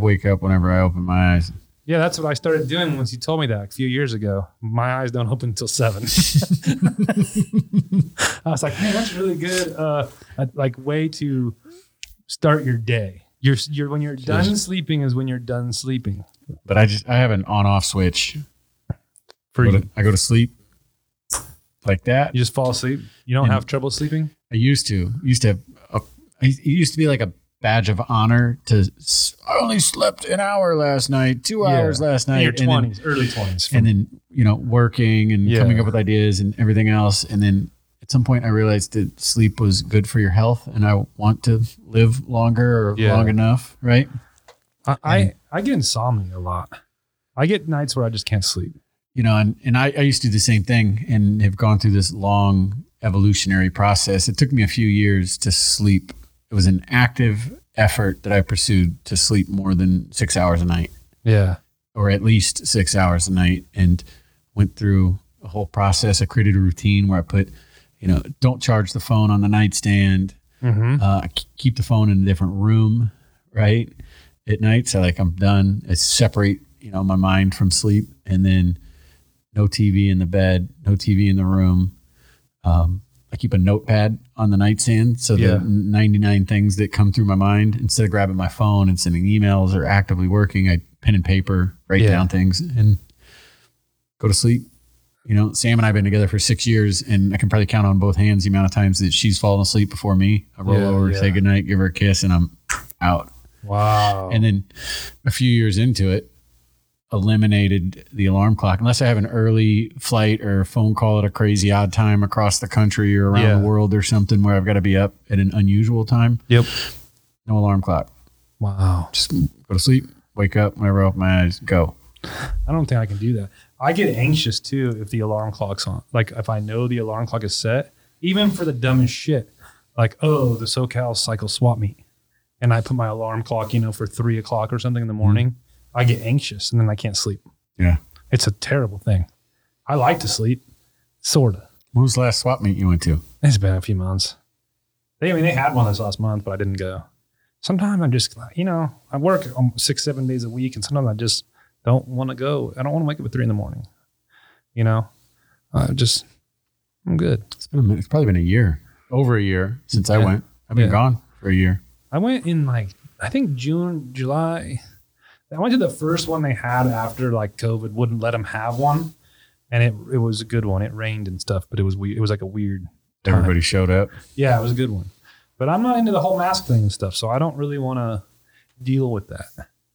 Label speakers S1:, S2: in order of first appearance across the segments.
S1: wake up whenever I open my eyes.
S2: Yeah, that's what I started doing once you told me that a few years ago. My eyes don't open until seven. I was like, man, that's really good. Uh, uh, like way to start your day. You're, you're when you're done sleeping is when you're done sleeping.
S1: But I just I have an on off switch. Go to- I go to sleep like that.
S2: You just fall asleep. You don't have trouble sleeping.
S1: I used to used to have a, it used to be like a badge of honor to s- I only slept an hour last night, two hours last night,
S2: in your
S1: and then-
S2: twenties, early twenties.
S1: and then you know working and
S2: Yeah.
S1: coming up with ideas and everything else and then at some point i realized that sleep was good for your health and i want to live longer or
S2: Yeah.
S1: long enough right
S2: I, I I get insomnia a lot. I get nights where I just can't sleep.
S1: you know and, and I, I used to do the same thing and have gone through this long evolutionary process it took me a few years to sleep it was an active effort that i pursued to sleep more than six hours a night
S2: Yeah.
S1: or at least six hours a night and went through a whole process. I created a routine where I put, you know, don't charge the phone on the nightstand.
S2: Mm-hmm.
S1: Uh, I k- keep the phone in a different room, right? At night. So, like, I'm done. I separate, you know, my mind from sleep and then no TV in the bed, no TV in the room. Um, I keep a notepad on the nightstand. So,
S2: Yeah.
S1: the 99 things that come through my mind, instead of grabbing my phone and sending emails or actively working, I pen and paper, write
S2: Yeah.
S1: down things and go to sleep. You know, Sam and I have been together for six years, and I can probably count on both hands the amount of times that she's fallen asleep before me. I roll
S2: Yeah,
S1: over,
S2: yeah.
S1: say goodnight, give her a kiss, and I'm out.
S2: Wow.
S1: And then a few years into it, eliminated the alarm clock. Unless I have an early flight or a phone call at a crazy odd time across the country or around
S2: Yeah.
S1: the world or something where I've got to be up at an unusual time,
S2: yep.
S1: no alarm clock.
S2: Wow.
S1: Just go to sleep, wake up whenever I open my eyes, go.
S2: I don't think I can do that. I get anxious too if the alarm clock's on. Like if I know the alarm clock is set, even for the dumbest shit, like oh the SoCal cycle swap meet, and I put my alarm clock, you know, for three o'clock or something in the morning. I get anxious and then I can't sleep.
S1: Yeah.
S2: It's a terrible thing. I like to sleep, sorta.
S1: When was the last swap meet you went to?
S2: It's been a few months. They, I mean, they had one this last month, but I didn't go. Sometimes I'm just, like, you know, I work um, six, seven days a week, and sometimes I just don't want to go. I don't want to wake up at three in the morning. You know, I just, I'm good.
S1: It's been a minute. It's probably been a year, over a year since I
S2: Yeah.
S1: went. I've been
S2: Yeah.
S1: gone for a year.
S2: I went in like, I think June, July. I went to the first one they had after like COVID wouldn't let them have one. And it, it was a good one. It rained and stuff, but it was weird. It was like a weird Time.
S1: Everybody showed up.
S2: Yeah, it was a good one. But I'm not into the whole mask thing and stuff, so I don't really want to deal with that.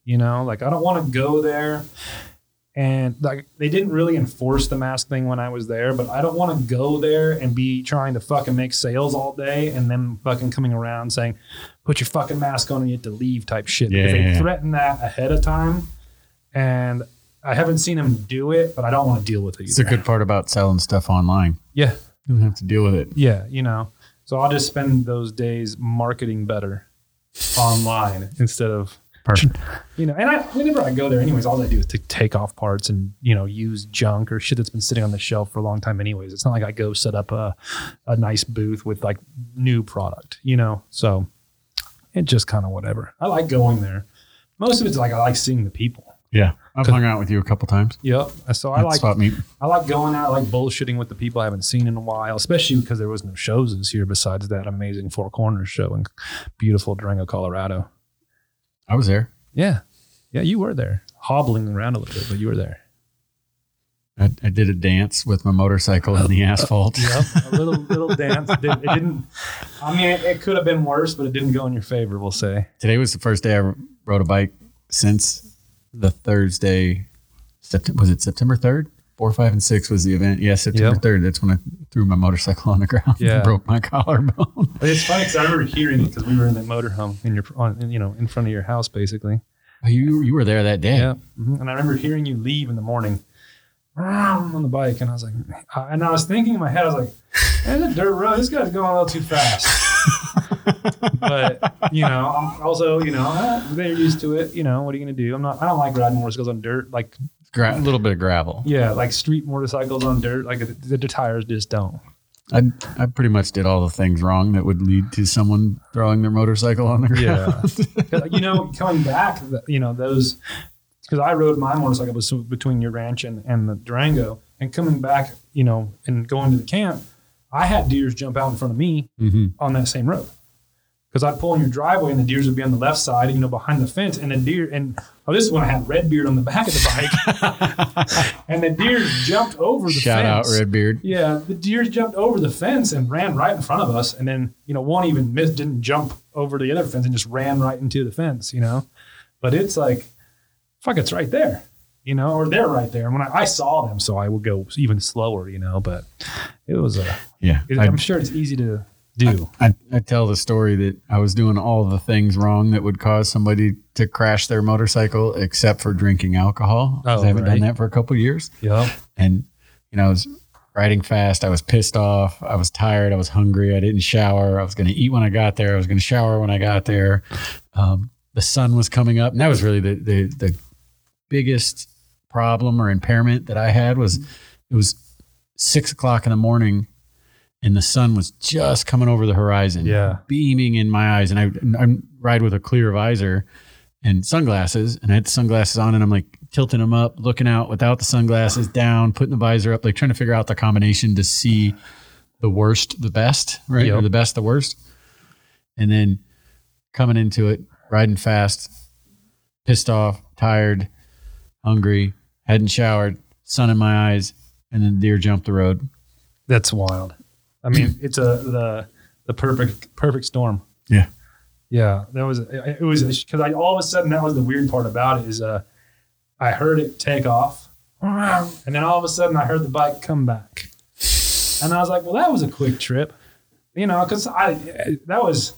S2: You know, like I don't want to go there and like they didn't really enforce the mask thing when I was there, but I don't want to go there and be trying to fucking make sales all day and then fucking coming around saying, "Put your fucking mask on and you have to leave" type shit. Because
S1: Yeah.
S2: they threaten that ahead of time, and I haven't seen them do it, but I don't want to deal with it.
S1: It's the
S2: Either.
S1: good part about selling stuff online.
S2: yeah,
S1: You don't have to deal with it.
S2: yeah, you know. So I'll just spend those days marketing better online instead of
S1: Perfect.
S2: you know. And I whenever I go there, anyways, all I do is to take off parts and you know use junk or shit that's been sitting on the shelf for a long time. Anyways, it's not like I go set up a a nice booth with like new product, you know. So it just kind of whatever. I like going there. Most of it's like I like seeing the people.
S1: Yeah. I've hung out with you a couple times.
S2: Yep. So I
S1: At
S2: like
S1: swap meet.
S2: I like going out, I like bullshitting with the people I haven't seen in a while, especially because there was no shows this year besides that amazing Four Corners show in beautiful Durango, Colorado.
S1: I was there.
S2: Yeah. Yeah, you were there. Hobbling around a little bit, but you were there.
S1: I, I did a dance with my motorcycle in
S2: Oh.
S1: the asphalt.
S2: Yep. A little little dance. It, didn't- it didn't I mean it, it could have been worse, but it didn't go in your favor, we'll say.
S1: Today was the first day I rode a bike since the Thursday. September, was it September 3rd? Four, five, and six was the event. Yeah, September
S2: Yep.
S1: 3rd. That's when I threw my motorcycle on the ground
S2: Yeah.
S1: and broke my collarbone.
S2: But it's funny because I remember hearing it because we were in the motorhome in your on, in, you know in front of your house basically.
S1: you, you were there that day.
S2: Yeah. Mhm. And I remember hearing you leave in the morning "Vroom," on the bike. And I was like, uh, and I was thinking in my head, I was like, there's a dirt road. This guy's going a little too fast. but, you know, I'm also, you know, uh, they're used to it. You know, what are you going to do? I'm not, I don't like riding motorcycles on dirt. Like,
S1: Gra- a little bit of gravel.
S2: yeah, like street motorcycles on dirt. Like the, the tires just don't.
S1: I I pretty much did all the things wrong that would lead to someone throwing their motorcycle on the ground.
S2: Yeah. 'Cause, you know, coming back, th- you know, those, because I rode my motorcycle bes- between your ranch and, and the Durango, and coming back, you know, and going to the camp, I had deers jump out in front of me
S1: hmm
S2: on that same road. Because I'd pull in your driveway and the deers would be on the left side, you know, behind the fence, and the deer, and oh, this is when I had Redbeard on the back of the bike, and the deer jumped over the
S1: Shout
S2: fence.
S1: out Redbeard.
S2: Yeah, the deer jumped over the fence and ran right in front of us, and then you know one even missed, didn't jump over the other fence and just ran right into the fence, you know. But it's like, fuck, it's right there, you know, or they're right there. And when I, I saw them, so I would go even slower, you know. But it was a,
S1: Yeah,
S2: it,
S1: I-
S2: I'm sure it's easy to do.
S1: I, I tell the story that I was doing all the things wrong that would cause somebody to crash their motorcycle, except for drinking alcohol. 'cause
S2: Oh,
S1: I haven't
S2: right.
S1: done that for a couple years.
S2: Yeah,
S1: And, you know, I was riding fast. I was pissed off. I was tired. I was hungry. I didn't shower. I was going to eat when I got there. I was going to shower when I got there. Um, the sun was coming up. And that was really the, the, the biggest problem or impairment that I had was it was six o'clock in the morning and the sun was just coming over the horizon
S2: yeah,
S1: beaming in my eyes, and I I ride with a clear visor and sunglasses, and I had the sunglasses on, and I'm like tilting them up, looking out without the sunglasses down, putting the visor up, like trying to figure out the combination to see the worst, the best, right, or
S2: Yep.
S1: the best, the worst, and then coming into it, riding fast, pissed off, tired, hungry, hadn't showered, sun in my eyes, and then deer jumped the road.
S2: that's wild. I mean, it's a the the perfect perfect storm.
S1: Yeah.
S2: Yeah, that was it. Was because I all of a sudden that was the weird part about it is uh, I heard it take off, and then all of a sudden I heard the bike come back, and I was like, well, that was a quick trip, you know, because I that was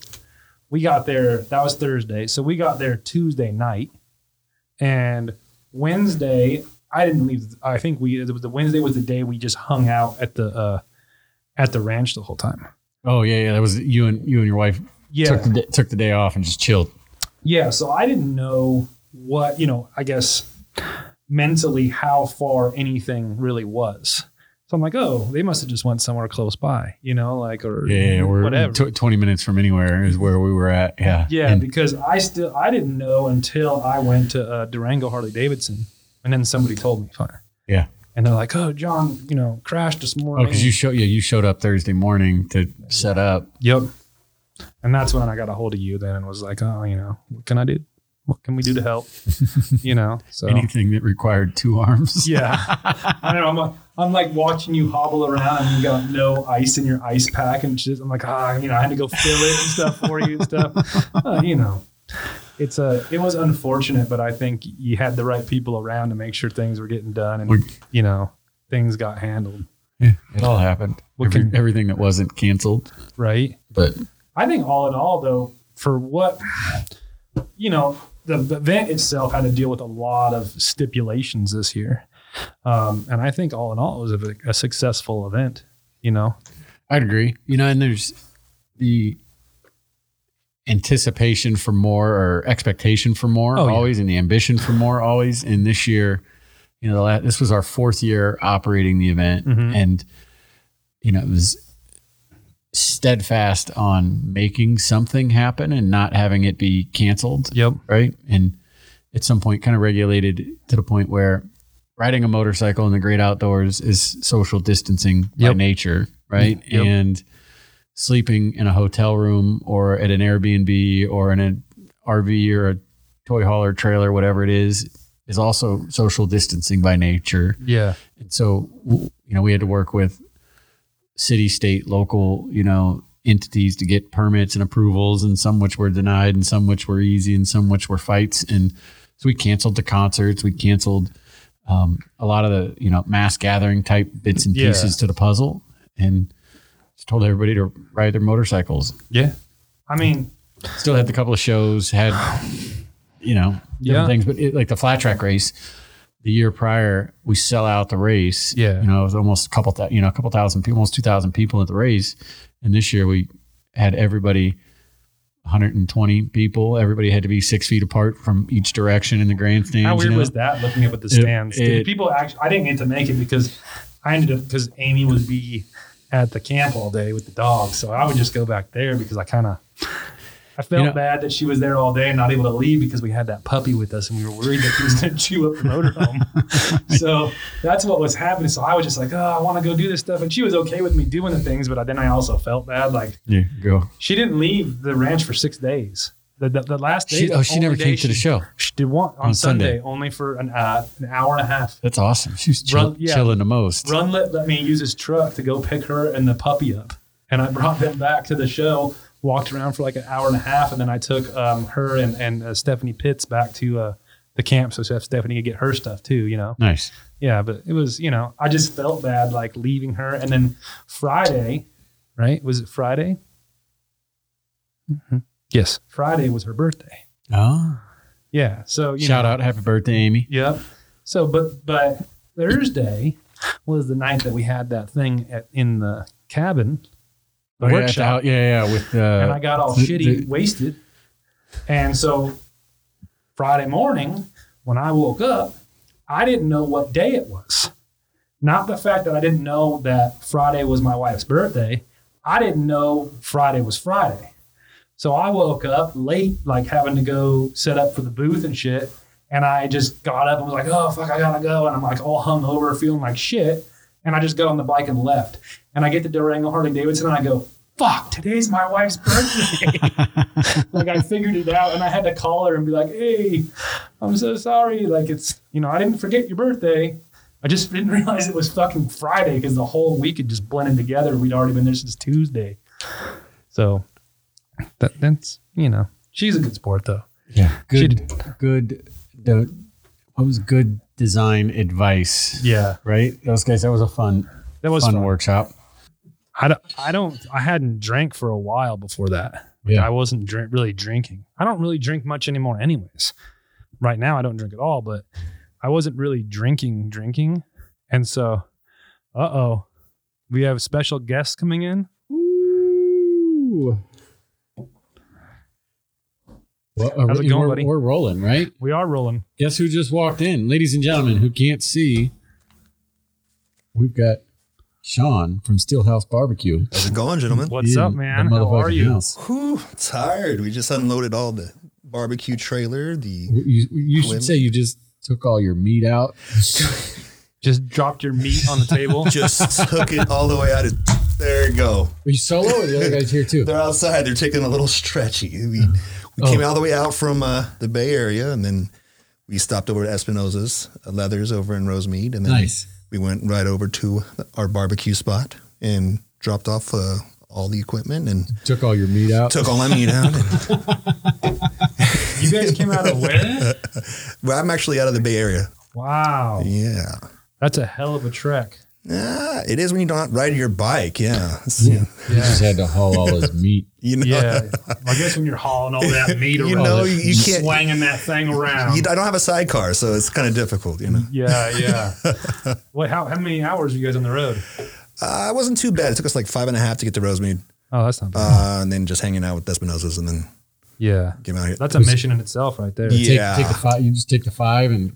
S2: we got there that was Thursday, so we got there Tuesday night, and Wednesday I didn't leave. I think we it was the Wednesday was the day we just hung out at the uh, at the ranch the whole time.
S1: Oh yeah, yeah, that was you and you and your wife
S2: Yeah,
S1: took the, da- took the day off and just chilled.
S2: Yeah, so I didn't know what, you know, I guess mentally how far anything really was. So I'm like, oh, they must have just went somewhere close by, you know, like or
S1: Yeah, yeah, we're
S2: whatever.
S1: tw- 20 minutes from anywhere is where we were at. Yeah.
S2: yeah,
S1: And
S2: because I still I didn't know until I went to uh, Durango Harley Davidson, and then somebody told me. Fine.
S1: Yeah.
S2: And they're like, oh, John, you know, crashed this
S1: oh,
S2: morning.
S1: because you showed yeah, you showed up Thursday morning to set up.
S2: Yep. And that's when I got a hold of you then and was like, oh, you know, what can I do? What can we do to help? you know, so
S1: Anything that required two arms.
S2: Yeah. I know. I'm like, I'm like watching you hobble around and you got no ice in your ice pack and shit. I'm like, ah, you know, I had to go fill it and stuff for you and stuff. Uh, you know, it's a, it was unfortunate, but I think you had the right people around to make sure things were getting done and,
S1: We-
S2: you know, things got handled.
S1: Yeah, it all happened.
S2: What
S1: Every-
S2: can-
S1: everything that wasn't canceled,
S2: Right.
S1: but
S2: I think all in all, though, for what you know, the, the event itself had to deal with a lot of stipulations this year, um, and I think all in all, it was a, a successful event. You know,
S1: I'd agree. You know, and there's the anticipation for more or expectation for more
S2: Oh, yeah.
S1: always and the ambition for more always. And this year, you know, the last, this was our fourth year operating the event
S2: Mhm.
S1: and, you know, it was steadfast on making something happen and not having it be canceled
S2: yep,
S1: right? And at some point, kind of regulated to the point where riding a motorcycle in the great outdoors is social distancing by
S2: Yep.
S1: nature, right?
S2: Yep.
S1: And sleeping in a hotel room or at an Airbnb or in an RV or a toy hauler trailer, whatever it is, is also social distancing by nature.
S2: yeah,
S1: And so, w- you know, we had to work with city, state, local, you know, entities to get permits and approvals, and some which were denied, and some which were easy, and some which were fights. And so we canceled the concerts, we canceled um, a lot of the, you know, mass gathering type bits and
S2: Yeah.
S1: pieces to the puzzle. And just told everybody to ride their motorcycles.
S2: yeah. I mean,
S1: Still had the couple of shows, had, you know, different
S2: Yeah.
S1: things, but it, like the flat track race. The year prior, we sell out the race.
S2: Yeah.
S1: you know, it was almost a couple, thou- you know, a couple thousand people, almost two thousand people at the race. And this year, we had everybody, 120 people. Everybody had to be six feet apart from each direction in the grandstands.
S2: how
S1: you
S2: weird
S1: know?
S2: was that? Looking up at the
S1: It-
S2: stands, Did
S1: it-
S2: people actually. I didn't get to make it because I ended up because Amy would be at the camp all day with the dog. So I would just go back there because I kind of I felt
S1: You know-
S2: bad that she was there all day and not able to leave because we had that puppy with us and we were worried that he was going to chew up the motorhome. so that's what was happening. So I was just like, oh, I want to go do this stuff, and she was okay with me doing the things, but then I also felt bad. Like
S1: Yeah, go.
S2: she didn't leave the ranch for six days. The, the, the last day,
S1: She,
S2: the
S1: oh, she
S2: only
S1: never
S2: day
S1: came to the
S2: she-
S1: show.
S2: She did one on,
S1: On
S2: Sunday,
S1: Sunday.
S2: only for an uh, an hour and a half.
S1: That's awesome. She was chill,
S2: Run- yeah.
S1: chilling the most.
S2: Runlet let me use his truck to go pick her and the puppy up. And I brought them back to the show, walked around for like an hour and a half, and then I took um, her and, and uh, Stephanie Pitts back to uh, the camp so Chef Stephanie could get her stuff too, you know?
S1: Nice.
S2: Yeah, but it was, you know, I just felt bad like leaving her. And then Friday, right? Was it Friday? Mhm. Yes. Friday was her birthday.
S1: Oh,
S2: Yeah. So, you
S1: shout
S2: know,
S1: out! Happy birthday, Amy.
S2: Yep. So, but but Thursday was the night that we had that thing at, in the cabin, the
S1: Oh, yeah, at the
S2: workshop,
S1: hou- yeah, yeah, with uh,
S2: and I got all
S1: the-
S2: shitty,
S1: the-
S2: wasted. And so Friday morning, when I woke up, I didn't know what day it was. Not the fact that I didn't know that Friday was my wife's birthday. I didn't know Friday was Friday. So I woke up late, like having to go set up for the booth and shit. And I just got up and was like, oh, fuck, I gotta go. And I'm like all hungover, feeling like shit. And I just got on the bike and left. And I get to Durango Harley Davidson and I go, fuck, today's my wife's birthday. like I figured it out and I had to call her and be like, hey, I'm so sorry. Like it's, you know, I didn't forget your birthday. I just didn't realize it was fucking Friday because the whole week had just blended together. We'd already been there since Tuesday. So that, that's, you know, she's a good sport though.
S1: yeah,
S2: She
S1: good, good. The, what was good design advice?
S2: Yeah.
S1: Right, those guys. That was a fun,
S2: That was
S1: fun,
S2: fun.
S1: workshop.
S2: I don't, I don't, I hadn't drank for a while before that. Like,
S1: Yeah.
S2: I wasn't drink, really drinking. I don't really drink much anymore, anyways. Right now, I don't drink at all, but I wasn't really drinking, drinking. And so, uh oh, we have special guests coming in.
S1: Well,
S2: How's it
S1: uh,
S2: going,
S1: we're,
S2: buddy?
S1: we're rolling, right?
S2: We are rolling.
S1: Guess who just walked in, ladies and gentlemen, who can't see? We've got Sean from Steelhouse Barbecue.
S3: How's it going, gentlemen?
S2: What's
S1: in
S2: up,
S1: the
S2: man? How are
S1: motherfucking
S2: you?
S1: house.
S3: Whew, tired. We just unloaded all the barbecue trailer. The
S1: You, you should
S3: Women.
S1: say you just took all your meat out.
S2: Just dropped your meat on the table.
S3: just took it all the way out of there. You go.
S1: Are you solo or the other guy's here too?
S3: They're outside. They're taking a little stretchy. We we came all the way out from uh, the Bay Area, and then we stopped over to Espinosa's uh, Leathers over in Rosemead, and then
S1: Nice.
S3: we went right over to our barbecue spot and dropped off uh, all the equipment and
S1: Took all your meat out.
S3: took all my meat out. And,
S2: You guys came out of where?
S3: well, I'm actually out of the Bay Area.
S2: Wow.
S3: Yeah.
S2: That's a hell of a trek.
S3: Ah, it is when you don't ride your bike. Yeah. It's-
S1: He just had to haul all his meat.
S3: You know,
S2: Yeah. I guess when you're hauling all that meat around,
S3: you know, you, you can't.
S2: swinging that thing around.
S3: You, I don't have a sidecar, so it's kind of difficult. You know,
S2: Yeah, yeah. Wait, how, how many hours are you guys on the road?
S3: uh, it wasn't too bad. It took us like five and a half to get to Rosemead,
S2: Oh, that's not bad.
S3: uh, and then just hanging out with Espinosa's, and then
S2: yeah.
S3: came out here.
S2: That's a mission in itself right there.
S3: Yeah.
S1: Take, take the five. You just take the five and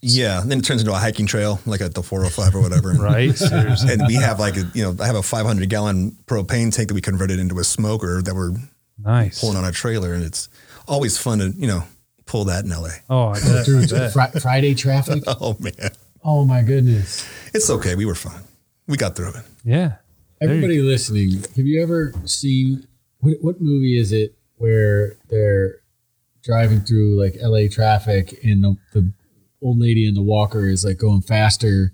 S3: yeah, and then it turns into a hiking trail, like at the 405 or whatever.
S2: Right? Seriously.
S3: And we have like a, you know, I have a 500 gallon propane tank that we converted into a smoker that we're
S2: Nice.
S3: pulling on a trailer, and it's always fun to you know pull that in LA.
S2: Oh, I bet.
S1: through
S2: I
S1: to
S2: bet.
S1: fri- Friday traffic.
S3: Oh man,
S1: Oh my goodness!
S3: it's okay. We were fine. We got through it.
S2: Yeah. There you
S1: Everybody listening, have you ever seen what, what movie is it where they're driving through like LA traffic and the, the old lady in the walker is like going faster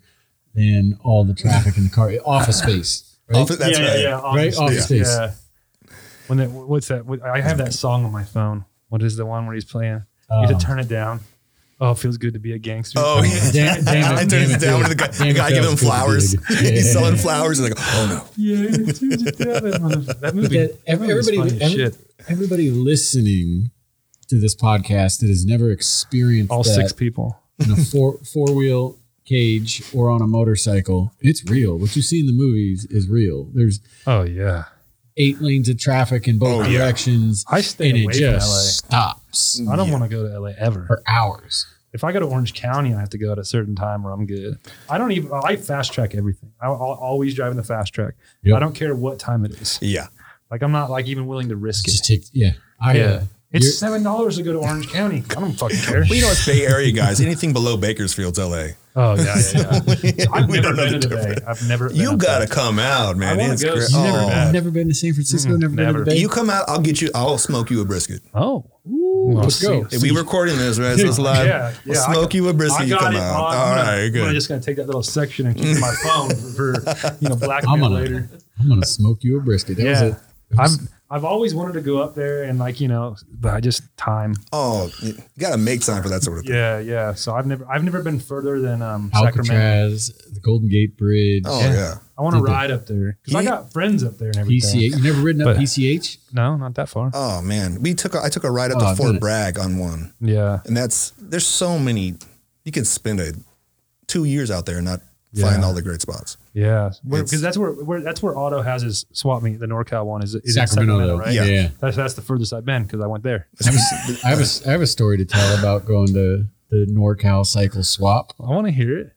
S1: than all the traffic in the car? Office Space, right?
S3: Off- that's
S2: yeah,
S3: right.
S2: yeah,
S1: Right? Office
S2: yeah.
S1: Space.
S2: yeah. When that, what's that? What, I have that song on my phone. What is the one where he's playing? you have
S1: Um,
S2: to turn it down. Oh, it feels good to be a gangster.
S3: Oh, yeah.
S1: Damn- damn it,
S3: I
S1: damn
S3: turns
S1: it,
S3: it down
S1: dude.
S3: to the guy.
S1: Damn
S3: The
S1: it,
S3: guy
S1: that
S3: giving him
S1: was good,
S3: flowers.
S1: dude.
S3: He's
S1: Yeah.
S3: selling flowers. And like, oh no.
S2: yeah. it's- it's- yeah, That motherf- that movie.
S1: that
S2: that
S1: every,
S2: movie's
S1: everybody,
S2: funny as
S1: every-
S2: shit.
S1: everybody listening to this podcast that has never experienced
S2: All
S1: that
S2: six people.
S1: in a four four wheel cage or on a motorcycle, it's real. What you see in the movies is real. There's
S2: Oh yeah.
S1: eight lanes of traffic in both
S3: Oh, yeah.
S1: directions,
S2: I stay
S1: and
S2: away
S1: it
S2: from
S1: just stops
S2: I don't
S3: Yeah.
S2: want to go to LA ever.
S1: for hours.
S2: If I go to Orange County, I have to go at a certain time or I'm good. I don't even, I fast track everything. I, I'll always drive in the fast track.
S1: Yep.
S2: I don't care what time it is.
S3: Yeah.
S2: Like I'm not like even willing to risk it.
S1: Just take yeah. I,
S2: Yeah.
S1: uh,
S2: It's
S1: you're-
S2: seven dollars to go to Orange County. I don't fucking care.
S3: Well, you know, it's Bay Area guys. Anything below Bakersfield's LA.
S2: Oh yeah, yeah, yeah. I've
S3: we
S2: never
S3: don't know
S2: been
S3: the
S2: to the Bay.
S3: difference.
S2: I've never. been
S3: You
S2: up
S3: got to
S2: there.
S3: come out, man.
S2: I wanna
S3: It's
S2: go.
S3: cra-
S2: You
S1: never,
S3: Oh.
S1: I've never been to San Francisco.
S2: Mm-mm,
S1: never,
S2: never.
S1: been to the Bay.
S3: You come out, I'll get you. I'll smoke you a brisket.
S2: Oh,
S1: let's go.
S3: If we recording this, right? So it's live.
S2: Yeah,
S3: we'll
S2: yeah, I
S3: smoke you a brisket.
S2: I
S3: You
S2: got
S3: come
S2: it.
S3: out.
S2: on-
S3: All
S2: I'm
S3: right,
S2: gonna- I'm
S3: good.
S2: just gonna take that little section and keep my phone for you know
S1: I'm
S2: blackmail
S1: gonna,
S2: later.
S1: I'm gonna smoke you a brisket. That was
S2: Yeah,
S1: it. That
S2: I've
S1: was-
S2: I've always wanted to go up there and like you know, but I just time.
S3: Oh, you gotta make time for that sort of thing.
S2: Yeah, yeah. So I've never I've never been further than um Sacramento.
S1: Alcatraz, the Golden Gate Bridge,
S3: Oh yeah.
S2: I want to
S1: Did the-
S2: ride up there because I
S3: He-
S2: got friends up there and everything.
S1: PCH. You never ridden up
S2: But-
S1: PCH?
S2: No, not that far.
S3: Oh man, we took. A, I took a ride up
S1: Oh,
S3: to
S1: I've done
S3: Fort
S1: it.
S3: Bragg on one,
S2: Yeah,
S3: and that's there's so many. You can spend a two years out there and not
S2: Yeah.
S3: find all the great spots.
S2: yeah. Because
S3: It's-
S2: that's where, where that's where Auto has his swap meet. The NorCal one is, is in
S1: Sacramento,
S2: Sacramento,
S1: though.
S2: right?
S1: Yeah.
S3: Yeah.
S2: That's that's the furthest I've been because I went there.
S1: I have a, I have a story to tell about going to the NorCal Cycle Swap.
S2: I want to hear it.
S1: It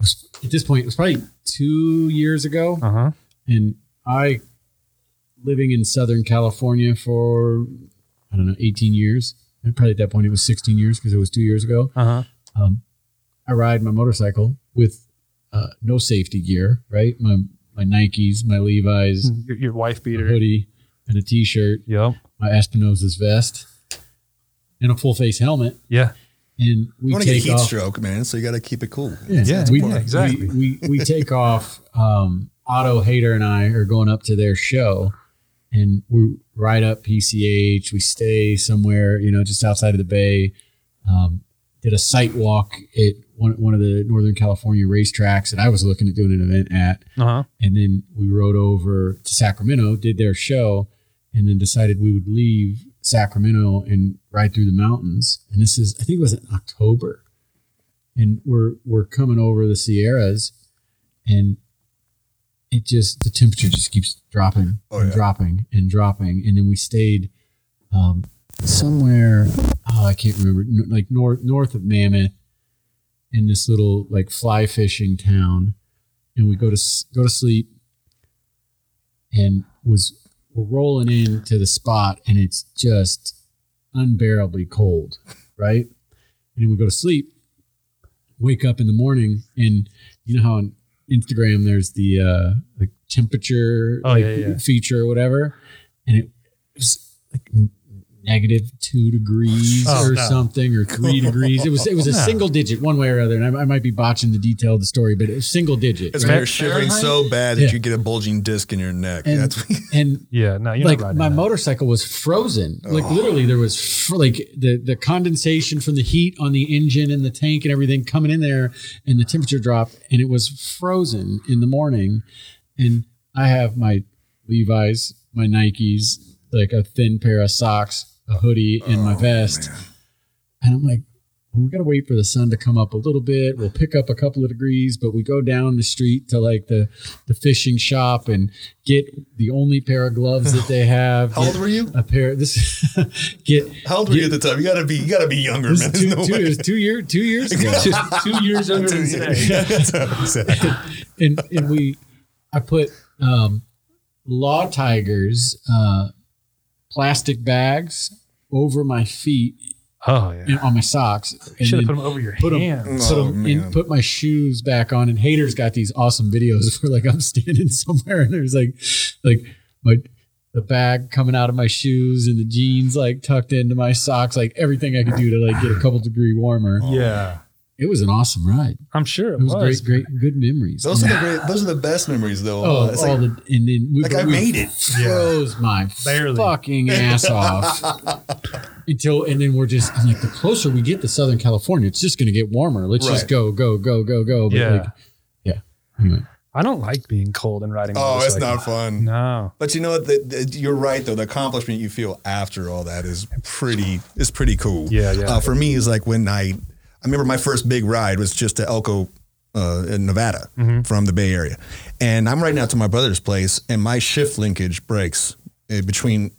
S1: was- At this point, it was probably two years ago,
S2: Uh huh.
S1: and I living in Southern California for I don't know 18 years. And probably at that point, it was 16 years because it was two years ago.
S2: Uh huh.
S1: um, I ride my motorcycle with uh, no safety gear, right? My my Nikes, my Levi's,
S2: Your, your wife
S1: a
S2: beater.
S1: hoodie, and a t-shirt,
S2: Yep.
S1: my Espinosa's vest, and a full face helmet,
S2: Yeah.
S1: and we
S3: You want to get
S1: take
S3: heat
S1: off.
S3: stroke, man. So you gotta keep it cool.
S2: Yeah,
S1: we,
S2: yeah, exactly.
S1: We, we, we take off. Um, Otto Hader and I are going up to their show, and we ride up PCH. We stay somewhere, you know, just outside of the bay. Um, did a sight walk at one, one of the Northern California racetracks that I was looking at doing an event at,
S2: Uh huh.
S1: and then we rode over to Sacramento, did their show, and then decided we would leave Sacramento and ride through the mountains. And this is, I think it was in October. And we're we're coming over the Sierras and it just the temperature just keeps dropping
S3: Oh,
S1: and
S3: yeah.
S1: dropping and dropping. And then we stayed um, somewhere oh, I can't remember n- like north north of Mammoth in this little like fly fishing town and we go to s- go to sleep and was we're rolling in to the spot and it's just unbearably cold right and then we go to sleep wake up in the morning and you know how on instagram there's the uh the temperature
S2: Oh,
S1: like,
S2: yeah, yeah, yeah.
S1: feature or whatever and it was like negative two degrees
S2: Oh,
S1: or
S2: no.
S1: something or three degrees it was it was a
S2: No.
S1: single digit one way or other and I, I might be botching the detail of the story but it was single digit
S3: It's
S1: right?
S3: when you're shivering so bad that
S1: Yeah.
S3: you get a bulging disc in your neck.
S1: And-
S3: That's
S1: and
S2: Yeah. No, you're
S1: like
S2: not riding
S1: my
S2: that.
S1: motorcycle was frozen. Like literally, there was fr- like the the condensation from the heat on the engine and the tank and everything coming in there, and the temperature dropped, and it was frozen in the morning. And I have my Levi's, my Nikes, like a thin pair of socks, a hoodie, and
S2: Oh,
S1: my vest. And I'm like, we gotta wait for the sun to come up a little bit. We'll pick up a couple of degrees, but we go down the street to like the the fishing shop and get the only pair of gloves that they have.
S3: how old
S1: get
S3: were you?
S1: a pair this get
S3: How old were you at the time? You gotta be. You gotta be younger,
S1: this
S3: man.
S1: is
S3: There's
S1: two,
S3: no
S1: two,
S3: way.
S1: it was two year two years ago.
S2: two years younger than today.
S3: That's what I'm saying.
S1: and and we I put um, law tigers uh, plastic bags over my feet
S2: Oh yeah.
S1: and on my socks
S2: You
S1: and
S2: should
S1: then
S2: have put them over your
S1: put 'em-
S2: hand.
S1: put,
S3: Oh,
S1: 'em in-
S3: man.
S1: put my shoes back on and haters got these awesome videos where like I'm standing somewhere and there's like like my the bag coming out of my shoes and the jeans like tucked into my socks like everything I could do to like get a couple degree warmer
S2: Yeah.
S1: it was an awesome ride
S2: I'm sure it,
S1: it was great great good memories
S3: Those are the great. Those are the best memories, though.
S1: Oh,
S3: it's
S1: all
S3: like,
S1: the and then we,
S3: like I
S1: we
S3: made it.
S1: froze my
S2: Barely.
S1: fucking ass off until and then we're just I'm like the closer we get to Southern California, it's just gonna get warmer. Let's just
S3: Right.
S1: go, go, go, go, go.
S2: Yeah.
S1: like, yeah. Anyway,
S2: I don't like being cold and riding.
S3: Oh, it's
S2: motorcycle.
S3: not fun.
S2: No.
S3: But you know what? The, the, you're right, though. The accomplishment you feel after all that is pretty is pretty cool.
S2: Yeah, yeah.
S3: Uh, for me, it's like when I I remember my first big ride was just to Elko, uh, in Nevada,
S2: Mm-hmm.
S3: from the Bay Area, and I'm riding out to my brother's place, and my shift linkage breaks uh, between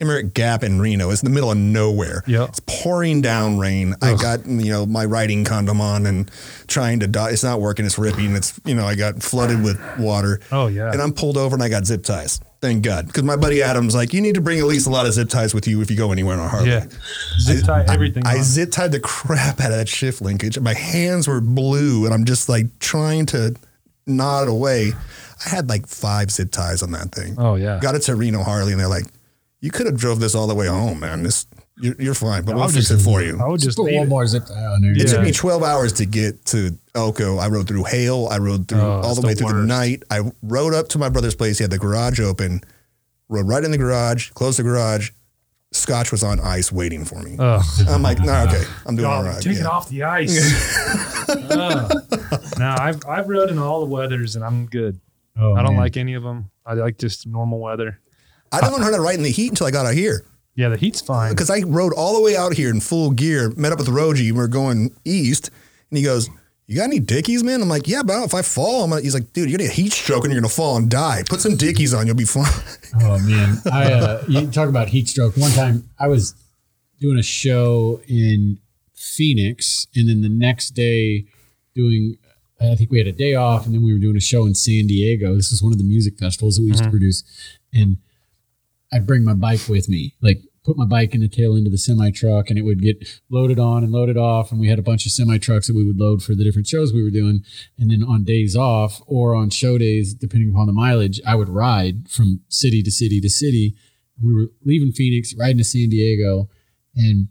S3: Emmerich Gap in Reno. It's in the middle of nowhere.
S2: Yeah.
S3: It's pouring down rain. I got, you know, my riding condom on and trying to dodge. It's not working. It's ripping. It's, you know, I got flooded with water.
S2: Oh, yeah.
S3: And I'm pulled over and I got zip ties. Thank God. Because my buddy Adam's like, you need to bring at least a lot of zip ties with you if you go anywhere on a Harley.
S2: Yeah. Zip tie everything.
S3: I
S2: on.
S3: zip tied the crap out of that shift linkage. My hands were blue, and I'm just like trying to nod it away. I had like five zip ties on that thing.
S2: Oh, yeah.
S3: Got it to Reno Harley, and they're like, "You could have drove this all the way home, man. This you're, you're fine, but we'll
S2: I'll
S3: fix it
S2: just-
S3: for you."
S2: I would
S1: Just
S2: just
S1: put
S2: leave
S1: one
S2: it.
S1: more zip tie on there.
S3: It
S2: Yeah.
S3: took me 12 hours to get to Elko. I rode through hail. I rode through
S2: Oh,
S3: all
S2: it's
S3: the way
S2: the
S3: through the
S2: worst.
S3: night. I rode up to my brother's place. He had the garage open. Rode right in the garage. Closed the garage. Scotch was on ice waiting for me.
S2: Ugh.
S3: I'm like, nah, okay, I'm doing all
S2: Oh,
S3: right.
S2: take it
S3: yeah.
S2: off the ice. Ugh. no, I've I've rode in all the weathers and I'm good.
S1: Oh,
S2: I don't
S1: man.
S2: like any of them. I like just normal weather.
S3: I didn't learn how to ride in the heat until I got out here
S2: Yeah, the heat's fine.
S3: because I rode all the way out here in full gear. Met up with Roji. We were going east, and he goes, "You got any dickies, man?" I'm like, "Yeah, but if I fall, I'm gonna." He's like, "Dude, you're gonna get a heat stroke and you're gonna fall and die. Put some dickies on, you'll be fine."
S1: Oh man, I uh, you talk about heat stroke. One time, I was doing a show in Phoenix, and then the next day, doing. I think we had a day off, and then we were doing a show in San Diego. This is one of the music festivals that we
S2: Mm-hmm.
S1: used to produce, and I'd bring my bike with me, like put my bike in the tail end of the semi truck, and it would get loaded on and loaded off. And we had a bunch of semi trucks that we would load for the different shows we were doing. And then on days off or on show days, depending upon the mileage, I would ride from city to city to city. We were leaving Phoenix, riding to San Diego, and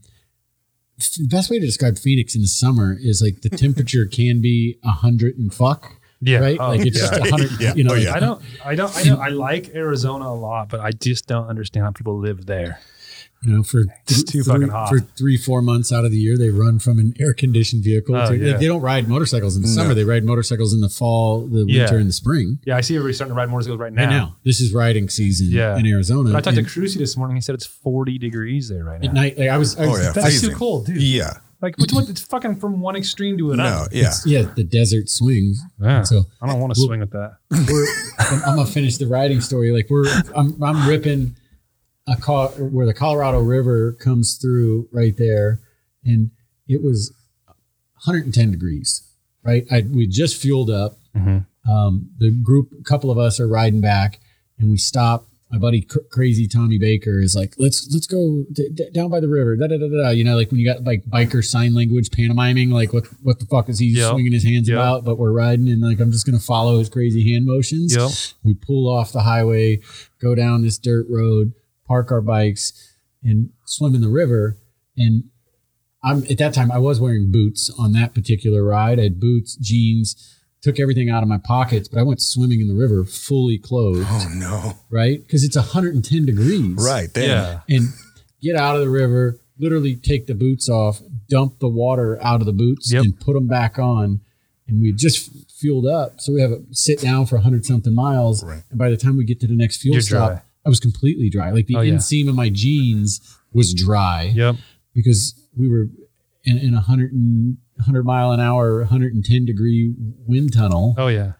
S1: the best way to describe Phoenix in the summer is like the temperature can be a hundred and fuck.
S2: yeah,
S1: Right,
S2: oh,
S1: like it's
S2: yeah.
S1: just a hundred.
S3: Yeah.
S1: You know,
S3: Oh, yeah.
S2: I don't, I don't, I know, I like Arizona a lot, but I just don't understand how people live there.
S1: you know, for
S2: It's
S1: th-
S2: too
S1: three,
S2: fucking hot.
S1: for three, four months out of the year, they run from an air conditioned vehicle.
S2: Oh,
S1: to, they-
S2: yeah.
S1: they, don't ride motorcycles in the summer. They ride motorcycles in the fall, the
S2: Yeah.
S1: winter, and the spring.
S2: Yeah, I see everybody starting to ride motorcycles right now.
S1: Right now, this is riding season
S2: Yeah.
S1: in Arizona.
S2: But I talked
S1: and
S2: to Crucy this morning. He said it's 40 degrees there right
S1: at
S2: now.
S1: night. Like I was, I
S3: Oh,
S1: was
S3: yeah.
S1: that's-
S2: That's too
S3: freezing.
S2: cold, dude.
S3: yeah,
S2: Like, which one? It's fucking from one extreme to
S3: no,
S2: another.
S3: yeah.
S1: yeah, the desert swings.
S2: Yeah.
S1: So
S2: I don't want to swing with that.
S1: we're, I'm, I'm gonna finish the riding story. Like we're, I'm, I'm ripping a car where the Colorado River comes through right there, and it was 110 degrees. Right, I, we just fueled up.
S2: Mhm.
S1: Um, the group, a couple of us are riding back, and we stop. My buddy, cr- crazy Tommy Baker, is like, "Let's let's go d- d- down by the river." Da, da, da, da, da. You know, like when you got like biker sign language pantomiming, like what what the fuck is he
S2: Yeah.
S1: swinging his hands
S2: Yeah.
S1: about? But we're riding, and like I'm just gonna follow his crazy hand motions.
S2: Yep.
S1: We pull off the highway, go down this dirt road, park our bikes, and swim in the river. And I'm at that time I was wearing boots on that particular ride. I had boots, jeans, took everything out of my pockets, but I went swimming in the river fully clothed,
S3: Oh no,
S1: right? Because it's 110 degrees.
S3: right there.
S2: Yeah.
S1: And get out of the river, literally take the boots off, dump the water out of the boots
S2: Yep.
S1: and put them back on. And we just fueled up. So we have a sit down for 100 something miles.
S3: Right.
S1: And by the time we get to the next fuel
S2: You're
S1: stop,
S2: dry.
S1: I was completely dry. Like the
S2: Oh, yeah.
S1: inseam of my jeans was dry
S2: Yep.
S1: because we were in, in a 100, and, 100 mile an hour, 110 degree wind tunnel
S2: Oh, yeah.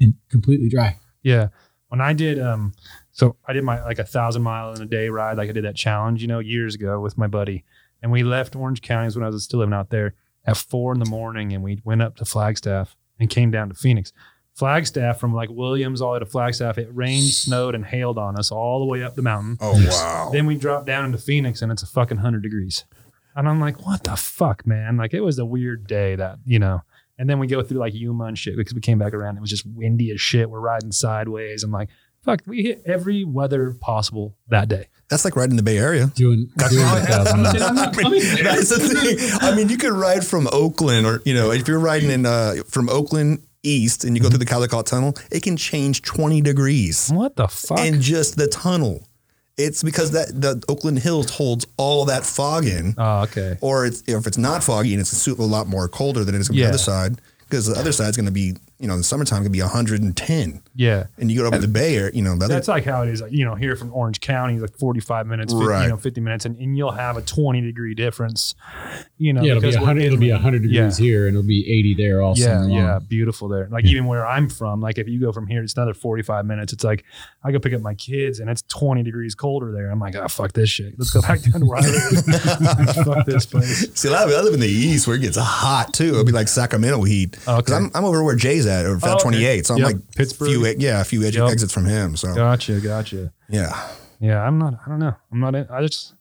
S1: and completely dry.
S2: Yeah. When I did, um, so I did my like a thousand mile in a day ride, like I did that challenge, you know, years ago with my buddy. And we left Orange Counties when I was still living out there at four in the morning and we went up to Flagstaff and came down to Phoenix. Flagstaff from like Williams all the way to Flagstaff, it rained, snowed, and hailed on us all the way up the mountain.
S3: Oh wow.
S2: Then we dropped down into Phoenix and it's a fucking 100 degrees. And I'm like, what the fuck, man? Like, it was a weird day that, you know. And then we go through like Yuma and shit because we came back around. It was just windy as shit. We're riding sideways. I'm like, fuck, we hit every weather possible that day.
S3: That's like riding the Bay Area.
S1: Doing, doing a thousand miles.
S2: I'm not coming there.
S3: That's the thing. I mean, you could ride from Oakland, or you know, if you're riding in uh, from Oakland east and you go through the Caldecott Tunnel, it can change 20 degrees
S2: What the fuck?
S3: in just the tunnel. It's because that the Oakland Hills holds all that fog in,
S2: oh, okay.
S3: or it's, if it's not foggy and it's a su- a lot more colder than it is on the
S2: Yeah.
S3: other side, because the other side's going to be, you know, in the summertime going to be 110,
S2: Yeah.
S3: and you go over to the Bay Area, you know, the other,
S2: That's like how it is, like, you know, here from Orange County, like 45 minutes, 50,
S3: Right.
S2: you know, 50 minutes, and, and you'll have a 20 degree difference, you know,
S1: yeah, it'll be
S2: because we're
S1: 100, it'll be 100 degrees
S2: Yeah.
S1: here and it'll be 80 there all
S2: yeah,
S1: summer long.
S2: yeah, beautiful there. Like even where I'm from, like if you go from here, it's another 45 minutes. It's like I go pick up my kids and it's 20 degrees colder there. I'm like, oh fuck this shit. Let's go back down to where I live. fuck this place.
S3: See, I I live in the east where it gets hot too. It'll be like Sacramento heat.
S2: Okay.
S3: 'Cause I'm, I'm over where Jay's at, over
S2: Oh,
S3: Fat
S2: okay.
S3: 28. So I'm
S2: Yep.
S3: like
S2: Pittsburgh.
S3: few, e- yeah, a few edge
S2: Yep.
S3: exits from him. So
S2: Gotcha, gotcha.
S3: yeah,
S2: Yeah, I'm not. I don't know. I'm not. In, I just.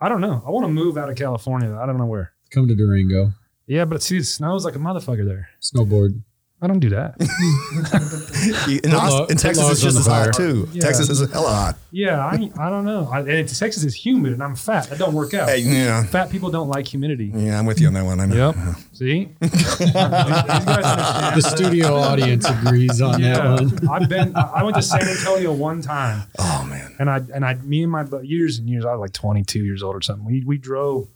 S2: I don't know. I want to move out of California. I don't know where.
S1: Come to Durango,
S2: Yeah, but see, it snows like a motherfucker there.
S1: snowboard.
S2: I don't do that.
S3: in, Aust-
S1: law-
S3: in Texas
S1: laws
S3: it's just
S1: on
S3: as
S1: the
S3: hot
S1: fire.
S3: too.
S2: Yeah.
S3: Texas is hella hot.
S2: yeah, I. I don't know. I, and it's, Texas is humid, and I'm fat. That don't work out.
S3: Hey, yeah,
S2: Fat people don't like humidity.
S3: yeah, I'm with you on that one. I know.
S2: Yep. See, These guys understand.
S1: The studio audience agrees on
S2: Yeah,
S1: that one.
S2: I've been. I I went to San Antonio one time,
S3: Oh man,
S2: and I and I, me and my bu- years and years, I was like 22 years old or something. We we drove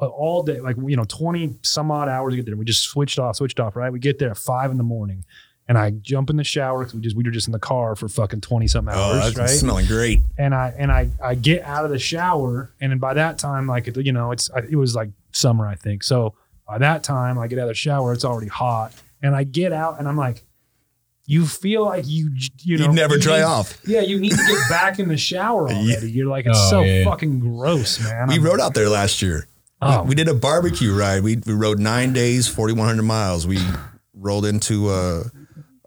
S2: uh, all day, like you know, 20 some odd hours to get there. We just switched off, switched off. Right, we get there at five in the morning, and I jump in the shower because we just we were just in the car for fucking 20 some
S3: oh,
S2: hours,
S3: that's
S2: right?
S3: smelling great.
S2: and I and I I get out of the shower, and then by that time, like it- you know, it's it was like summer, I think. So by that time, I get out of the shower, it's already hot, and I get out, and I'm like, you feel like you j- you
S3: You
S2: know
S3: would never dry
S2: need-
S3: off.
S2: Yeah, you need to get back in the shower already.
S3: Yeah.
S2: You're like, it's
S1: Oh,
S2: so
S1: yeah.
S2: fucking gross, man.
S3: We
S2: I'm-
S3: rode out there last year.
S2: Oh,
S3: We did a barbecue ride. We, we rode nine days, 4,100 miles. We rolled into uh,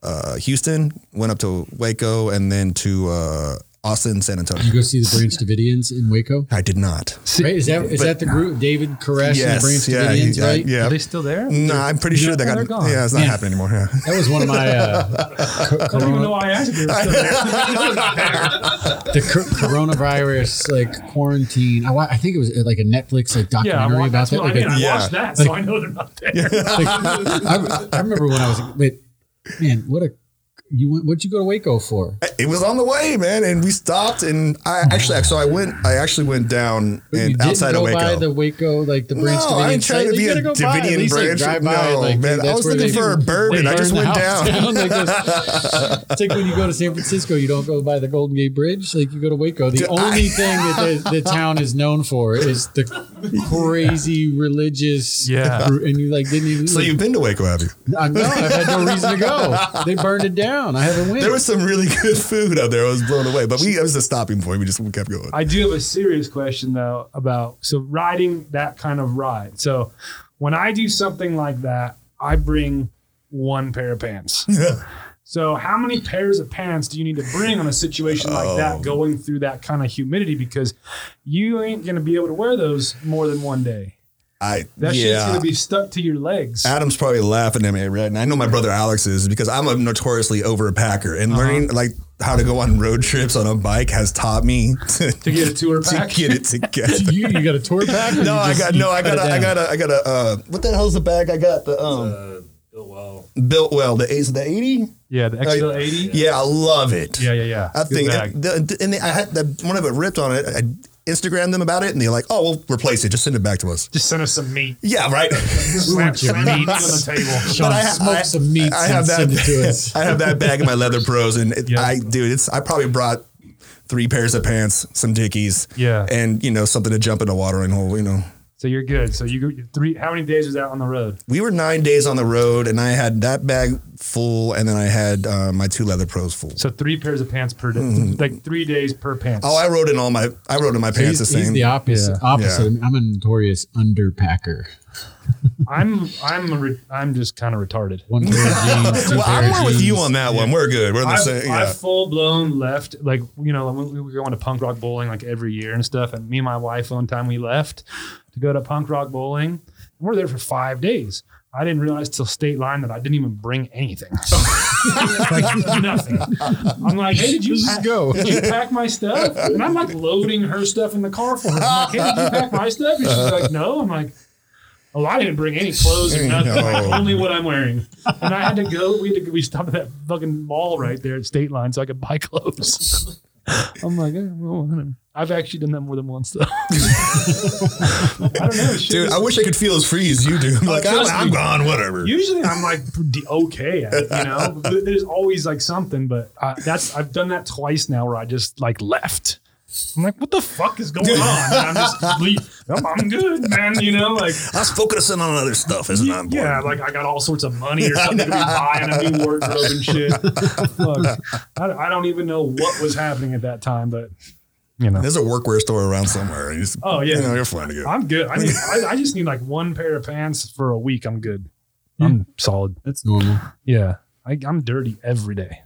S3: uh, Houston, went up to Waco, and then to uh, Austin, San Antonio.
S1: You go see the Branch Davidians in Waco.
S3: I did not.
S1: Right? Is that is that the group David Koresh and
S3: Yes.
S1: the
S3: Yeah.
S1: Branch Davidians?
S3: yeah,
S1: right?
S3: yeah.
S2: are they still there?
S3: No, I'm pretty sure they
S2: Yeah, they're
S3: got.
S2: gone.
S3: Yeah, it's not
S1: Yeah.
S3: happening anymore. Yeah.
S1: That was one of my uh,
S2: I don't even know why I asked if they were still there.
S1: the cor- coronavirus like quarantine. I, wa- I think it was uh, like a Netflix like
S2: Yeah, I
S1: documentary
S2: watched,
S1: about
S2: that's
S1: that.
S2: what I
S1: Like,
S2: mean. I
S3: Yeah.
S2: watched that, so I know they're not there.
S1: like, I, I remember when I was like, wait, man, what a you went? What'd you go to Waco for?
S3: It was on the way, man, and we stopped. And I actually, so I went. I actually went down
S1: But you
S3: and
S1: didn't
S3: outside
S1: go
S3: of Waco.
S1: by the Waco, like the branch.
S3: no, I
S1: Davidian
S3: ain't trying
S1: site.
S3: to
S1: You
S3: be
S1: gotta
S3: a
S1: go by it. At
S3: Davidian
S1: least, like,
S3: branch.
S1: drive by it,
S3: no,
S1: like,
S3: man,
S1: dude,
S3: I
S1: that's
S3: was
S1: where
S3: looking
S1: they
S3: for a
S1: do-
S3: bourbon.
S1: they
S3: I just
S1: burn
S3: went
S1: the
S3: down.
S1: house Like those- it's like when you go to San Francisco, you don't go by the Golden Gate Bridge. Like you go to Waco. The
S3: Dude,
S1: only
S3: I-
S1: thing that the, the town is known for is the crazy religious.
S2: Yeah.
S1: gr- And you like didn't even.
S3: So you've been to Waco, have you?
S1: I know. I've had no reason to go. They burned it down. I haven't went.
S3: There was some really good food out there. I was blown away, but we it was a stopping point. We just kept going.
S2: I do have a serious question though about so riding that kind of ride. So when I do something like that, I bring one pair of pants. so how many pairs of pants do you need to bring on a situation like
S3: Oh.
S2: that going through that kind of humidity because you ain't going to be able to wear those more than one day.
S3: I
S2: That shit's
S3: yeah.
S2: going to be stuck to your legs.
S3: Adam's probably laughing at me right now. I know my brother Alex is because I'm a notoriously overpacker,
S2: Uh-huh.
S3: and learning like how to go on road trips on a bike has taught me to,
S2: to get a tour
S3: to
S2: pack.
S3: get it together.
S1: you, you got a tour pack?
S3: No, I got no, I got, a, I got, a, I got a. Uh, what the hell's the bag? I got the um, built well, the eight, the eighty.
S2: yeah, the XL 80.
S3: Yeah, I love it.
S2: Yeah, yeah, yeah.
S3: I
S2: Good
S3: think
S2: bag.
S3: the- and I had the, one of it ripped on it. I Instagrammed them about it, and they're like, "Oh, we'll replace it. Just send it back to us."
S2: Just send us some meat.
S3: Yeah, right.
S2: Slap some meat on the table.
S1: Sean, smoke some meats
S3: I have
S1: and
S3: that.
S1: send it to us.
S3: I have that bag of my leather pros, and it,
S2: Yeah.
S3: I, dude, it's. I probably brought three pairs of pants, some dickies,
S2: Yeah.
S3: and you know something to jump in a watering hole. You know,
S2: So you're good. So you go- three. How many days was that on the road?
S3: we were nine days on the road, and I had that bag full, and then I had uh, my two leather pros full.
S2: So three pairs of pants per day, like three days per pants.
S3: Mm-hmm. Oh, I wrote in all my. I wrote in my pants
S1: He's,
S3: the
S1: he's
S3: same.
S1: the opposite.
S2: Yeah.
S1: Opposite. I'm a notorious underpacker.
S2: I'm I'm re- I'm just kind of retarded.
S1: One pair of jeans. two
S3: well,
S1: pair
S3: I'm
S1: of
S3: more with you
S1: jeans.
S3: on that one. We're good. We're on the
S2: I've,
S3: same.
S2: I've
S3: Yeah.
S2: full blown left, like you know, when we were going to punk rock bowling like every year and stuff. And me and my wife, one time we left to go to punk rock bowling. And we're there for five days. I didn't realize till state line that I didn't even bring anything, like nothing. I'm like, hey, did you
S1: Just
S2: pack,
S1: go.
S2: Did you pack my stuff? And I'm like loading her stuff in the car for her. I'm like, hey, did you pack my stuff? And she's like, no. I'm like. Oh, I didn't bring any clothes or nothing. Like,
S3: No.
S2: only what I'm wearing. And I had to go. We had to, we stopped at that fucking mall right there at State Line so I could buy clothes. I'm like, eh, well, whatever. I've actually done that more than once though. I don't know. Shit
S3: Dude,
S2: is-
S3: I wish I could feel as free as you do. I'm like, I'm,
S2: trust
S3: I'm
S2: me.
S3: gone, whatever.
S2: usually I'm like d- okay at it, you know. But There's always like something, but uh, that's I've done that twice now where I just like left. I'm like, what the fuck is going on? And I'm just, leave. "Nope, I'm good, man. You know, like,
S3: I was focusing on other stuff, isn't that important?
S2: yeah, like I got all sorts of money or something to be buying a new wardrobe and shit. Look, I, I don't even know what was happening at that time, but you know,
S3: There's a workwear store around somewhere. You just-
S2: Oh, yeah.
S3: you know, you're fine to go.
S2: I'm good. I, need, I, I just need like one pair of pants for a week. I'm good. I'm solid.
S4: That's normal.
S2: Yeah, I, I'm dirty every day.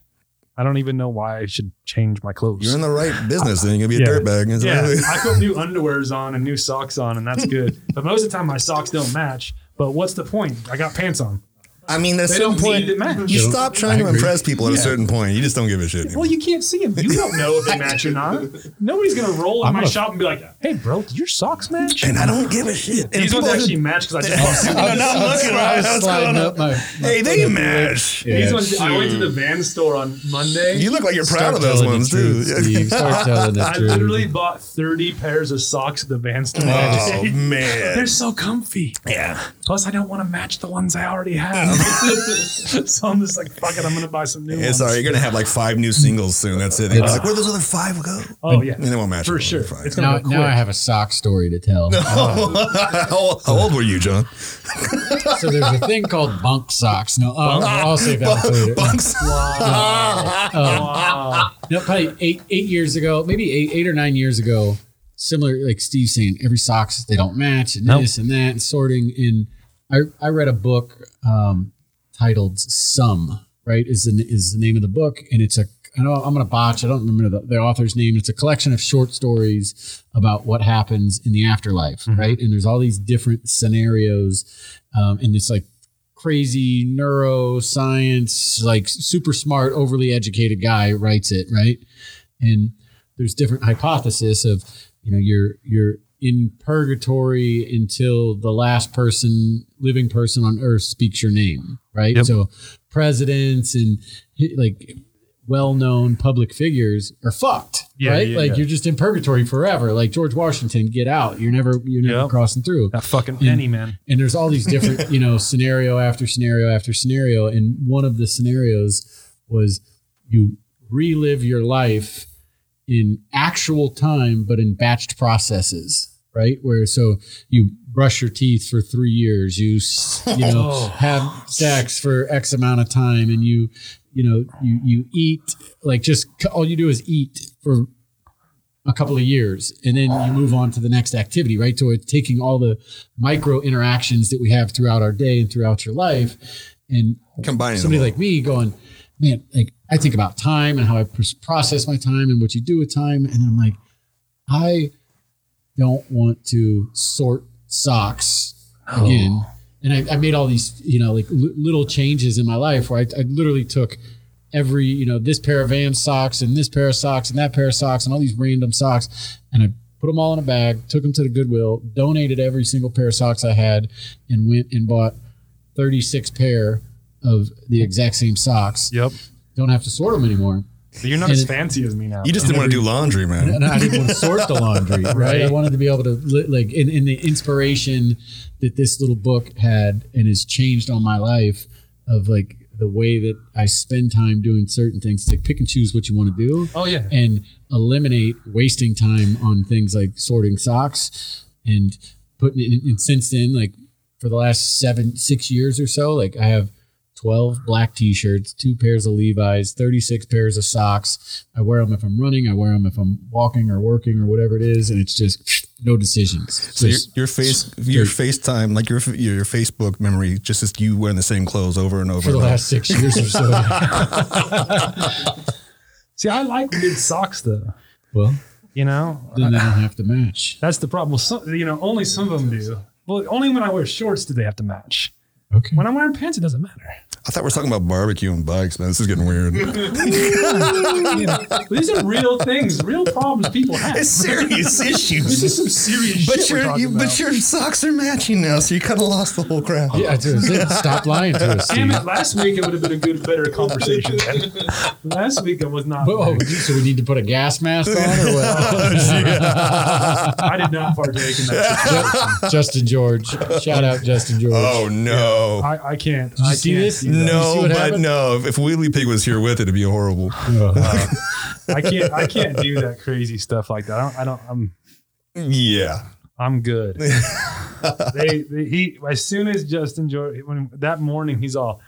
S2: I don't even know why I should change my clothes.
S3: You're in the right business, then you're gonna be a
S2: Yeah.
S3: dirtbag. It's
S2: yeah,
S3: like-
S2: I put new underwears on and new socks on, and that's good. but most of the time, my socks don't match. But what's the point? I got pants on.
S3: I mean, at
S2: They
S3: some
S2: don't
S3: point,
S2: need to match.
S3: you stop trying to
S1: agree.
S3: impress people at a certain point. You just don't give a shit.
S2: Well, you can't see them. You don't know if they match or not. Nobody's gonna roll in my shop and be like, "Hey, bro, do your socks match?"
S3: and I don't give a shit. And
S2: These ones
S3: people-
S2: actually match because I just bought
S3: I'm not looking right. What's going on? Hey, they match.
S2: them. These ones. I went to the van store on Monday.
S3: You look like you're proud of those ones too.
S4: Start telling the
S2: I
S4: truth.
S2: literally bought 30 pairs of socks at the van store.
S3: Oh
S2: They're
S3: man,
S2: so comfy.
S3: yeah.
S2: Plus, I don't want to match the ones I already have. so I'm just like, fuck it, I'm gonna buy some new
S3: Yeah,
S2: ones.
S3: sorry, you're gonna have like five new singles soon. That's it. And it's like, where those other five go?
S2: Oh yeah,
S3: And they won't match
S2: for
S3: up.
S2: sure.
S3: Fine.
S2: It's
S1: Now,
S2: gonna go
S1: now I
S2: quick.
S1: have a sock story to tell.
S3: how, how old were you, John?
S1: so there's a thing called bunk socks. No, I'll, I'll save that for later.
S3: Bunks.
S2: Wow.
S1: No, probably eight eight years ago, maybe eight eight or nine years ago. Similar, like Steve saying, every socks they don't match, and
S2: Nope.
S1: this and that, and sorting. And I I read a book um, titled "Some." Right is the is the name of the book, and it's a I know I'm gonna botch. I don't remember the, the author's name. It's a collection of short stories about what happens in the afterlife, right? And there's all these different scenarios, um, and it's like crazy neuroscience, like super smart, overly educated guy writes it, right? And there's different hypothesis of, you know, you're you're in purgatory until the last person, living person on earth speaks your name, right?
S2: Yep.
S1: So presidents and like well-known public figures are fucked,
S2: Yeah,
S1: right?
S2: yeah,
S1: like
S2: yeah.
S1: you're just in purgatory forever. Like George Washington, get out. You're never you're never
S2: Yep.
S1: crossing through
S2: That fucking penny, man.
S1: and there's all these different you know scenario after scenario after scenario and one of the scenarios was you relive your life in actual time but in batched processes right where so you brush your teeth for three years you s- you know have sex for x amount of time and you you know you you eat like just c- all you do is eat for a couple of years and then you move on to the next activity right so it's taking all the micro interactions that we have throughout our day and throughout your life and
S3: Combining
S1: somebody
S3: them
S1: like me going man like i think about time and how i pr- process my time and what you do with time and i'm like i don't want to sort socks again and I, I made all these you know like li- little changes in my life where I, I literally took every you know this pair of Vans socks and this pair of socks and that pair of socks and all these random socks and I put them all in a bag took them to the Goodwill donated every single pair of socks I had and went and bought 36 pair of the exact same socks
S2: Yep.
S1: don't have to sort them anymore
S2: But you're not
S1: And
S2: as
S1: it-
S2: fancy as me now.
S3: You just didn't want to do laundry, man.
S1: and I didn't want to sort the laundry, right? I wanted to be able to li- like in, in the inspiration that this little book had and has changed on my life of like the way that I spend time doing certain things to pick and choose what you want to do
S2: Oh yeah.
S1: and eliminate wasting time on things like sorting socks and putting it in, and since then like for the last seven six years or so like i have 12 black t-shirts two pairs of levi's 36 pairs of socks i wear them if i'm running i wear them if i'm walking or working or whatever it is and it's just no decisions
S3: So your,
S1: Just-
S3: your face, your FaceTime, like your your Facebook memory, just is you wearing the same clothes over and over.
S1: for the
S3: and over.
S1: last six years or so
S2: See, I like good socks though.
S1: well
S2: You know,
S1: then they don't have to match
S2: that's the problem. Well, some, you know, only some of them do. Well, only when I wear shorts do they have to match.
S1: okay
S2: When I'm wearing pants, it doesn't matter.
S3: I thought we were talking about barbecue and bikes, man. This is getting weird.
S2: But these are real things, real problems people have.
S3: it's serious
S2: This is
S3: issues.
S2: some serious
S3: But
S2: shit we're
S3: your
S2: talking
S3: you, but
S2: about.
S3: your socks are matching now, so you kind of lost the whole crowd.
S1: yeah, that's what I said. stop lying to us
S2: Damn
S1: Steve.
S2: it! Last week it would have been a good, better conversation. man. last week it was not.
S1: Whoa, whoa, so we need to put a gas mask on or what
S2: I did not partake in that.
S1: Justin George. Shout out Justin George.
S3: Oh no!
S2: I, I can't. I
S1: see
S2: can't
S1: this?
S2: do
S1: though. You see
S3: No,
S1: what
S3: but
S1: happened?
S3: no. If Wiggly Pig was here with it, it'd be horrible.
S1: Oh,
S2: I can't. I can't do that crazy stuff like that. I don't. I don't I'm.
S3: yeah.
S2: I'm good. they, they he as soon as Justin Jordan when that morning he's all,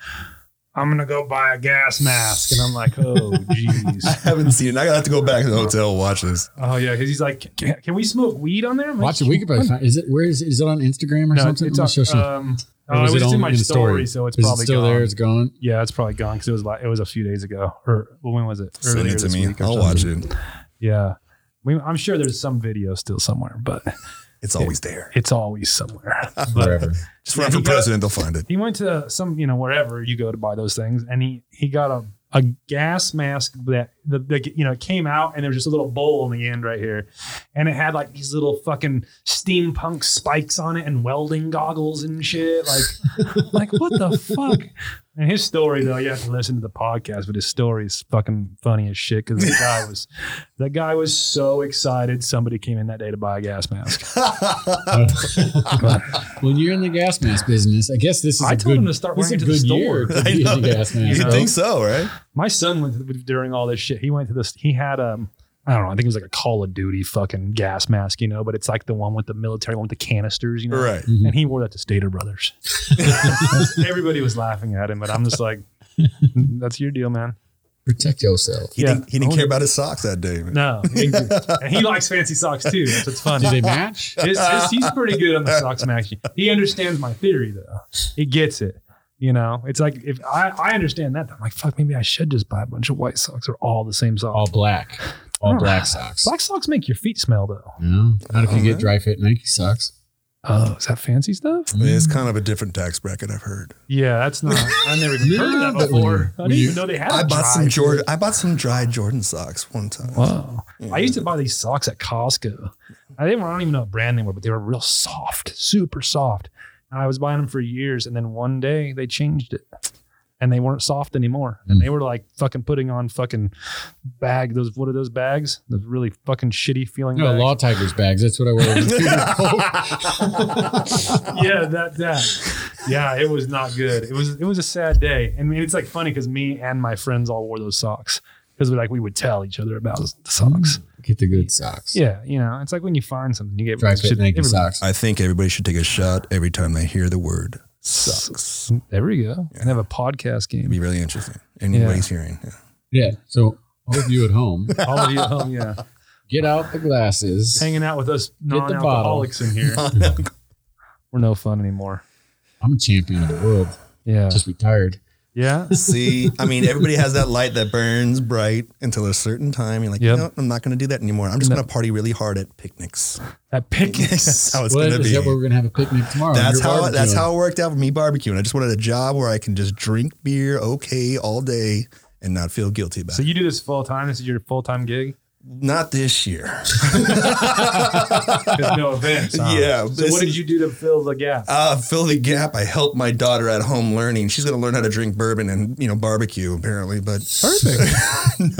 S2: I'm gonna go buy a gas mask, and I'm like, oh
S3: I
S2: jeez,
S3: haven't seen it. I gotta have to go back to the hotel and watch this.
S2: oh yeah, because he's like, can, can we smoke weed on there? I'm like,
S1: Watch it. We could probably find. Is it where is it, is it on Instagram or
S2: No,
S1: something?
S2: it's
S1: I'm gonna show
S2: it's
S1: some-
S2: on, um,
S1: or
S2: oh, it
S1: was
S2: was
S1: it
S2: in
S1: on-
S2: my
S1: in the story?
S2: story, so it's
S1: is
S2: probably
S1: it still
S2: gone.
S1: there? It's gone.
S2: Yeah, it's probably gone because it was like it was a few days ago, or well, when was it?
S3: Send
S2: Earlier
S3: it to
S2: this
S3: me.
S2: week or
S3: I'll
S2: something.
S3: watch it.
S2: Yeah, we, I'm sure there's some video still somewhere, but
S3: It's always there.
S2: it's always somewhere. But
S1: Wherever.
S3: Just run for president, they'll find it.
S2: he went to some you know wherever you go to buy those things and he he got a a gas mask that the, the you know it came out and there was just a little bowl on the end right here and it had like these little fucking steampunk spikes on it and welding goggles and shit like like what the fuck and his story though you have to listen to the podcast but his story is fucking funny as shit because the guy was that guy was so excited somebody came in that day to buy a gas mask
S1: When you're in the gas mask business, I guess this is
S2: I
S1: a
S2: told
S1: good.
S2: him to start
S1: this is a
S2: wearing it to
S1: good
S2: the
S1: year to
S2: store.
S1: be in the gas mask.
S3: You'd
S1: bro.
S3: think so, right?
S2: My son went to, during all this shit. He went to this. He had um, I don't know. I think it was like a Call of Duty fucking gas mask, you know. But it's like the one with the military one with the canisters, you know.
S3: Right.
S2: And he wore that to Stater Brothers. Everybody was laughing at him, but I'm just like, that's your deal, man.
S1: Protect yourself.
S3: He
S2: Yeah.
S3: didn't, he didn't care about his socks that day. Man.
S2: No, he- and he likes fancy socks too. That's what's funny.
S1: Do they match?
S2: His, his, he's pretty good on the socks match. He understands my theory though. He gets it. You know, it's like if I, I understand that, I'm like, fuck, maybe I should just buy a bunch of white socks. They're all the same socks.
S1: All black. All
S2: Oh.
S1: black socks.
S2: Black socks make your feet smell though.
S1: No, not if you
S3: Alright.
S1: get dry fit Nike socks.
S2: Oh, is that fancy stuff?
S3: I mean, it's kind of a different tax bracket, I've heard.
S2: Yeah, that's not. I never even heard
S1: Yeah,
S2: of that
S1: but when
S2: before.
S1: you-
S2: I
S1: when
S2: didn't
S1: you-
S2: even know they had.
S3: I
S2: a
S3: bought
S2: dry
S3: some
S2: fit.
S3: Jordan. I bought some dry Jordan socks one time.
S2: Wow,
S3: Yeah.
S2: I used to buy these socks at Costco. I didn't. I don't even know what brand they were, but they were real soft, super soft. And I was buying them for years, and then one day they changed it, and they weren't soft anymore.
S3: Hmm.
S2: And they were like fucking putting on fucking bag. Those what are those bags? Those really fucking shitty feeling.
S1: No,
S2: bags.
S1: Law Tigers bags. That's what I wear.
S2: yeah, that that. Yeah, it was not good. It was it was a sad day. And it's like funny because me and my friends all wore those socks because we like we would tell each other about the socks.
S1: get the good socks.
S2: Yeah, you know, it's like when you find something, you get
S1: Dry fit
S2: shit-
S1: Nike
S2: everybody-
S1: socks.
S3: I think everybody should take a shot every time they hear the word socks. It'd
S2: There we go. And have a podcast game.
S3: be really interesting. Anybody's hearing. Yeah.
S1: Yeah. So all of you at home,
S2: All of you at home, yeah,
S1: get out the glasses.
S2: hanging out with us
S1: bottle.
S2: non-alcoholics in here. We're no fun anymore.
S1: I'm a champion of the world.
S2: Yeah,
S1: Just retired.
S2: yeah.
S3: See, I mean, everybody has that light that burns bright until a certain time. You're like,
S2: Yep.
S3: you know, what? I'm not going to do that anymore. I'm just
S2: No.
S3: going to party really hard at picnics.
S2: That picnic.
S3: That's how it's
S1: What
S3: going to
S1: is
S3: be.
S1: that? Where we're gonna have a picnic tomorrow?
S3: that's
S1: You're
S3: how that's
S1: barbecuing.
S3: how it worked out for me barbecuing. I just wanted a job where I can just drink beer okay all day and not feel guilty about
S2: So
S3: it.
S2: you do this full time. This is your full time gig.
S3: Not this year.
S2: There's no events. huh?
S3: Yeah,
S2: So
S3: this
S2: what did
S3: is-
S2: you do to fill the gap?
S3: Uh, fill the gap. I help my daughter at home learning. She's going to learn how to drink bourbon and you know barbecue apparently. But
S2: Perfect.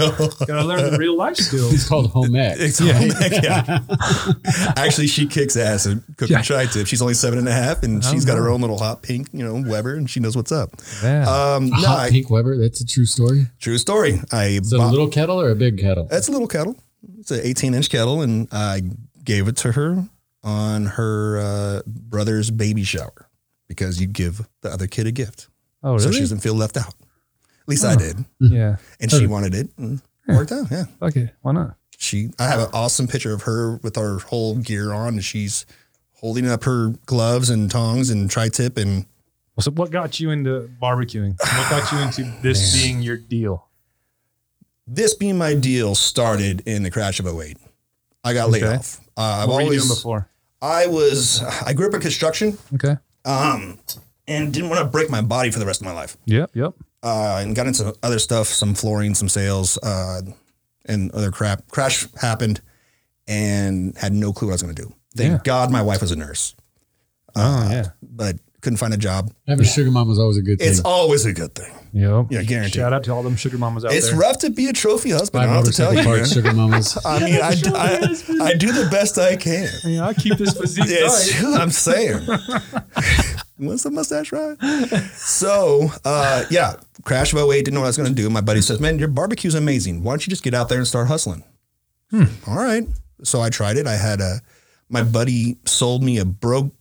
S3: no,
S2: Gotta learn the real life skills.
S1: It's called home ec.
S3: It's yeah. Actually, she kicks ass at cooking
S2: Yeah.
S3: tri-tip. She's only seven and a half, and she's got
S1: Oh,
S2: know.
S3: her own little hot pink, you know, Weber, and she knows what's up.
S2: Man.
S3: Um, no,
S1: Hot
S3: I,
S1: pink Weber. That's a true story.
S3: true story. I
S1: Is it a
S3: bought-
S1: little kettle or a big kettle?
S3: That's a little kettle. It's an 18 inch kettle, and I gave it to her on her uh, brother's baby shower because you give the other kid a gift,
S2: oh,
S3: so she
S2: really?
S3: doesn't feel left out. At least I did,
S2: yeah.
S3: and she wanted it. And Worked out, yeah.
S2: Okay. Why not?
S3: She, I have an awesome picture of her with our whole gear on, and she's holding up her gloves and tongs and tri-tip, and
S2: Well, so, what got you into barbecuing? What got you into this being your deal?
S3: this being my deal started in the crash of 08. I got laid
S2: Okay.
S3: off. Uh, I've
S2: what were you
S3: always,
S2: doing before?
S3: I was, I grew up in construction.
S2: Okay.
S3: um, and didn't want to break my body for the rest of my life.
S2: Yep. Yep.
S3: Uh, and got into other stuff, some flooring, some sales, uh, and other crap. Crash happened, and had no clue what I was going to do. Thank
S2: Yeah.
S3: God my wife was a nurse, Uh,
S2: Oh yeah.
S3: but couldn't find a job.
S1: Having a sugar mom was always a good thing.
S3: It's always a good thing.
S2: Yep.
S3: Yeah, guaranteed.
S2: Shout out to all them sugar mamas out
S3: It's
S2: there.
S3: rough to be a trophy husband.
S1: Five
S3: I don't have to tell
S1: motorcycle
S3: you. man.
S1: parts, sugar mamas.
S3: I mean, I, I, I do the best I can.
S2: Yeah, I keep this physique
S3: It's,
S2: tight.
S3: I'm saying. What's the mustache ride? so, uh, yeah, crash of 08, didn't know what I was going to do. My buddy says, Man, your barbecue's amazing. Why don't you just get out there and start hustling? All right. So I tried it. I had a, my buddy sold me a broke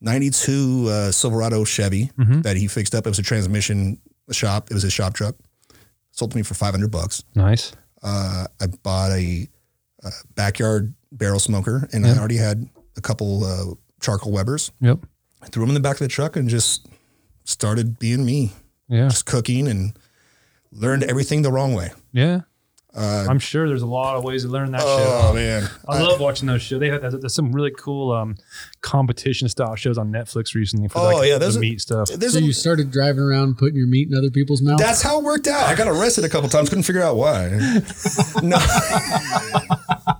S3: 92 uh, Silverado Chevy that he fixed up. It was a transmission shop, it was his shop truck. Sold to me for 500 bucks
S2: Nice.
S3: uh, I bought a, uh backyard barrel smoker, and I already had a couple uh, charcoal Webers.
S2: Yep.
S3: I threw them in the back of the truck and just started being me,
S2: Yeah.
S3: just cooking and learned everything the wrong way.
S2: Yeah.
S3: Uh,
S2: I'm sure there's a lot of ways to learn that
S3: Oh man,
S2: show. I love watching those shows. They have there's some really cool um, competition style shows on Netflix recently for
S3: Oh,
S2: like
S3: yeah,
S2: the
S3: those are-
S2: meat stuff.
S3: there's
S1: So
S3: a,
S1: you started driving around putting your meat in other people's mouths.
S3: that's how it worked out. I got arrested a couple times, couldn't figure out why. No,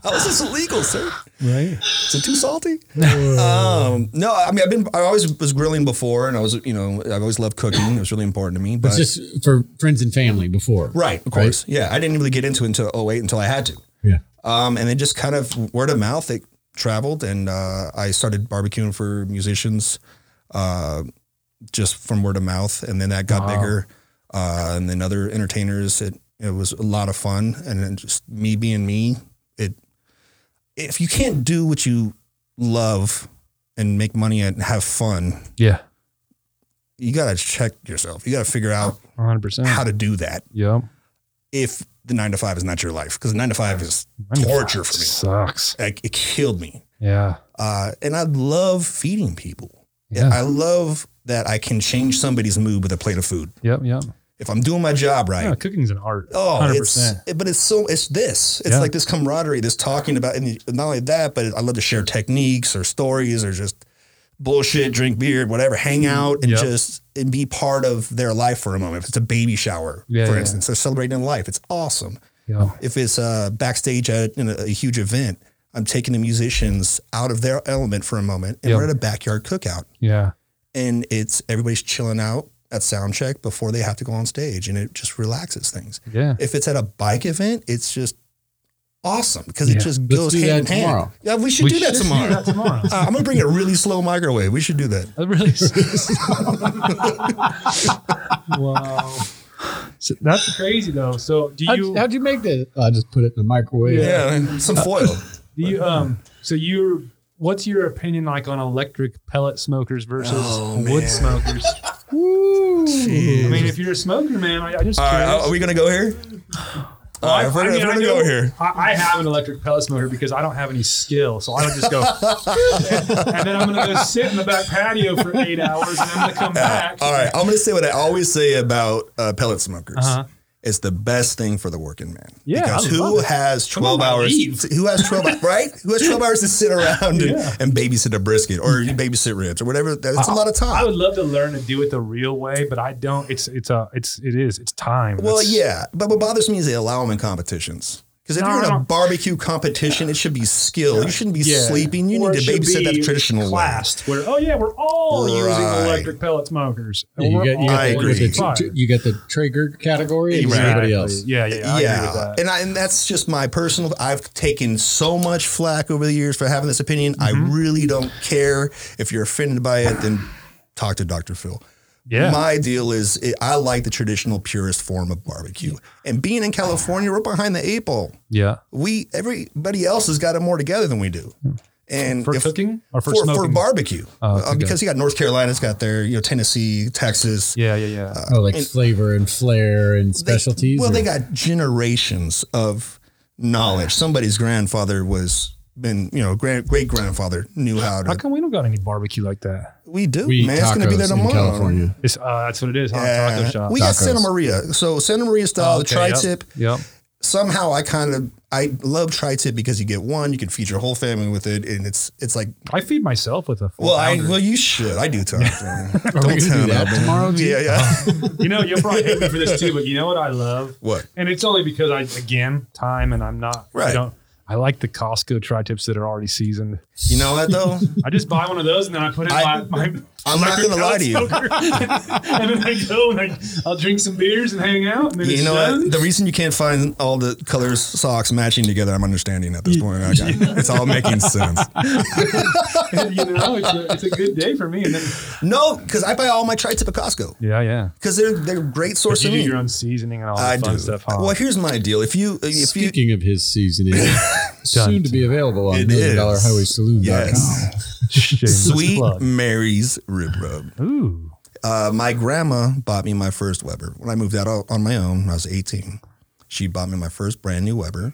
S3: how is this illegal, sir?
S2: Right.
S3: Is it too salty? um, no, I mean I've been I always was grilling before, and I was you know I've always loved cooking. It was really important to me. But
S1: it's just for friends and family before.
S3: Right, of course. Yeah, I didn't really get into it until 08 until I had to.
S1: Yeah.
S3: Um, and then just kind of word of mouth, it traveled and uh, I started barbecuing for musicians uh, just from word of mouth. And then that got bigger. Uh, and then other entertainers, it, it was a lot of fun. And then just me being me, it, if you can't do what you love and make money and have fun,
S2: Yeah.
S3: you got to check yourself. You got to figure out
S2: 100. percent
S3: how to do that
S2: Yep.
S3: if the nine to five is not your life because nine to five is torture for me.
S2: Sucks.
S3: Like it killed me.
S2: Yeah.
S3: Uh, and I love feeding people.
S2: Yeah.
S3: I love that I can change somebody's mood with a plate of food
S2: Yep. Yep.
S3: if I'm doing my job right.
S2: Yeah, cooking's an art.
S3: Oh,
S2: 100%.
S3: it's it- but it's so it's this. It's
S2: Yeah.
S3: like this camaraderie, this talking about, and not only that, but I love to share techniques or stories or just bullshit, drink beer, whatever, hang out and
S2: Mm-hmm. Yep.
S3: just and be part of their life for a moment. If it's a baby shower,
S2: Yeah,
S3: for
S2: yeah.
S3: instance, they're celebrating life. It's awesome
S2: yeah.
S3: if it's uh, backstage at you know, a huge event, I'm taking the musicians out of their element for a moment, and
S2: Yeah.
S3: we're at a backyard cookout,
S2: Yeah.
S3: and it's everybody's chilling out at sound check before they have to go on stage, and it just relaxes things.
S2: Yeah.
S3: If it's at a bike event, it's just awesome because
S2: Yeah.
S3: it just
S1: Let's
S3: goes
S1: do
S3: hand
S1: that
S3: in hand.
S1: tomorrow.
S3: Yeah, we should
S2: We
S3: do that
S2: should do
S3: tomorrow.
S2: that tomorrow.
S3: Uh, I'm gonna bring a really slow microwave. We should do that.
S2: That really sucks. wow. So that's crazy though. So do
S1: How'd
S2: you
S1: you, how'd you make that? I just put it in the microwave.
S3: Yeah, some foil.
S2: do you um so you're what's your opinion like on electric pellet smokers versus
S3: Oh,
S2: wood smokers? I mean, if you're a smoker, man, I, I just
S3: All right,
S2: curious.
S3: are we gonna go here? All right, if we're,
S2: I
S3: if
S2: mean,
S3: we're
S2: I
S3: gonna
S2: know-
S3: go here.
S2: I, I have an electric pellet smoker because I don't have any skill, so I would just go, and then I'm gonna go sit in the back patio for eight hours, and I'm gonna come back.
S3: All right, I'm going to say what I always say about uh, pellet smokers.
S2: Uh-huh.
S3: It's the best thing for the working man.
S2: Yeah,
S3: because
S2: I
S3: who
S2: love it.
S3: has twelve
S2: on,
S3: hours?
S2: leave.
S3: Who has twelve hou- right? Who has twelve hours to sit around and, and babysit a brisket or babysit ribs or whatever? That's a lot of
S2: I
S3: time.
S2: would love to learn to do it the real way, but I don't. It's it's a it's it is it's time.
S3: well,
S2: That's-
S3: yeah, but what bothers me is they allow them in competitions. Because if
S2: No,
S3: you're in
S2: no.
S3: a barbecue competition, it should be skill. You shouldn't be
S2: Yeah.
S3: sleeping. You
S2: Or
S3: need
S2: it
S3: to
S2: should
S3: babysit that
S2: be
S3: traditional way.
S2: classed where oh yeah we're all using
S3: Right.
S2: electric pellet smokers.
S1: Yeah, you
S2: We're
S1: got, you
S2: all
S1: got, the,
S3: I
S2: using
S1: with the,
S2: fire.
S1: tr- tr- you got the Traeger category and
S3: Right.
S1: everybody else.
S2: Yeah, yeah, I agree with
S3: yeah,
S2: that.
S3: and I, and that's just my personal. I've taken so much flack over the years for having this opinion.
S2: Mm-hmm.
S3: I really don't care if you're offended by it. Then talk to Dr. Phil.
S2: yeah,
S3: My deal is it, I like the traditional purest form of barbecue. And being in California, we're behind the eight ball.
S2: yeah.
S3: We everybody else has got it more together than we do. And
S2: For
S3: if-
S2: cooking or for,
S3: for, for
S2: smoking? Oh,
S3: barbecue,
S2: okay,
S3: Uh, because you got North Carolina's got their you know Tennessee, Texas.
S2: yeah, yeah, yeah.
S3: Uh,
S1: Oh, like flavor and flair and
S3: They-
S1: specialties.
S3: well, they
S1: or-
S3: got generations of knowledge. Somebody's grandfather was been, you know, grand, great grandfather knew how
S2: How
S3: to.
S2: come we don't got any barbecue like that?
S3: We do,
S1: we eat
S3: man. It's going to be
S1: tacos
S3: there
S1: in
S3: tomorrow.
S1: California.
S2: It's, uh, that's what it is. Hot
S3: Yeah.
S2: taco shop.
S3: We got
S1: Tacos.
S3: Santa Maria. So Santa Maria style, the
S2: Okay,
S3: tri-tip.
S2: Yep. yep.
S3: Somehow I kind of I love tri-tip because you get one, you can feed your whole family with it, and it's it's like
S2: I feed myself with a. full
S3: well, I
S2: pounder.
S3: well you should. I do time. Don't
S1: Are we going to
S3: tell
S1: do
S3: me
S1: that
S3: about
S1: tomorrow? too?
S3: Yeah, yeah.
S2: you know, you'll probably hate me for this too, but you know what I love?
S3: What?
S2: And it's only because I, again, time and I'm not,
S3: Right.
S2: I don't, I like the Costco tri tips that are already seasoned.
S3: You know what though?
S2: I just buy one of those and then I put it in
S3: I-
S2: my, my
S3: I'm not gonna lie to you.
S2: and then I go and I, I'll drink some beers and hang out. And then
S3: You
S2: it's
S3: know
S2: done.
S3: what? The reason you can't find all the colors socks matching together, I'm understanding at this point. I got- it's all making sense.
S2: you know, it's a, it's a good day for me. And then
S3: No, because I buy all my tri-tip at Costco
S2: yeah, yeah.
S3: because they're they're a great source
S2: You
S3: of
S2: do
S3: meat.
S2: your own seasoning and all
S3: I
S2: that fun
S3: do.
S2: stuff. Huh?
S3: Well, here's my deal. If you if you
S1: Speaking of his seasoning, soon to be available on
S3: It
S1: Million
S3: is.
S1: Dollar Highway Saloon.
S3: yes,
S2: Shameless
S3: Sweet
S2: plug.
S3: Mary's rib rub.
S2: Ooh.
S3: Uh, my grandma bought me my first Weber when I moved out on- on my own. When I was 18. She bought me my first brand new Weber.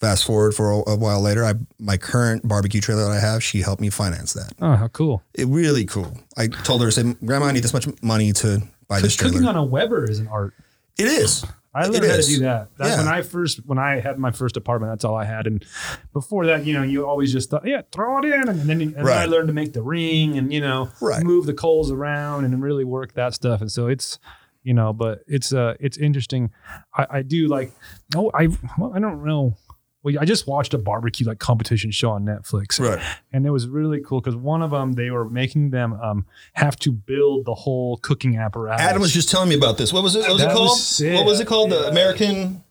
S3: Fast forward for a, a while later, I my current barbecue trailer that I have, she helped me finance that.
S2: Oh, how cool.
S3: It really cool. I told her, I said, Grandma, I need this much money to buy this
S2: Cooking
S3: trailer.
S2: on a Weber is an art.
S3: it is.
S2: I
S3: It
S2: learned how to
S3: is.
S2: do that. That- When
S3: Yeah.
S2: I first, when I had my first apartment, that's all I had. And before that, you know, you always just thought, yeah, throw it in, and then, and then I
S3: Right.
S2: learned to make the ring, and you know,
S3: Right.
S2: move the coals around, and really work that stuff. And so it's, you know, but it's uh, it's interesting. I, I do like. No, I well, I don't know. Well, I just watched a barbecue like competition show on Netflix,
S3: Right.
S2: and it was really cool because one of them they were making them um have to build the whole cooking apparatus.
S3: Adam was just telling me about this. What was it? What was
S2: That
S3: it
S2: was
S3: called?
S2: sick.
S3: what was it called? The American.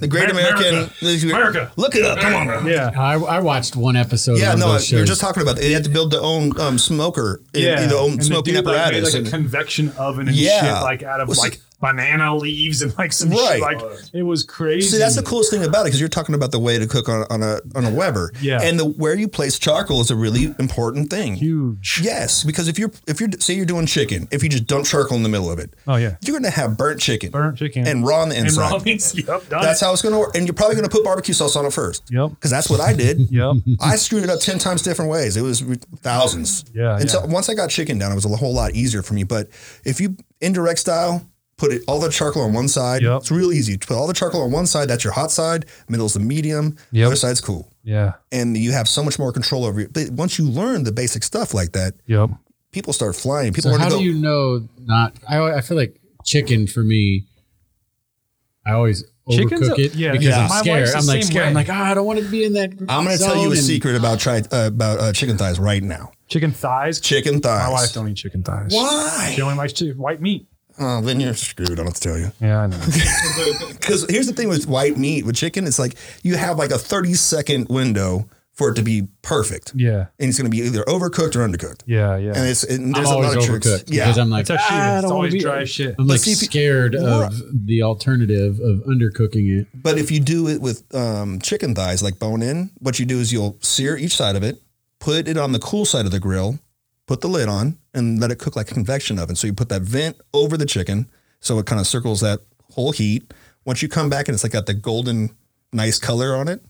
S3: The Great American.
S2: America. America.
S3: Look it up. Come on. man.
S2: yeah.
S1: I, I watched one episode.
S3: Yeah,
S1: of
S3: no,
S1: no,
S3: we were just talking about that. They had to build their own um, smoker, in, yeah. their own
S2: and the
S3: smoking
S2: dude, like, made,
S3: apparatus.
S2: like,
S3: and-
S2: a convection oven and
S3: Yeah.
S2: shit, like out of
S3: Well, see-
S2: like banana leaves and like some
S3: Right.
S2: shit. Like it was crazy.
S3: See, that's the coolest thing about it because you're talking about the way to cook on, on a on a Weber,
S2: Yeah.
S3: and the where you place charcoal is a really important thing.
S2: huge.
S3: Yes, because if you're if you're say you're doing chicken, if you just dump charcoal in the middle of it,
S2: Oh yeah,
S3: you're going to have burnt chicken,
S2: burnt chicken
S3: and raw on the
S2: and
S3: inside.
S2: raw meats. Yep, done.
S3: That's how it's going to work, and you're probably going to put barbecue sauce on it first.
S2: Yep.
S3: because that's what I did.
S2: yep.
S3: I screwed it up 10 times different ways. It was re- thousands.
S2: Yeah,
S3: And so
S2: yeah.
S3: once I got chicken down, it was a whole lot easier for me. But if you indirect style, put it, all the charcoal on one side,
S2: Yep.
S3: it's real easy. Put all the charcoal on one side, that's your hot side, middle's the medium, the
S2: Yep.
S3: other side's cool.
S2: Yeah.
S3: And you have so much more control over it. But once you learn the basic stuff like that,
S2: Yep.
S3: people start flying.
S1: So
S3: People want
S1: how
S3: to go.
S1: do you know not? I, I feel like chicken for me. I always
S2: Chicken's
S1: overcook
S2: a-
S1: it
S2: yeah,
S1: because
S2: yeah.
S1: I'm
S2: My
S1: scared.
S2: wife's the
S1: I'm like
S2: same
S1: scared. I'm
S2: way.
S1: like, ah, I don't want to be in that.
S3: I'm going to tell
S1: zone,"
S3: you a
S1: and-
S3: secret about tri- uh, about uh, chicken thighs right now.
S2: Chicken thighs.
S3: Chicken thighs.
S2: My wife don't eat chicken thighs.
S3: Why?
S2: She only likes chi- white meat.
S3: Oh, then you're screwed. I don't have to tell you.
S2: Yeah, I know.
S3: Because here's the thing with white meat with chicken, it's like you have like a 30 second window for it to be perfect,
S2: yeah.
S3: and it's going to be either overcooked or undercooked.
S2: Yeah. Yeah.
S3: And it's and
S1: I'm
S3: there's a
S1: always
S3: lot of tricks.
S1: overcooked
S3: Yeah,
S1: because I'm like,
S2: That's how she is.
S1: ah, I
S2: It's
S1: don't want
S2: always
S1: to be.
S2: dry shit.
S1: I'm like
S3: see if you-
S1: scared of the alternative of undercooking it.
S3: but if you do it with um, chicken thighs, like bone in, what you do is you'll sear each side of it, put it on the cool side of the grill, put the lid on, and let it cook like a convection oven. So you put that vent over the chicken, so it kind of circles that whole heat. Once you come back and it's like got the golden nice color on it,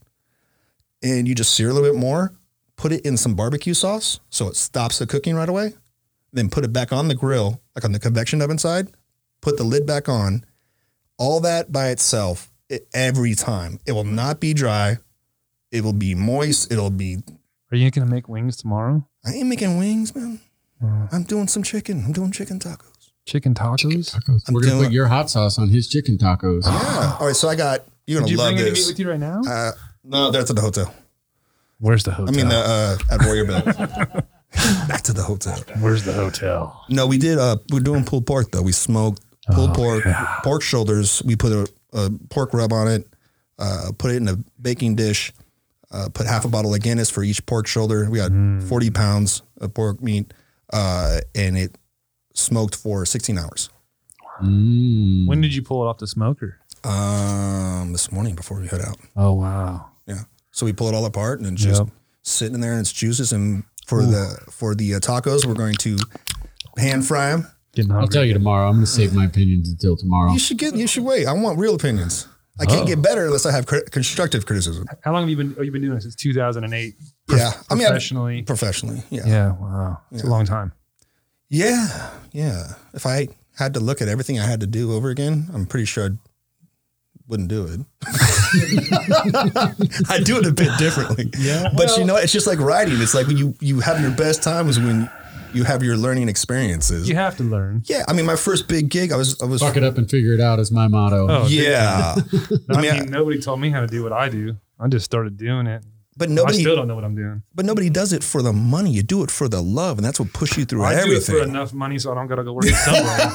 S3: and you just sear a little bit more, put it in some barbecue sauce so it stops the cooking right away, then put it back on the grill, like on the convection oven side, put the lid back on. All that by itself, it, every time, it will not be dry. It will be moist. It'll be.
S2: Are you gonna make wings tomorrow?
S3: I ain't making wings, man. I'm doing some chicken. I'm doing chicken tacos.
S2: Chicken tacos?
S1: We're gonna
S3: doing-
S1: put your hot sauce on his chicken tacos.
S3: Yeah. All right. So I got. You're
S2: Did
S3: gonna
S2: you
S3: love
S2: bring any meat
S3: this.
S2: with you right now?
S3: Uh, no, that's at the hotel.
S2: Where's the hotel?
S3: I mean, the, uh, at Warrior Bill. Back to the hotel.
S2: Where's the hotel?
S3: No, we did. Uh, we're doing pulled pork though. We smoked pulled pork, pork shoulders. We put a, a pork rub on it. Uh, put it in a baking dish. Uh, put half a bottle of Guinness for each pork shoulder. We got forty pounds of pork meat, uh, and it smoked for sixteen hours.
S1: Mm.
S2: When did you pull it off the smoker?
S3: Um, this morning before we head out.
S2: Oh wow.
S3: Yeah. So we pull it all apart and it's just
S2: Yep.
S3: sitting there in its juices. And for the for the uh, tacos, we're going to hand fry them.
S2: Getting hungry.
S1: I'll tell you tomorrow. I'm gonna save my opinions until tomorrow.
S3: You should get. You should wait. I want real opinions. I can't get better unless I have cri- constructive criticism.
S2: How long have you been? Oh, you've been doing this since 2008
S3: yeah, I mean, I-
S2: professionally.
S3: professionally. Yeah. yeah,
S2: yeah, wow, it's a long time.
S3: yeah, If I had to look at everything I had to do over again, I'm pretty sure I wouldn't do it. I do it a bit differently. Yeah, but you know, it's just like writing. It's like when you you have your best times when you have your learning experiences.
S2: You
S3: Yeah,
S2: have to learn.
S3: I mean, my first big gig, I was I was.
S1: Fuck it up and figure it out is my motto. Uh,
S2: Oh,
S3: Yeah,
S2: I
S3: I mean,
S2: mean, nobody told me how to do what I do. I just started doing it.
S3: But
S2: I
S3: nobody,
S2: still don't know what I'm doing.
S3: but nobody does it for the money. You do it for the love, and that's what pushes you through
S2: I
S3: everything.
S2: do it for enough money so I don't gotta go work somewhere.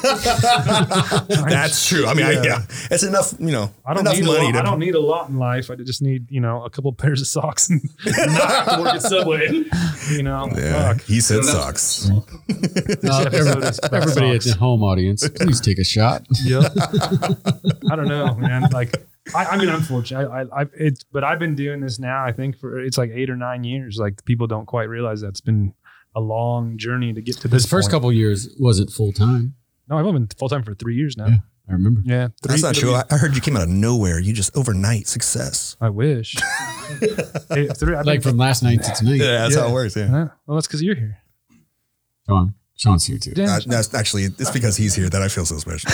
S3: That's true. I mean, I,
S2: Yeah.
S3: yeah, it's enough. You know,
S2: I don't
S3: enough
S2: need a
S3: money
S2: lot,
S3: to
S2: I don't need a lot in life. I just need you know a couple pairs of socks and not have to work at Subway. You know,
S3: Yeah,
S2: fuck.
S3: he said socks.
S2: This episode is about
S1: Everybody at
S2: socks.
S1: the home audience, please take a shot.
S2: Yep. I don't know, man. Like, I, I mean, unfortunately, I, I, I, it's, but I've been doing this now. I think for it's like eight or nine years. Like, people don't quite realize that's been a long journey to get to this
S1: This first
S2: point.
S1: couple years wasn't full time.
S2: No, I've only been full time for three years now.
S1: Yeah.
S2: Yeah,
S1: I remember.
S2: three,
S3: That's not
S2: three-
S3: true. I, I heard you came out of nowhere. You just overnight success.
S2: I wish. Hey, three, I've
S1: Like
S2: been,
S1: from last night to tonight.
S3: that's
S2: Yeah.
S3: how it works. Yeah.
S2: Huh? well, that's because you're here.
S1: Sean. Sean's here too.
S2: Damn.
S3: Uh, that's actually it's because he's here that I feel so special.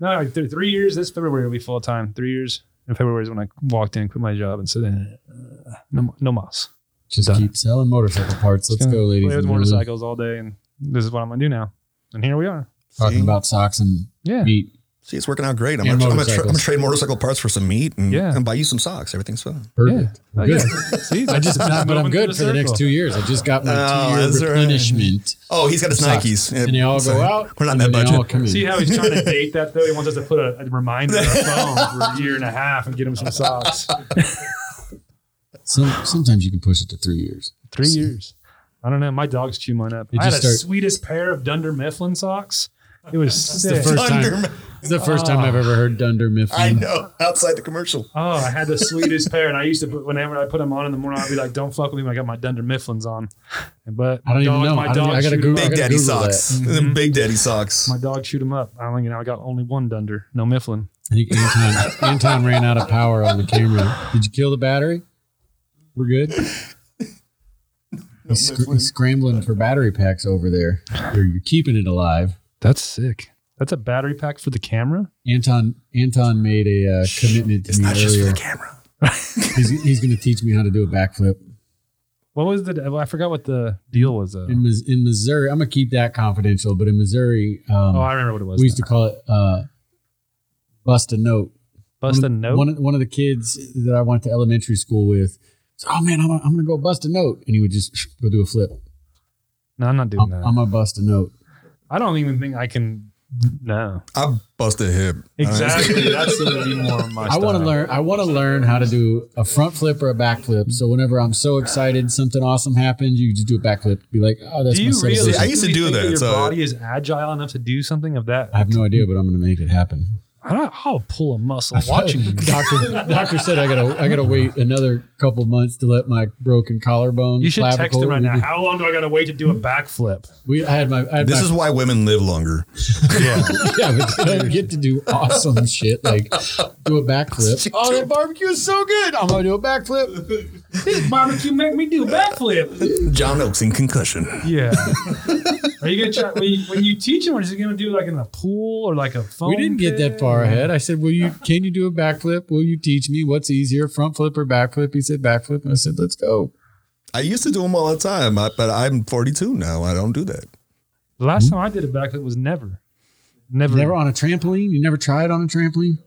S2: no, no, th- three years. This February will be full time. Three years in February is when I walked in, quit my job, and said, uh, "No, mo- no mas."
S1: Just
S2: Done.
S1: keep selling motorcycle parts. Let's
S2: Just gonna
S1: go, ladies.
S2: Play
S1: and
S2: with
S1: gentlemen.
S2: motorcycles all day, and this is what I'm gonna do now. And here we are.
S1: Talking
S3: See?
S1: about socks and
S2: Yeah.
S1: meat.
S3: See, it's working out great. I'm
S1: And
S3: gonna, I'm, gonna tra-
S1: motorcycles.
S3: I'm gonna trade motorcycle parts for some meat and,
S2: Yeah.
S3: and buy you some socks. Everything's fine.
S1: Perfect.
S2: Yeah.
S1: We're good.
S2: See,
S1: I just,
S2: not
S1: but I'm good for the next two years. I just got my
S3: Oh, that's
S1: two
S3: right.
S1: year replenishment,
S3: Oh, he's got his
S1: Socks.
S3: Nikes.
S1: and they all
S3: So,
S1: go out.
S3: We're not
S1: and then
S3: that
S1: they all
S3: budget.
S1: come in.
S2: See how he's trying to date that though? He wants us to put a, a reminder on our phone for a year and a half and get him some socks.
S1: Some, sometimes you can push it to three years.
S2: Three years. I don't know. My dog's chew mine up.
S1: You
S2: I had
S1: just
S2: a
S1: start-
S2: sweetest pair of Dunder Mifflin socks. It was
S1: It's the
S2: sick.
S1: first time.
S3: Dunder-
S1: It's the first time I've ever heard Dunder Mifflin.
S3: Ah. I know. Outside the commercial.
S2: Oh, I had the sweetest pair, and I used to put whenever I put them on in the morning, I'd be like, "Don't fuck with me." I got my Dunder Mifflins on, but
S1: I
S2: my
S1: don't even
S2: dog,
S1: know.
S2: my
S1: I don't-
S2: dog
S1: I gotta
S2: chewed 'em
S1: Google-
S2: up.
S3: Big
S1: gotta
S3: daddy
S1: Google that. Mm-hmm.
S3: socks. Big daddy socks.
S2: My dog chewed him up. I only you know I got only one Dunder, no Mifflin.
S1: I think Anton, Anton ran out of power on the camera. Did you kill the battery? We're good. He's, scr- he's scrambling for battery packs over there. You're, you're keeping it alive.
S2: That's sick. That's a battery pack for the camera.
S1: Anton Anton made a uh, commitment to
S3: It's
S1: me
S3: not just for
S1: earlier.
S3: the camera.
S1: He's, he's going to teach me how to do a backflip
S2: What was the? Well, I forgot what the deal was. Though.
S1: in um, Mis- in Missouri. I'm going to keep that confidential, but in Missouri, um,
S2: Oh, I remember what it was.
S1: we used to call it uh, bust a note.
S2: bust a
S1: one,
S2: note.
S1: One, of- one of the kids that I went to elementary school with, said, oh man, I'm, gonna- I'm going to go bust a note. And he would just go do a flip.
S2: no, I'm not doing
S1: I'm,
S2: that.
S1: I'm going to bust a note.
S2: I don't even think I can. No,
S3: I busted hip.
S2: exactly. That's going to be more of my.
S1: I want to
S2: style.
S1: learn. I want to learn how to do a front flip or a back flip. So whenever I'm so excited, something awesome happens, you just do a back flip. Be like, oh, that's
S2: Do
S1: my
S2: you really?
S1: celebration.
S3: I used to
S2: really
S3: do
S2: think
S3: that,
S2: Your
S3: so-
S2: body is agile enough to do something of that.
S1: I have no idea, but I'm going to make it happen.
S2: I don't, I'll pull a muscle watching you.
S1: doctor, doctor said I gotta, I gotta wait another couple months to let my broken collarbone.
S2: You should text
S1: clavicle-
S2: him right now. How long do I got to wait to do a backflip?
S1: We, I had my, I had
S3: This
S1: my
S3: is why women live longer.
S1: Yeah, but you don't get to do awesome shit like do a backflip. Oh, that barbecue is so good. I'm gonna do a backflip.
S2: This barbecue make me do backflip.
S3: John Oakes in concussion.
S2: Yeah. Are you gonna try when you, when you teach him? Or is he gonna do like in a pool or like a phone?
S1: We didn't get that far ahead. I said, "Will you? Can you do a backflip? Will you teach me what's easier, front flip or backflip?" He said, "Backflip," and I said, "Let's go."
S3: I used to do them all the time, I- but I'm 42 now. I don't do that.
S2: The last time I did a backflip was never, Hmm? never.
S1: Never on a trampoline. You never tried on a trampoline.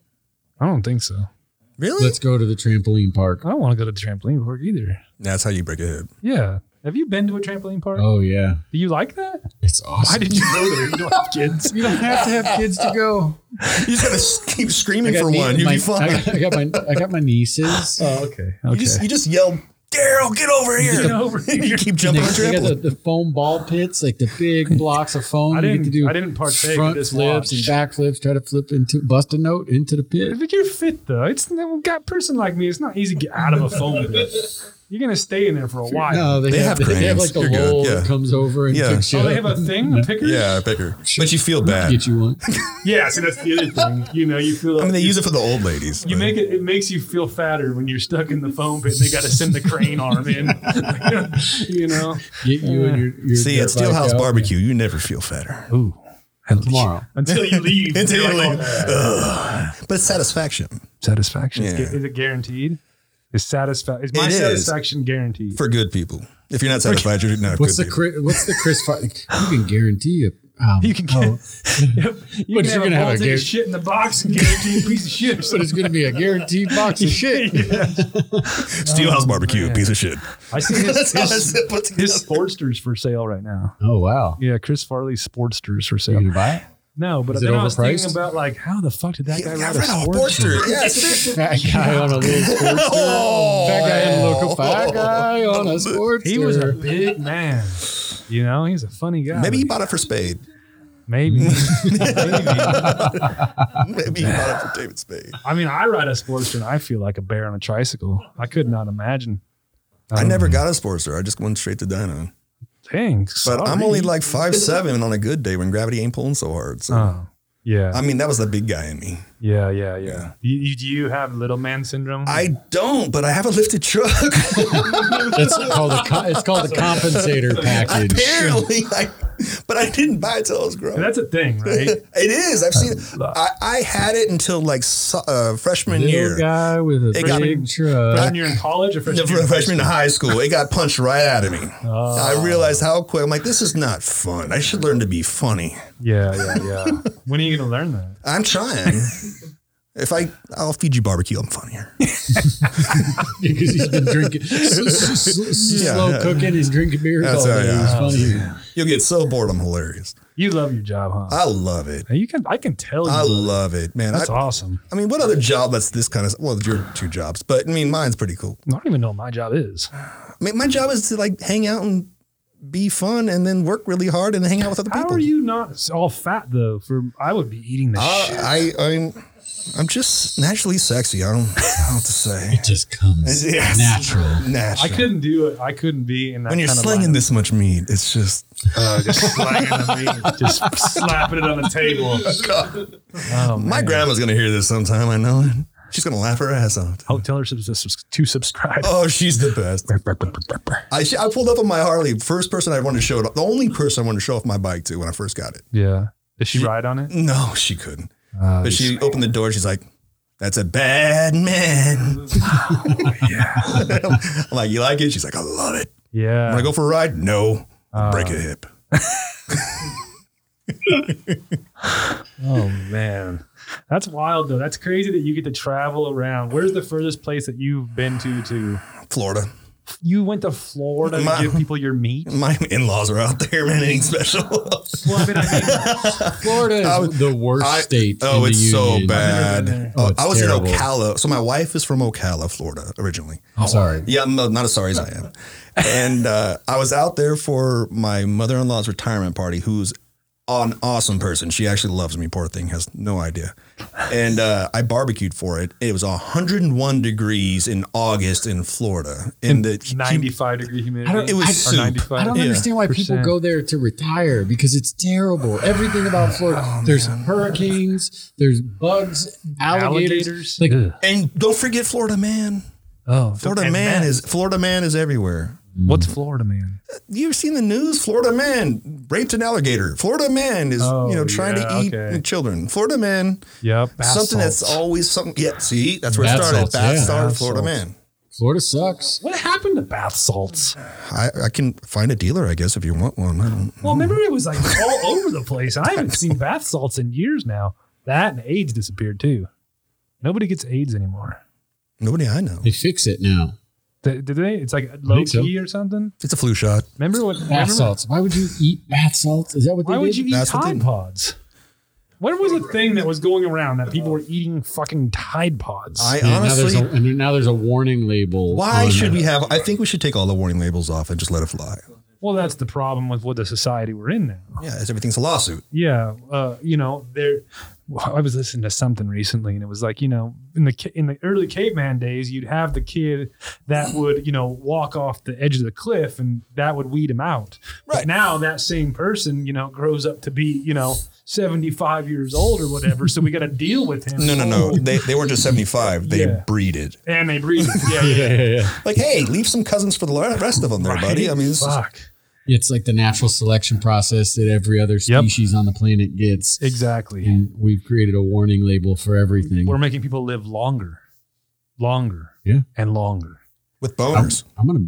S2: I don't think so.
S3: Really?
S1: Let's go to the trampoline park.
S2: I don't want to go to the trampoline park either.
S3: That's how you break a hip.
S2: Yeah. Have you been to a trampoline park?
S1: Oh yeah,
S2: Do you like that?
S1: it's awesome.
S2: Why did you go there? You don't have kids.
S1: You don't have to have kids to go.
S3: You just gotta s- keep
S1: I
S3: screaming
S1: got,
S3: for
S1: nie-
S3: one. You'll
S1: my,
S3: be fine.
S1: I, got, I got my I got my nieces.
S2: Oh, okay.
S3: you,
S2: Okay.
S3: just, you just yell, Daryl, get over here.
S2: Get over
S3: you
S2: here.
S3: keep jumping
S1: they,
S3: on
S1: they got the,
S3: trampoline.
S1: the foam ball pits, like the big blocks of foam.
S2: I
S1: You get
S2: didn't-
S1: to do
S2: I didn't partake of
S1: front
S2: this
S1: flips and
S2: watch.
S1: back flips. Try to flip into bust a note into the pit.
S2: But you're fit though. It's no got person like me. It's not easy to get out of a phone pit. You're gonna stay in there for a while.
S1: No, they,
S3: They
S1: have,
S3: have
S1: they have like
S3: cranes.
S1: the
S3: You're good.
S1: lull
S3: Yeah.
S1: that comes over and
S3: Yeah.
S1: picks you
S2: Oh, they
S1: up.
S2: have a thing, a picker.
S3: Yeah, I pick her. But you feel bad.
S1: Get you one.
S2: yeah. See, that's the other thing. You know, you feel.
S3: I mean, they use it for the old ladies.
S2: You
S3: but-
S2: make it. It makes you feel fatter when you're stuck in the phone pit. and They got to send the crane arm in. you know.
S1: Get you and your, your
S3: See,
S1: your
S3: at Steelhouse
S1: bike out.
S3: Barbecue, you never feel fatter.
S2: Ooh.
S1: tomorrow.
S2: Until you leave.
S3: Until
S2: You're
S3: you
S2: like,
S3: leave.
S2: "Oh,
S3: But it's satisfaction
S2: satisfaction. Is
S3: Yeah.
S2: gu- Is it guaranteed? Is satisfa- Is my
S3: It is.
S2: satisfaction guaranteed?
S3: for good people. If you're not satisfied, you're not
S1: What's
S3: good
S1: the
S3: people.
S1: Chris, what's the Chris? Fi- you can guarantee a, Um,
S2: You can get-
S1: oh,
S2: You
S1: But
S2: can
S1: you're
S2: have
S1: gonna
S2: a
S1: have
S2: ball
S1: a
S2: take a
S1: good-
S2: shit in the box and guaranteed piece of shit. or
S1: but it's going to be a guaranteed box of shit.
S3: Steelhouse barbecue,
S2: man.
S3: piece of shit.
S2: I see his, his,
S3: it puts
S2: his Sportsters for sale right now.
S1: Oh wow!
S2: Yeah, Chris Farley's Sportsters for
S1: You
S2: sale.
S1: gonna buy it?
S2: No, but
S1: Is it
S2: then I was thinking
S1: overpriced?
S2: about like how the fuck did that guy
S3: Yeah, I
S2: ride
S3: read
S2: a
S3: a Sportster.
S2: Sportster?
S3: Yes.
S1: Fat guy on a little sportster.
S3: Oh,
S1: fat guy didn't look a fat guy on a sportster.
S2: He was a big man. You know, he's a funny guy.
S3: Maybe he bought it for Spade.
S2: maybe. maybe.
S3: Maybe he bought it for David Spade.
S2: I mean, I ride a Sportster and I feel like a bear on a tricycle. I could not imagine.
S3: I never got a Sportster. I just went straight to Dynon.
S2: Oh, Dang,
S3: But I'm
S2: sorry.
S3: only like five seven on a good day when gravity ain't pulling so hard. So
S2: Oh, yeah,
S3: I mean, that was the big guy in me.
S2: yeah, yeah, yeah.
S3: Yeah.
S2: You, you, do you have little man syndrome?
S3: I don't, but I have a lifted truck.
S1: It's called a co- it's called a compensator package.
S3: Apparently, I, but I didn't buy it till I was grown.
S2: That's a thing, right?
S3: it is. I've seen. it.
S2: love-
S3: I, I had it until like so- uh, freshman
S1: Little
S3: year.
S1: guy with a
S3: It got-
S1: big truck.
S2: Freshman year in college or freshman year
S3: The
S2: in high Oh.
S3: freshman in high school, it got punched right out of me. I realized how quick. I'm like, this is not fun. I should learn to be funny.
S2: school? Yeah, yeah, yeah. when are you going to learn that?
S3: I'm trying. if I, I'll feed you barbecue. I'm funnier.
S1: because he's been drinking s- s- s- s-
S3: Yeah,
S1: slow
S3: yeah.
S1: cooking. He's drinking beers
S3: That's
S1: all day.
S3: all right,
S1: It's funny.
S3: You'll get so bored. I'm hilarious.
S2: You love your job, huh?
S3: I love it.
S2: Now, you can. I can tell you.
S3: I love it, man. I,
S2: that's awesome.
S3: I mean, what other job that's this kind of? Well, your two jobs, but I mean, mine's pretty cool.
S2: I don't even know what my job is.
S3: I mean, my job is to like hang out and be fun, and then work really hard and hang out with other
S2: How
S3: people.
S2: are you not all fat though? For I would be eating the
S3: Uh,
S2: shit.
S3: I, I, I'm, I'm just naturally sexy. I don't, I don't know what to say.
S1: It just comes
S3: Yes.
S1: natural.
S2: I
S3: Natural.
S2: couldn't do it. I couldn't be in that.
S3: when you're
S2: kind of
S3: slinging
S2: lineup.
S3: this much meat, it's Uh, just
S2: just slanging the meat, just slapping it on the table. Oh,
S3: my
S2: man.
S3: grandma's gonna hear this sometime. I know it. She's gonna laugh her ass off.
S2: Oh, tell her to, subs- to subscribe.
S3: Oh, she's the best. I, she, I pulled up on my Harley. First person I wanted to show it, the only person I wanted to show off my bike to when I first got it.
S2: Yeah. Does she ride on it?
S3: No, she couldn't. but Uh, she opened the door. She's like, "That's a bad man." Oh, I'm like, "You like it?" She's like, "I love it."
S2: Yeah.
S3: Want to go for a ride? No.
S1: Uh,
S3: I'll break a hip.
S2: Oh man, that's wild though. That's crazy that you get to travel around. Where's the furthest place that you've been to? To
S3: Florida.
S2: you went to Florida
S3: My-
S2: to give people your meat.
S3: My in-laws are out there, man. Anything special?
S2: Well, I mean, I mean,
S1: Florida is
S3: I-
S1: the worst
S3: I-
S1: state.
S3: oh,
S1: in
S3: it's
S1: the
S3: so
S1: union.
S3: bad.
S2: there.
S1: Oh,
S3: Oh,
S1: it's
S3: I was
S1: terrible. Oh.
S3: in Ocala. So my wife is from Ocala, Florida, originally.
S1: I'm sorry.
S3: Yeah, I'm not as sorry as I am. And uh, I was out there for my mother-in-law's retirement party, who's an awesome person. She actually loves me. Poor thing has no idea. And uh, I barbecued for it. It was 101 degrees in August in Florida. In the
S2: ninety-five degree humidity.
S1: I don't-
S3: It was
S2: Or
S3: soup.
S1: I don't
S3: Yeah.
S1: understand why people
S2: Percent.
S1: go there to retire because it's terrible. Everything about Florida. there's hurricanes. There's bugs. Alligators.
S2: Alligators.
S1: Like,
S2: Ugh.
S3: And don't forget Florida man.
S2: oh,
S3: Florida
S2: and
S3: man
S2: that-
S3: is Florida man is everywhere.
S2: what's Florida man?
S3: You've seen the news? Florida man raped an alligator. Florida man is
S2: Oh,
S3: you know trying
S2: yeah,
S3: to eat
S2: okay.
S3: children. Florida man,
S2: Yep. bath
S3: something that's
S2: salts.
S3: always something. Yeah, see, that's where
S1: Bath
S3: it started.
S1: salts,
S3: Bath
S1: yeah.
S3: started
S2: Bath
S3: Florida
S2: salts.
S3: man.
S1: Florida sucks.
S2: What happened to bath salts?
S3: I, I can find a dealer, I guess, if you want one. I don't.
S2: Well, remember it was like all over the place. I haven't seen bath salts in years now. That and AIDS disappeared too. Nobody gets AIDS anymore.
S3: Nobody I know.
S1: They fix it now.
S2: Did did they? It's like low
S1: so.
S2: key or something.
S3: It's a flu shot.
S2: Remember what?
S1: Bath
S2: Remember,
S1: salts. Why would you eat bath salts? Is that what they
S2: Why
S1: did?
S2: would you eat
S3: That's what they-
S2: Tide Pods? What was the thing that was going around that people were eating fucking Tide Pods?
S3: I
S1: Yeah, now there's
S3: honestly.
S1: a, and now there's a warning label.
S3: why
S1: on it.
S3: should we have? I think we should take all the warning labels off and just let it fly.
S2: well, that's the problem with what the society we're in now.
S3: Yeah, it's, everything's a lawsuit.
S2: yeah uh you know there well, i was listening to something recently and it was like you know in the ca- in the early caveman days you'd have the kid that would you know walk off the edge of the cliff and that would weed him out but
S3: Right.
S2: now that same person you know grows up to be you know 75 years old or whatever so we got to deal with him
S3: No, no, no. They, they weren't just seventy five. They
S2: Oh. Yeah.
S3: breed it.
S2: and they breed it. yeah yeah,
S1: Yeah, yeah, yeah.
S3: Like, hey, leave some cousins for the rest of them, there, buddy. I mean, this is-
S2: fuck
S1: It's like the natural selection process that every other
S2: Yep.
S1: species on the planet gets.
S2: exactly
S1: And we've created a warning label for everything.
S2: we're making people live longer longer
S1: Yeah.
S2: and longer
S3: with boners.
S1: I'm gonna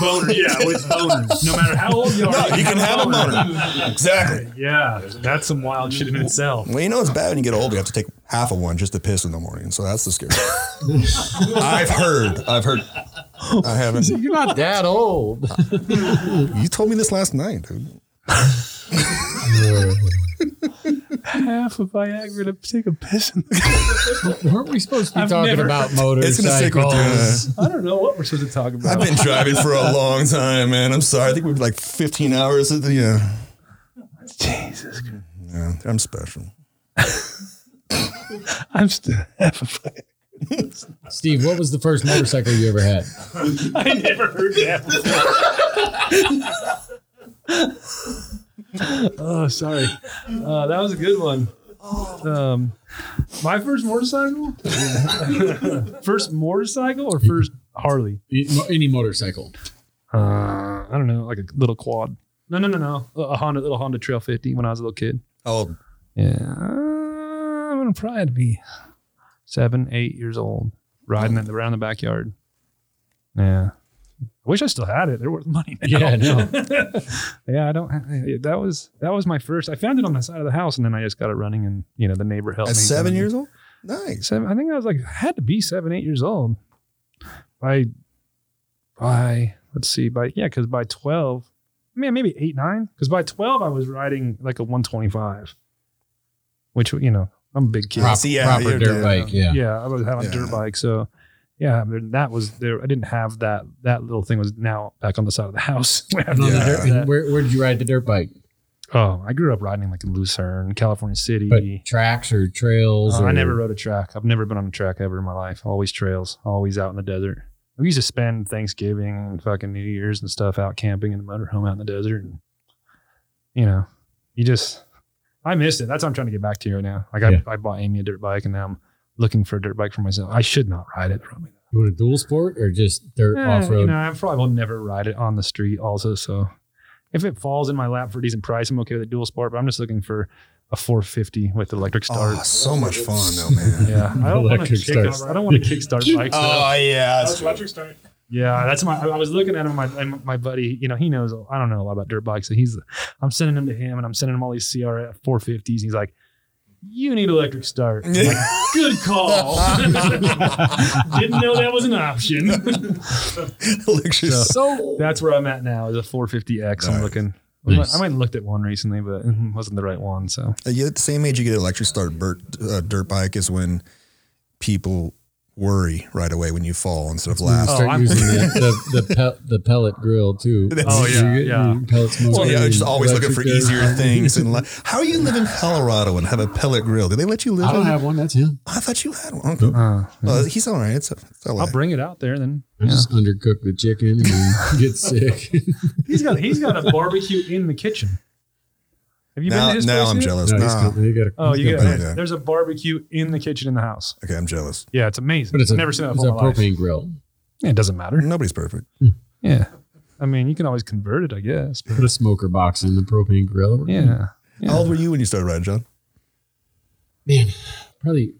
S2: Boner, yeah, with boners. No matter how old you are,
S3: No, Oh, you can have a boner. Exactly.
S2: Yeah, Mm-hmm. that's some wild shit in itself.
S3: Well, you know it's bad when you get old. You have to take half of one just to piss in the morning. So that's the scary. I've heard. I've heard. I haven't.
S1: You're not that old.
S3: You told me this last night, dude.
S2: Half of Viagra to take a piss. In
S1: Weren't we supposed to be talking
S2: never-
S1: about
S3: It's gonna stick with
S1: motorcycles?
S3: you.
S2: I don't know what we're supposed to talk about.
S3: I've been driving for a long time, man. I'm sorry. I think we're like 15 hours. At the, yeah.
S2: Jesus,
S3: yeah, I'm special.
S2: I'm still half of.
S1: Steve, what was the first motorcycle you ever had?
S2: I never heard that. oh, sorry. Uh, that was a good one. Um, my first motorcycle, first motorcycle or first Harley?
S1: Any motorcycle.
S2: Uh, I don't know, like a little quad. No, no, no, no, a a Honda, little Honda Trail 50 when I was a little kid.
S3: How old?
S2: Yeah, I'm gonna probably be seven, eight years old, riding it around the backyard. Yeah, I wish I still had it. They're worth money now.
S1: Yeah, no.
S2: yeah, I don't. I- That was that was my first. I found it on the side of the house, and then I just got it running, and you know the neighbor helped
S3: At
S2: me.
S3: seven years old? Nice.
S2: Seven. I think I was like had to be seven, eight years old. By, by let's see, by yeah, because by twelve, man, maybe eight, nine. Because by twelve, I was riding like a one twenty five, which you know I'm a big kid.
S1: Prop-
S3: see, yeah,
S1: proper
S3: you're
S1: dirt
S3: dead.
S1: bike. Yeah.
S2: Yeah, I was having
S3: Yeah.
S2: a dirt bike, so yeah, I mean, that was there. I didn't have that. That little thing was now back on the side of the house.
S1: And on the
S3: Yeah.
S1: dirt- and where, where did you ride the dirt bike?
S2: Oh, I grew up riding like in Lucerne, California City.
S1: But tracks or trails?
S2: Uh,
S1: or,
S2: I never rode a track. I've never been on a track ever in my life. Always trails, always out in the desert. We used to spend Thanksgiving and fucking New Year's and stuff out camping in the motorhome out in the desert. And, you know, you just, I missed it. That's what I'm trying to get back to right now. Like,
S1: Yeah.
S2: I, I bought Amy a dirt bike and now I'm looking for a dirt bike for myself. I should not ride it. Probably.
S1: You want a dual sport or just dirt
S2: Eh,
S1: off road?
S2: You know, I probably will never ride it on the street also. So if it falls in my lap for a decent price, I'm okay with a dual sport, but I'm just looking for a 450 with electric start.
S3: Oh, so much fun, though, man.
S2: Yeah, I don't want to
S1: Electric
S2: kickstart.
S1: start.
S2: I don't want to kickstart bikes. though.
S3: Oh, yeah.
S2: Yeah, that's my. I I was looking at him. My and my buddy, you know, he knows. I don't know a lot about dirt bikes, so he's. I'm sending him to him, and I'm sending him all these CRF 450s. And he's like, "You need electric start." I'm like, Good call. Didn't know that was an option.
S3: Electric
S2: So-
S1: So
S2: that's where I'm at now. Is a 450X. I'm
S3: Nice.
S2: looking.
S1: Nice.
S2: I might have looked at one recently, but it wasn't the right one. So
S3: Uh, You at the same age you get an electric start bur- uh, dirt bike is when people worry right away when you fall instead of laugh.
S1: start
S2: I'm-
S1: using the, the, the, pe- the pellet grill too.
S2: Oh, yeah,
S1: You get-
S2: yeah.
S1: you Pellets
S3: Well, yeah, just always looking for
S1: electric
S3: easier things. And la- how you live in Colorado and have a pellet grill? Did they let you live?
S1: I don't
S3: on-
S1: have one. That's him.
S3: I thought you had one. Okay.
S2: uh,
S3: Well, he's all right. It's, it's all
S2: I'll
S3: right.
S2: bring it out there. Then
S1: I just undercook the chicken and get sick.
S2: he's got he's got a barbecue in the kitchen. Have you been
S3: Now,
S2: to his
S3: now
S2: place
S3: I'm
S2: yet?
S3: jealous.
S1: no, he's
S3: Nah.
S1: coming. You gotta,
S2: Oh,
S1: he's
S2: you
S1: gotta-
S2: got
S3: Yeah.
S2: there's a barbecue in the kitchen in the house.
S3: Okay, I'm jealous.
S2: Yeah, it's amazing.
S1: But it's a,
S2: never seen that
S1: it's a
S2: before. in my life.
S1: propane grill.
S2: Yeah, it doesn't matter.
S3: Nobody's perfect.
S2: Yeah, I mean, you can always convert it, I guess. But
S1: Put a smoker box in the propane grill. We're good.
S2: yeah,
S3: How old were you when you started riding, John?
S1: man, probably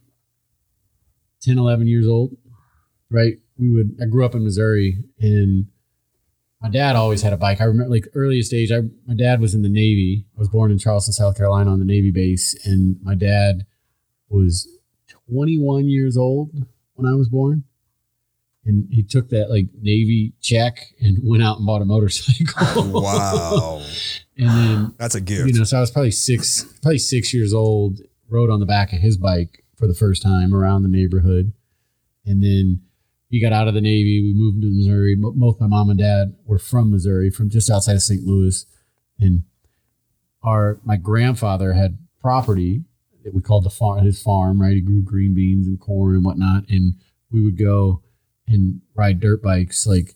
S1: 10, 11 years old, right? We would, I grew up in Missouri and my dad always had a bike. I remember like earliest age, I, my dad was in the Navy. I was born in Charleston, South Carolina on the Navy base. And my dad was 21 years old when I was born. And he took that like Navy check and went out and bought a motorcycle.
S3: Wow,
S1: and then
S3: that's a
S1: you
S3: gift.
S1: know, so I was probably six, probably six years old, rode on the back of his bike for the first time around the neighborhood. And then he got out of the Navy. We moved to Missouri. Mo- Both my mom and dad were from Missouri, from just outside of St. Louis. And our, my grandfather had property that we called the farm, his farm, right? He grew green beans and corn and whatnot. And we would go and ride dirt bikes like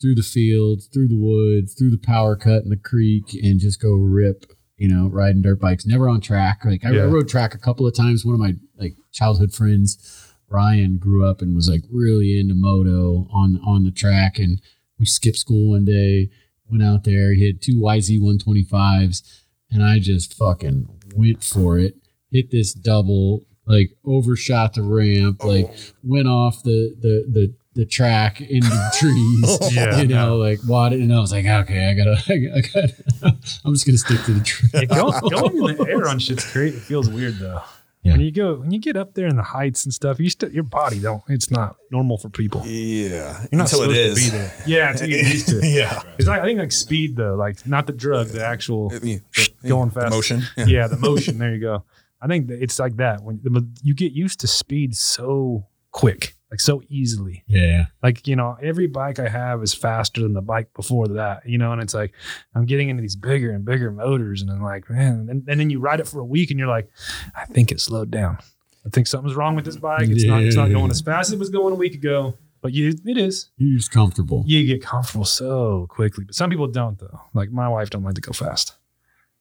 S1: through the fields, through the woods, through the power cut and the creek, and just go rip, you know, riding dirt bikes, never on track. Like I,
S2: Yeah.
S1: I rode track a couple of times. One of my like childhood friends, Ryan, grew up and was like really into moto on on the track. And we skipped school one day, went out there, he had two YZ 125s, and I just fucking went for it. Hit
S3: Oh.
S1: this double, like overshot the ramp, like went off the the the the track into trees.
S2: Yeah.
S1: you know, like what? And I was like, okay, I gotta, I gotta, I'm just gonna stick to the
S2: Yeah,
S1: tree.
S2: going, going in the air on shit's great. It feels weird though.
S1: Yeah.
S2: When you go, when you get up there in the heights and stuff, you still your body don't. It's not normal for people.
S3: Oh, Yeah.
S2: You're not
S3: Until it
S2: supposed
S3: is.
S2: to be there. Yeah, until you get used to it.
S3: Yeah.
S2: It's like I think like speed though, like not the drug, the actual
S3: Yeah.
S2: going
S3: The
S2: fast.
S3: Motion.
S2: yeah. the motion. There you go. I think that it's like that when the, you get used to speed so quick, like so easily.
S1: Yeah,
S2: Like you know, every bike I have is faster than the bike before that. You know, and it's like I'm getting into these bigger and bigger motors, and I'm like, man. And, and then you ride it for a week, and you're like, I think it slowed down. I think something's wrong with this bike. It's not. It's not
S1: Yeah.
S2: going as fast as it was going a week ago. But you, it is
S1: you're just comfortable.
S2: you get comfortable so quickly. But some people don't though. Like my wife don't like to go fast.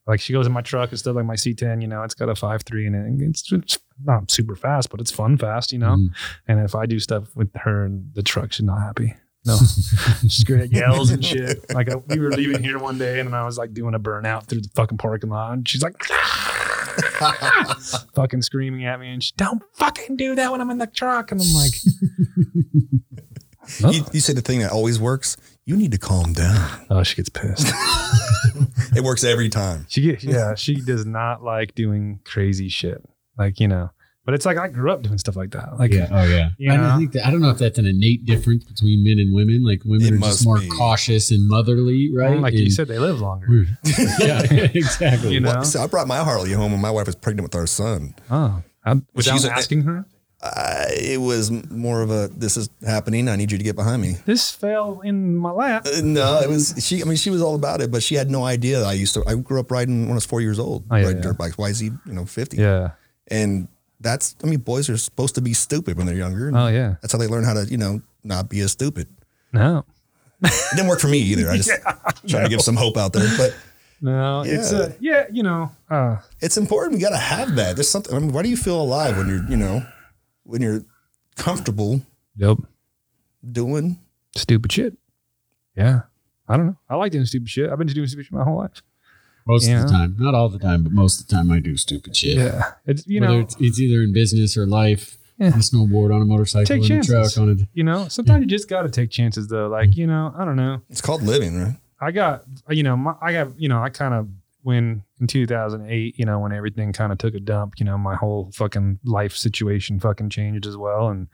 S2: Like she goes in my truck and stuff like my C10, you know, it's got a five three in it. And it's, it's not super fast, but it's fun fast, you know.
S1: Mhm.
S2: And if I do stuff with her and the truck, she's not happy. No, she's great at yells and shit. Like I, we were leaving here one day and I was like doing a burnout through the fucking parking lot. And she's like, fucking screaming at me. And she, don't fucking do that when I'm in the truck. And I'm like,
S3: You, you say the thing that always works. You need to calm down.
S2: oh, she gets pissed.
S3: It works every time.
S2: She get, yeah, she does not like doing crazy shit. Like, you know, but it's like I grew up doing stuff like that. Like
S1: yeah. Oh, yeah.
S2: You
S1: I don't
S2: know?
S1: think that. I don't know if that's an innate difference between men and women. Like women
S3: It
S1: are
S3: must
S1: just more
S3: be.
S1: cautious and motherly, right?
S2: like you
S1: And-
S2: said, they live longer.
S1: yeah, exactly.
S2: You know?
S3: So I brought my Harley home when my wife was pregnant with our son.
S2: Oh. I'm, without
S3: She's a-
S2: asking her,
S3: Uh, it was more of a this is happening. I need you to get behind me.
S2: this fell in my lap.
S3: Uh, No, it was she. I mean, she was all about it, but she had no idea. that I used to. I grew up riding when I was four years old,
S2: Oh, yeah,
S3: riding
S2: yeah.
S3: dirt bikes. Why is he, you know, fifty?
S2: Yeah.
S3: And that's. I mean, boys are supposed to be stupid when they're younger. and
S2: Oh, yeah.
S3: That's how they learn how to, you know, not be as stupid.
S2: No.
S3: It didn't work for me either. I just trying to give some hope out there, but
S2: No. It's a, yeah, you know, uh,
S3: it's important. We got to have that. There's something. I mean, why do you feel alive when you're, you know, when you're comfortable
S2: yep.
S3: doing?
S2: Stupid shit. Yeah. I don't know. I like doing stupid shit. I've been doing stupid shit my whole life.
S1: most
S2: Yeah.
S1: of the time, not all the time, but most of the time, I do stupid shit.
S2: Yeah. It's, you
S1: Whether
S2: know,
S1: it's, it's either in business or life,
S2: Yeah.
S1: on a snowboard, on a motorcycle,
S2: Take
S1: in
S2: chances.
S1: a truck, on a
S2: you know, sometimes you just got to take chances though. Like, you know, I don't know.
S3: It's called living, right?
S2: I got, you know, my, I got, you know, I kind of, when in 2008, you know, when everything kind of took a dump, you know, my whole fucking life situation fucking changed as well. And,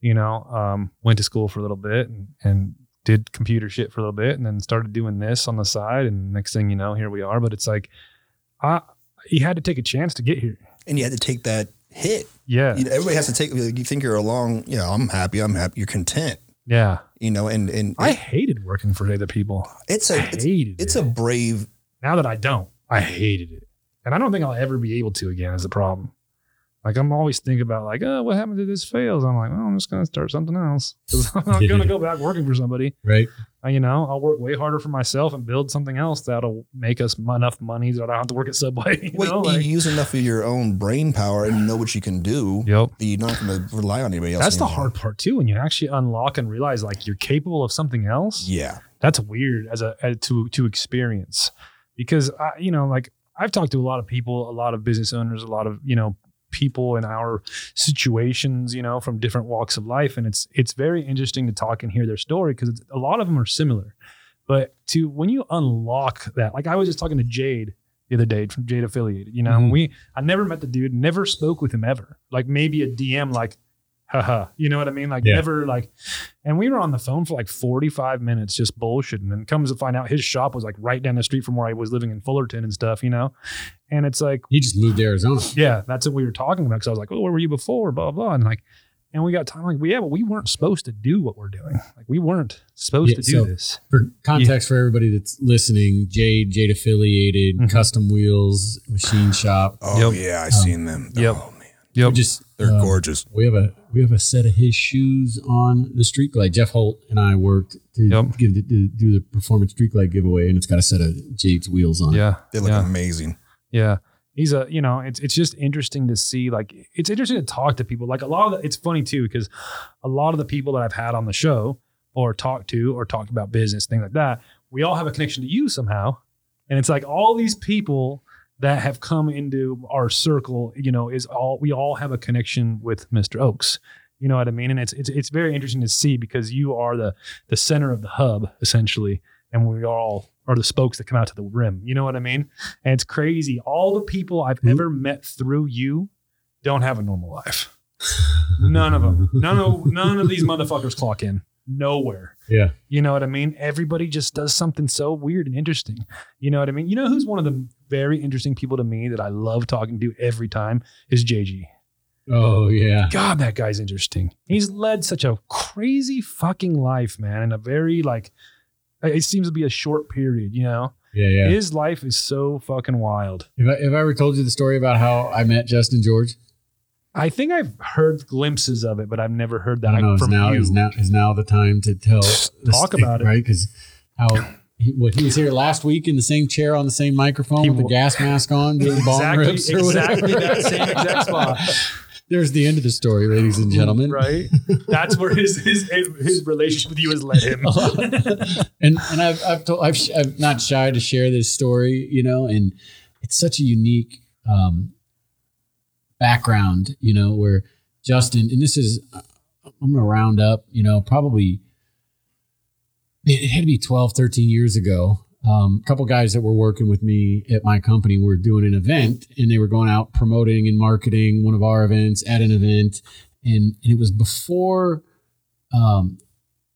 S2: you know, um, went to school for a little bit and, and did computer shit for a little bit and then started doing this on the side. And next thing you know, here we are. But it's like, I, you had to take a chance to get here.
S3: And you had to take that hit.
S2: Yeah.
S3: You know, everybody has to take. You think you're along. You know, I'm happy. I'm happy. You're content.
S2: Yeah.
S3: You know, and and
S2: I hated working for other people.
S3: it's
S2: I
S3: a it's,
S2: hated
S3: it's
S2: it.
S3: a brave.
S2: Now that I don't, I hated it. And I don't think I'll ever be able to again is the problem. Like I'm always thinking about like, oh, what happens if this fails? I'm like, well, I'm just gonna start something else. 'Cause I'm not gonna go back working for somebody.
S1: right.
S2: Uh, you know, I'll work way harder for myself and build something else that'll make us m- enough money that I don't have to work at Subway. You
S3: Well,
S2: know,
S3: you
S2: like-
S3: use enough of your own brain power and you know what you can do.
S2: yep.
S3: that You're not going to rely on anybody else.
S2: That's the
S3: anymore.
S2: hard part too. When you actually unlock and realize like you're capable of something else.
S3: Yeah,
S2: that's weird as a as to to experience because I, you know like I've talked to a lot of people, a lot of business owners, a lot of you know people in our situations, you know, from different walks of life, and it's it's very interesting to talk and hear their story because a lot of them are similar. But to when you unlock that, like I was just talking to Jade the other day from Jade Affiliated, you know, and
S1: Mhm.
S2: we I never met the dude, never spoke with him ever, like maybe a DM, like. Haha, you know what I mean? Like
S1: Yeah.
S2: never like and we were on the phone for like 45 minutes just bullshitting. And comes to find out his shop was like right down the street from where I was living in Fullerton and stuff, you know? And it's like,
S1: He just moved to Arizona.
S2: yeah, that's what we were talking about. Cause I was like, oh, where were you before? Blah, blah. And like, and we got time like, yeah, but we weren't supposed to do what we're doing. Like, we weren't supposed
S1: Yeah,
S2: to do
S1: so-
S2: this.
S1: For context for everybody that's listening, Jade, Jade affiliated,
S2: Mhm.
S1: custom wheels, machine shop.
S3: oh
S2: Yep.
S3: yeah, I
S1: Um,
S3: seen them.
S2: yep.
S3: Oh man,
S2: Yep.
S1: We just
S3: they're
S1: um,
S3: gorgeous.
S1: We have a we have a set of his shoes on the street glide. Jeff Holt and I worked to
S2: Yep.
S1: give the, to do the performance street glide giveaway, and it's got a set of Jade's wheels on. it.
S2: yeah.
S3: They look
S2: yeah.
S3: amazing.
S2: Yeah. He's a, you know, it's it's just interesting to see. Like, it's interesting to talk to people. Like a lot of the, it's funny too because a lot of the people that I've had on the show or talked to or talked about business things like that, we all have a connection to you somehow, and it's like all these people that have come into our circle, you know, is all we all have a connection with Mr. Oaks. You know what I mean? And it's it's it's very interesting to see because you are the the center of the hub essentially, and we all are the spokes that come out to the rim. You know what I mean? And it's crazy. All the people
S1: Hmm?
S2: I've ever met through you don't have a normal life. None of them. None of none of these motherfuckers clock in nowhere.
S1: Yeah.
S2: You know what I mean? Everybody just does something so weird and interesting. You know what I mean? You know who's one of the very interesting people to me that I love talking to every time is JG.
S1: Oh yeah.
S2: God, that guy's interesting. He's led such a crazy fucking life, man, in a very like it seems to be a short period, you know?
S1: Yeah, yeah.
S2: His life is so fucking wild.
S1: Have I, have I ever told you the story about how I met Justin George?
S2: I think I've heard glimpses of it, but I've never heard that
S1: I don't know. Is
S2: from
S1: now
S2: you.
S1: is now is now the time to tell. the
S2: Talk about it.
S1: right? Because how he, what, he was here last week in the same chair on the same microphone
S2: He
S1: with the
S2: wa-
S1: gas mask on, doing bong
S2: Exactly,
S1: rips or whatever.
S2: exactly that same exact spot.
S1: There's the end of the story, ladies and gentlemen.
S2: right? That's where his his his relationship with you has led him.
S1: and and I've I've, told, I've sh- I'm not shy to share this story, you know, and it's such a unique um, background, you know, where Justin and this is I'm gonna round up, you know, probably it had to be 12, 13 years ago. Um, a couple guys that were working with me at my company were doing an event and they were going out promoting and marketing one of our events at an event. And, and it was before um,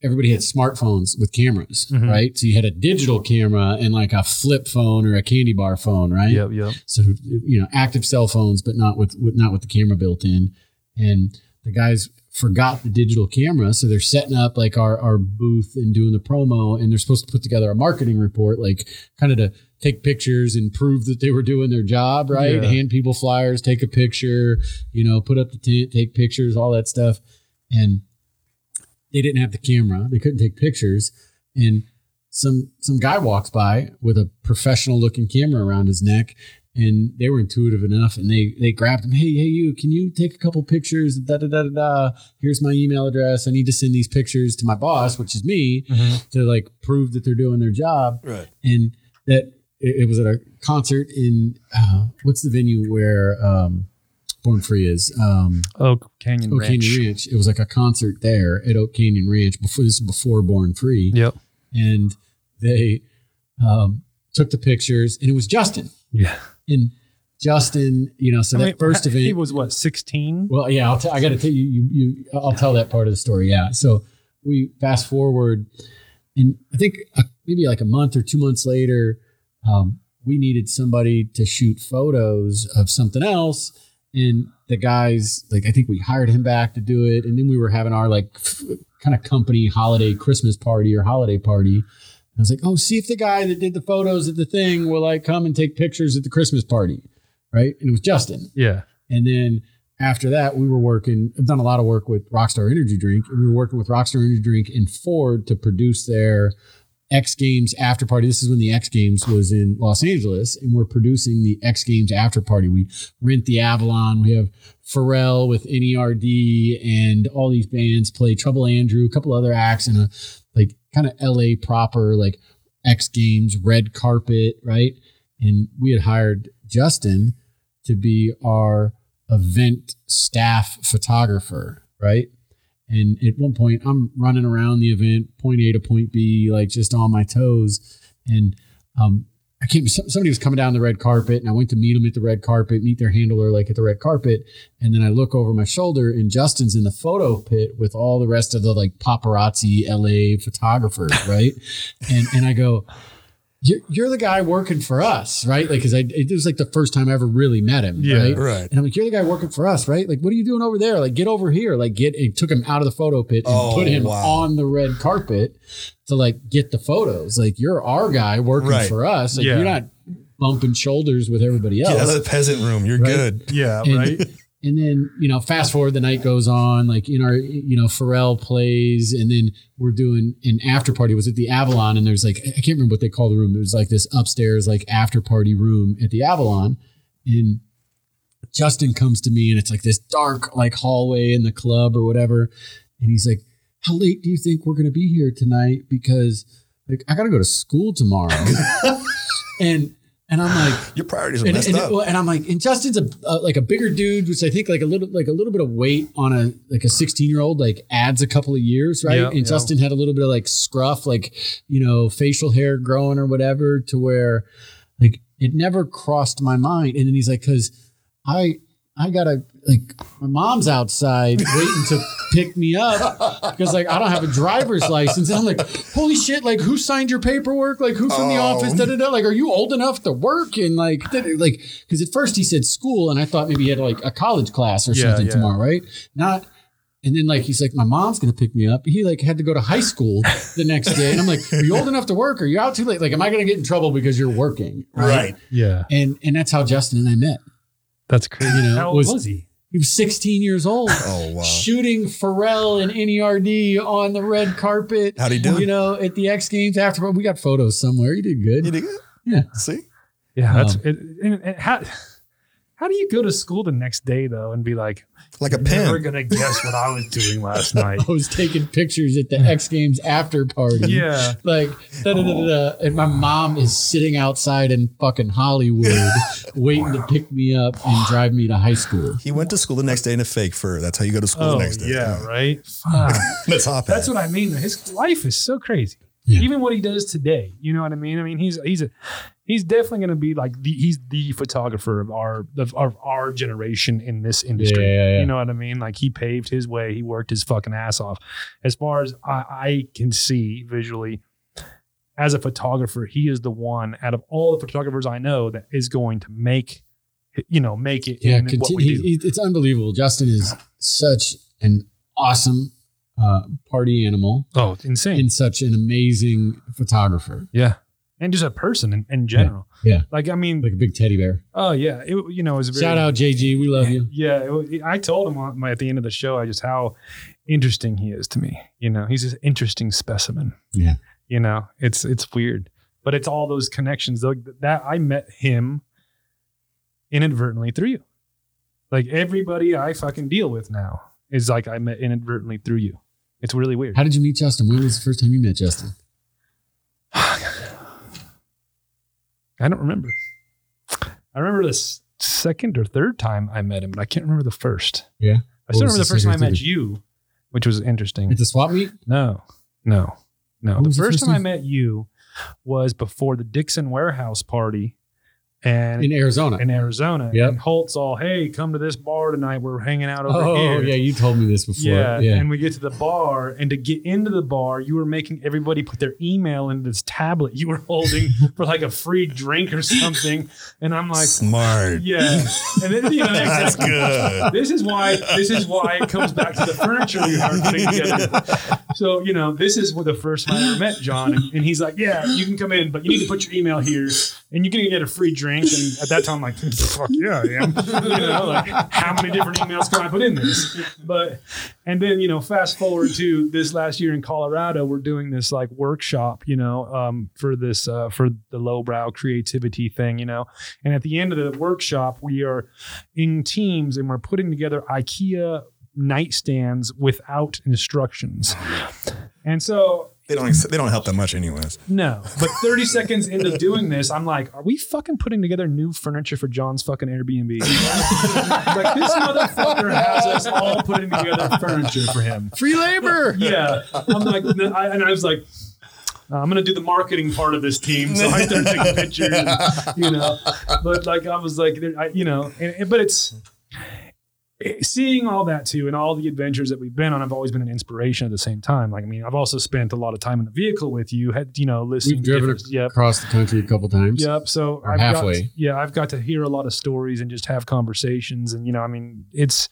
S1: everybody had smartphones with cameras,
S2: Mhm.
S1: right? So you had a digital camera and like a flip phone or a candy bar phone, right?
S2: yep.
S1: so you know active cell phones but not with, with not with the camera built in and the guys forgot the digital camera so they're setting up like our our booth and doing the promo and they're supposed to put together a marketing report like kind of to take pictures and prove that they were doing their job right
S2: Yeah.
S1: hand people flyers take a picture you know put up the tent take pictures all that stuff and they didn't have the camera they couldn't take pictures and some some guy walks by with a professional looking camera around his neck and they were intuitive enough and they they grabbed him hey hey you can you take a couple pictures da da da da da here's my email address i need to send these pictures to my boss which is me
S2: Mm-hmm.
S1: to like prove that they're doing their job
S3: Right.
S1: and that it, it was at a concert in uh, what's the venue where um, born free is um,
S2: Oak Oh, Canyon
S1: Oak
S2: Ranch.
S1: Canyon Ranch. It was like a concert there at Oak Canyon Ranch before this is before Born Free,
S2: Yep.
S1: and they um, took the pictures, and it was Justin
S2: Yeah.
S1: and Justin. You know, so
S2: I
S1: that
S2: mean,
S1: first
S2: He
S1: event.
S2: was what sixteen.
S1: well, yeah, I'll t- I got to tell you, you, you, I'll tell that part of the story. Yeah, so we fast forward, and I think uh, maybe like a month or two months later, um, we needed somebody to shoot photos of something else and the guys like i think we hired him back to do it and then we were having our like f- kind of company holiday christmas party or holiday party and i was like oh see if the guy that did the photos at the thing will like come and take pictures at the christmas party right and it was justin
S2: Yeah.
S1: and then after that, we were working, I've done a lot of work with Rockstar Energy Drink. And we were working with Rockstar Energy Drink and Ford to produce their X Games after party. This is when the X Games was in Los Angeles, and we're producing the X Games after party. We rent the Avalon. We have Pharrell with NERD and all these bands play Trouble Andrew, a couple other acts, and a like kind of LA proper, like X Games, red carpet, right? And we had hired Justin to be our event staff photographer, right? And at one point, I'm running around the event, point A to point B, like just on my toes. And um, I came, some- somebody was coming down the red carpet, and I went to meet them at the red carpet, meet their handler, like at the red carpet. And then I look over my shoulder, and Justin's in the photo pit with all the rest of the like paparazzi LA photographers, right? and and I go, you're, you're the guy working for us, right? Like, cause I, it was like the first time I ever really met him.
S2: Yeah.
S1: Right.
S3: Right.
S1: And I'm like, you're the guy working for us, right? Like, what are you doing over there? Like, get over here. Like, get and took him out of the photo pit and
S3: Oh,
S1: put him
S3: wow.
S1: on the red carpet to like get the photos. Like, you're our guy working
S3: Right.
S1: for us. Like,
S2: Yeah.
S1: you're not bumping shoulders with everybody else.
S3: Get out of the peasant room. You're
S1: Right.
S3: good.
S2: Yeah.
S1: And-
S2: Right.
S1: And then, you know, fast forward, the night goes on, like in our, you know, Pharrell plays, and then we're doing an after party. It was at the Avalon, and there's like, I can't remember what they call the room. There was like this upstairs, like after party room at the Avalon. And Justin comes to me, and it's like this dark, like hallway in the club or whatever. And he's like, How late do you think we're going to be here tonight? Because, like, I got to go to school tomorrow. and, And I'm like,
S3: Your priorities are
S1: and,
S3: messed
S1: and,
S3: up.
S1: well, and I'm like, and Justin's a, uh, like a bigger dude, which I think like a little like a little bit of weight on a like a 16 year old like adds a couple of years, right?
S2: Yeah,
S1: and
S2: yeah.
S1: Justin had a little bit of like scruff, like you know, facial hair growing or whatever, to where like it never crossed my mind. And then he's like, because I I gotta like my mom's outside waiting to pick me up because like I don't have a driver's license. And I'm like, holy shit, like who signed your paperwork? Like who from the
S3: Oh.
S1: office? Da, da, da. Like, are you old enough to work? And like da, da, like because at first he said school and I thought maybe he had like a college class or
S2: Yeah,
S1: something
S2: yeah.
S1: tomorrow, right? Not and then like he's like, my mom's gonna pick me up. He like had to go to high school the next day. And I'm like, are you old enough to work? Are you out too late? Like, am I gonna get in trouble because you're working?
S3: right.
S2: Yeah,
S1: And and that's how Justin and I met.
S2: that's crazy.
S1: You know,
S2: How old
S1: was-
S2: was, he?
S1: He was 16 years old,
S3: Oh wow.
S1: shooting Pharrell and NERD on the red carpet.
S3: How'd he do?
S1: You know, at the X Games after, we got photos somewhere. He did good.
S3: You dig it?
S1: Yeah.
S3: See?
S2: Yeah,
S1: Um,
S2: that's it, and, and how. How do you go to school the next day though and be like,
S3: Like a
S2: "Never
S3: pen.
S2: gonna guess what I was doing last night"?
S1: I was taking pictures at the X Games after party.
S2: yeah,
S1: Like, da, da, da, da, da. and my mom is sitting outside in fucking Hollywood waiting to pick me up and drive me to high school.
S3: He went to school the next day in a fake fur. That's how you go to school the next day.
S2: Oh, yeah, right. Fuck.
S3: That's hot.
S2: That's what I mean. His life is so crazy.
S1: Yeah.
S2: Even what he does today, you know what I mean? I mean, he's he's a, he's definitely going to be like the, he's the photographer of our of, of our generation in this industry.
S1: Yeah, yeah, yeah.
S2: You know what I mean? Like he paved his way. He worked his fucking ass off. As far as I, I can see visually, as a photographer, he is the one out of all the photographers I know that is going to make you know make it
S1: Yeah,
S2: in
S1: conti-
S2: what we
S1: he-
S2: do.
S1: he- it's unbelievable. Justin is such an awesome uh, party animal.
S2: oh, it's insane.
S1: and such an amazing photographer,
S2: yeah. And just a person in, in general.
S1: Yeah.
S2: Like, I mean,
S1: like a big teddy bear.
S2: Oh yeah, it, you know, it was very,
S1: Shout out JG, we love you.
S2: Yeah, it, was- I told him on my, at the end of the show, I just how interesting he is to me. You know, he's an interesting specimen.
S1: Yeah.
S2: you know, it's it's weird, but it's all those connections. Like that, I met him inadvertently through you. Like everybody I fucking deal with now is like I met inadvertently through you. It's really weird.
S1: How did you meet Justin? When was the first time you met Justin?
S2: I don't remember. I remember the s- second or third time I met him, but I can't remember the first.
S1: Yeah?
S2: I still
S1: What was
S2: remember the
S1: the
S2: first time I
S1: second or
S2: met
S1: third?
S2: you, which was interesting.
S1: At the swap meet?
S2: No, no, no.
S1: What
S2: The
S1: was
S2: first,
S1: the first
S2: time I
S1: one?
S2: met you was before the Dixon Warehouse party, and
S1: In
S2: in,
S1: Arizona.
S2: Arizona.
S1: Yep.
S2: And Holt's all, "Hey, come to this bar tonight. We're hanging out over
S1: oh,
S2: here."
S1: yeah, you told me this before.
S2: Yeah,
S1: Yeah.
S2: and we get to the bar, and to get into the bar, you were making everybody put their email into this tablet you were holding for like a free drink or something. And I'm like,
S3: Smart.
S2: yeah. And then you know, that's
S3: That's good.
S2: this is why this is why it comes back to the furniture we are putting together. So you know, this is where the first time I ever met John, and, and he's like, "Yeah, you can come in, but you need to put your email here, and you're gonna get a free drink." And at that time, I'm like, "Fuck yeah, I am." You know, like how many different emails can I put in this? But and then you know, fast forward to this last year in Colorado, we're doing this like workshop, you know, um, for this uh, for the lowbrow creativity thing, you know. And at the end of the workshop, we are in teams and we're putting together IKEA nightstands without instructions. And so,
S3: They don't ex- they don't help that much anyways.
S2: no, but 30 seconds into doing this, I'm like, are we fucking putting together new furniture for John's fucking Airbnb? like, this motherfucker has us all putting together furniture for him.
S1: Free labor.
S2: Yeah. I'm like, and I, and I was like, "Uh, I'm gonna do the marketing part of this team, so I started taking pictures, and, you know. But like, I was like, there- I, you know, and, and- but it's it- seeing all that too, and all the adventures that we've been on. I've always been an inspiration at the same time. Like, I mean, I've also spent a lot of time in the vehicle with you, had you know, listening.
S1: We've driven
S2: different- yep.
S1: across the country a couple times.
S2: Yep. So
S1: Or
S2: I've Got,
S1: halfway.
S2: yeah, I've got to hear a lot of stories and just have conversations, and you know, I mean, it's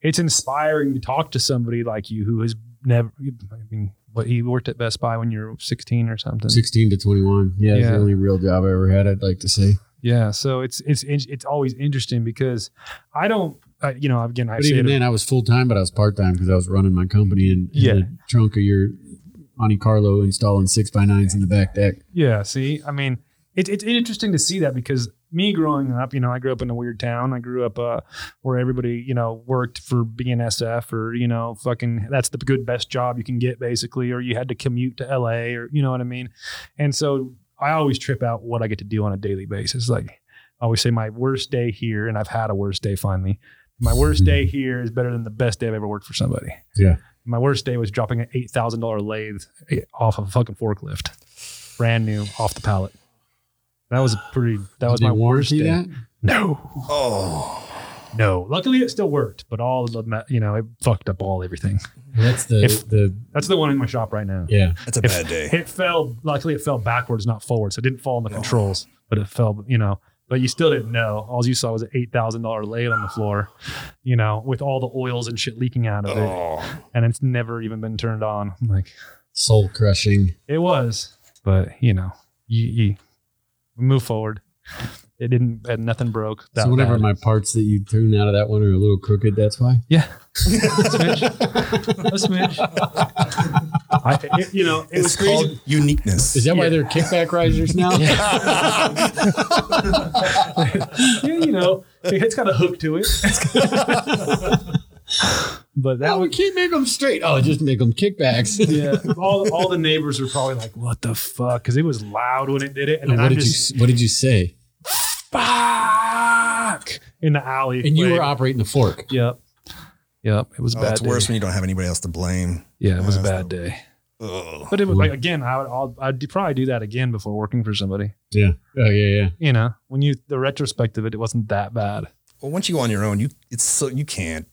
S2: it's inspiring to talk to somebody like you who has never. I mean, what he worked at Best Buy when you were 16 or something.
S1: 16 to 21. Yeah, it's
S2: Yeah.
S1: the only real job I ever had, I'd like to say.
S2: Yeah. So it's it's it's always interesting because I don't, uh, you know, again, I
S1: But
S2: say
S1: even
S2: it-
S1: then, I was full time, but I was part time because I was running my company and in
S2: Yeah.
S1: the trunk of your Monte Carlo installing six by nines in the back deck.
S2: Yeah. See, I mean, it, it's interesting to see that because me growing up, you know, I grew up in a weird town. I grew up uh, where everybody, you know, worked for BNSF or, you know, fucking that's the good best job you can get basically, or you had to commute to LA or, you know what I mean? And so I always trip out what I get to do on a daily basis. Like I always say, my worst day here, and I've had a worst day finally. My worst day here is better than the best day I've ever worked for somebody.
S1: Yeah.
S2: My worst day was dropping an eight thousand dollar lathe off of a fucking forklift, brand new off the pallet. That was a pretty. That was
S1: Did
S2: my
S1: they
S2: worst
S1: warranty
S2: day.
S1: that?
S2: No,
S3: Oh,
S2: no. Luckily, it still worked, but all the ma- you know it fucked up all everything.
S1: That's the
S2: If-
S1: the
S2: That's the one in my shop right now.
S1: yeah.
S3: that's a
S2: If-
S3: bad day.
S2: It fell. Luckily, it fell backwards, not forwards. So it didn't fall
S1: Oh.
S2: on the controls, but it fell. You know, but you still didn't know. All you saw was an eight thousand dollar lathe on the floor, you know, with all the oils and shit leaking out of it,
S3: Oh,
S2: and it's never even been turned on. I'm like
S1: Soul crushing.
S2: it was, but you know, you, you move forward. It didn't. And nothing broke. that
S1: so whatever
S2: bad.
S1: my parts that you turned out of that one are a little crooked. That's why.
S2: Yeah. That's smidge. I, it- you know, it was
S3: it's
S2: crazy.
S3: called uniqueness.
S1: Is that why
S2: Yeah.
S1: they're kickback risers now?
S2: yeah, you know, it's got a hook to it. but that
S1: Oh, we
S2: was,
S1: can't make them straight. Oh, just make them kickbacks.
S2: yeah, all, all the neighbors were probably like, what the fuck? Because it was loud when it did it. And then
S1: what
S2: I'm
S1: did
S2: just,
S1: you What did you say?
S2: fuck, in the alley.
S1: And you
S2: Like,
S1: were operating the fork.
S2: Yep. Yep. It was a
S3: Oh,
S2: bad
S3: it's
S2: day.
S3: worse when you don't have anybody else to blame.
S2: Yeah, it was a
S3: Yeah.
S2: bad day.
S3: Ugh.
S2: But it was like, again, I would, I'll, I'd probably do that again before working for somebody.
S1: Yeah. Oh yeah yeah.
S2: You know, when you, the retrospect of it, it wasn't that bad.
S3: Well, once you go on your own, you it's so you can't.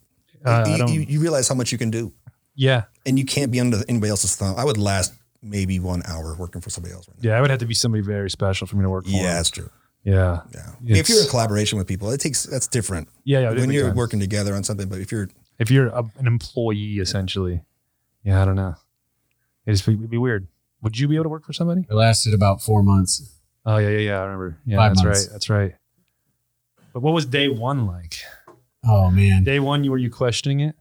S2: Uh, I
S3: you,
S2: don't,
S3: you, you realize how much you can do,
S2: yeah.
S3: and you can't be under anybody else's thumb. I would last maybe one hour working for somebody else right now.
S2: Yeah. It would have to be somebody very special for me to work for.
S3: Yeah, that's true.
S2: Yeah.
S3: Yeah, I mean, if
S2: It's-
S3: you're in collaboration with people, it takes that's different.
S2: Yeah. yeah
S3: when you're
S2: working.
S3: working together on something, but if you're
S2: if you're a, an employee essentially yeah i don't know it'd, just be, it'd be weird would you be able to work for somebody
S1: It lasted about four months.
S2: oh yeah yeah yeah i remember yeah
S1: Five
S2: that's
S1: months.
S2: right that's right but what was day one like
S1: Oh man.
S2: day one you were you questioning it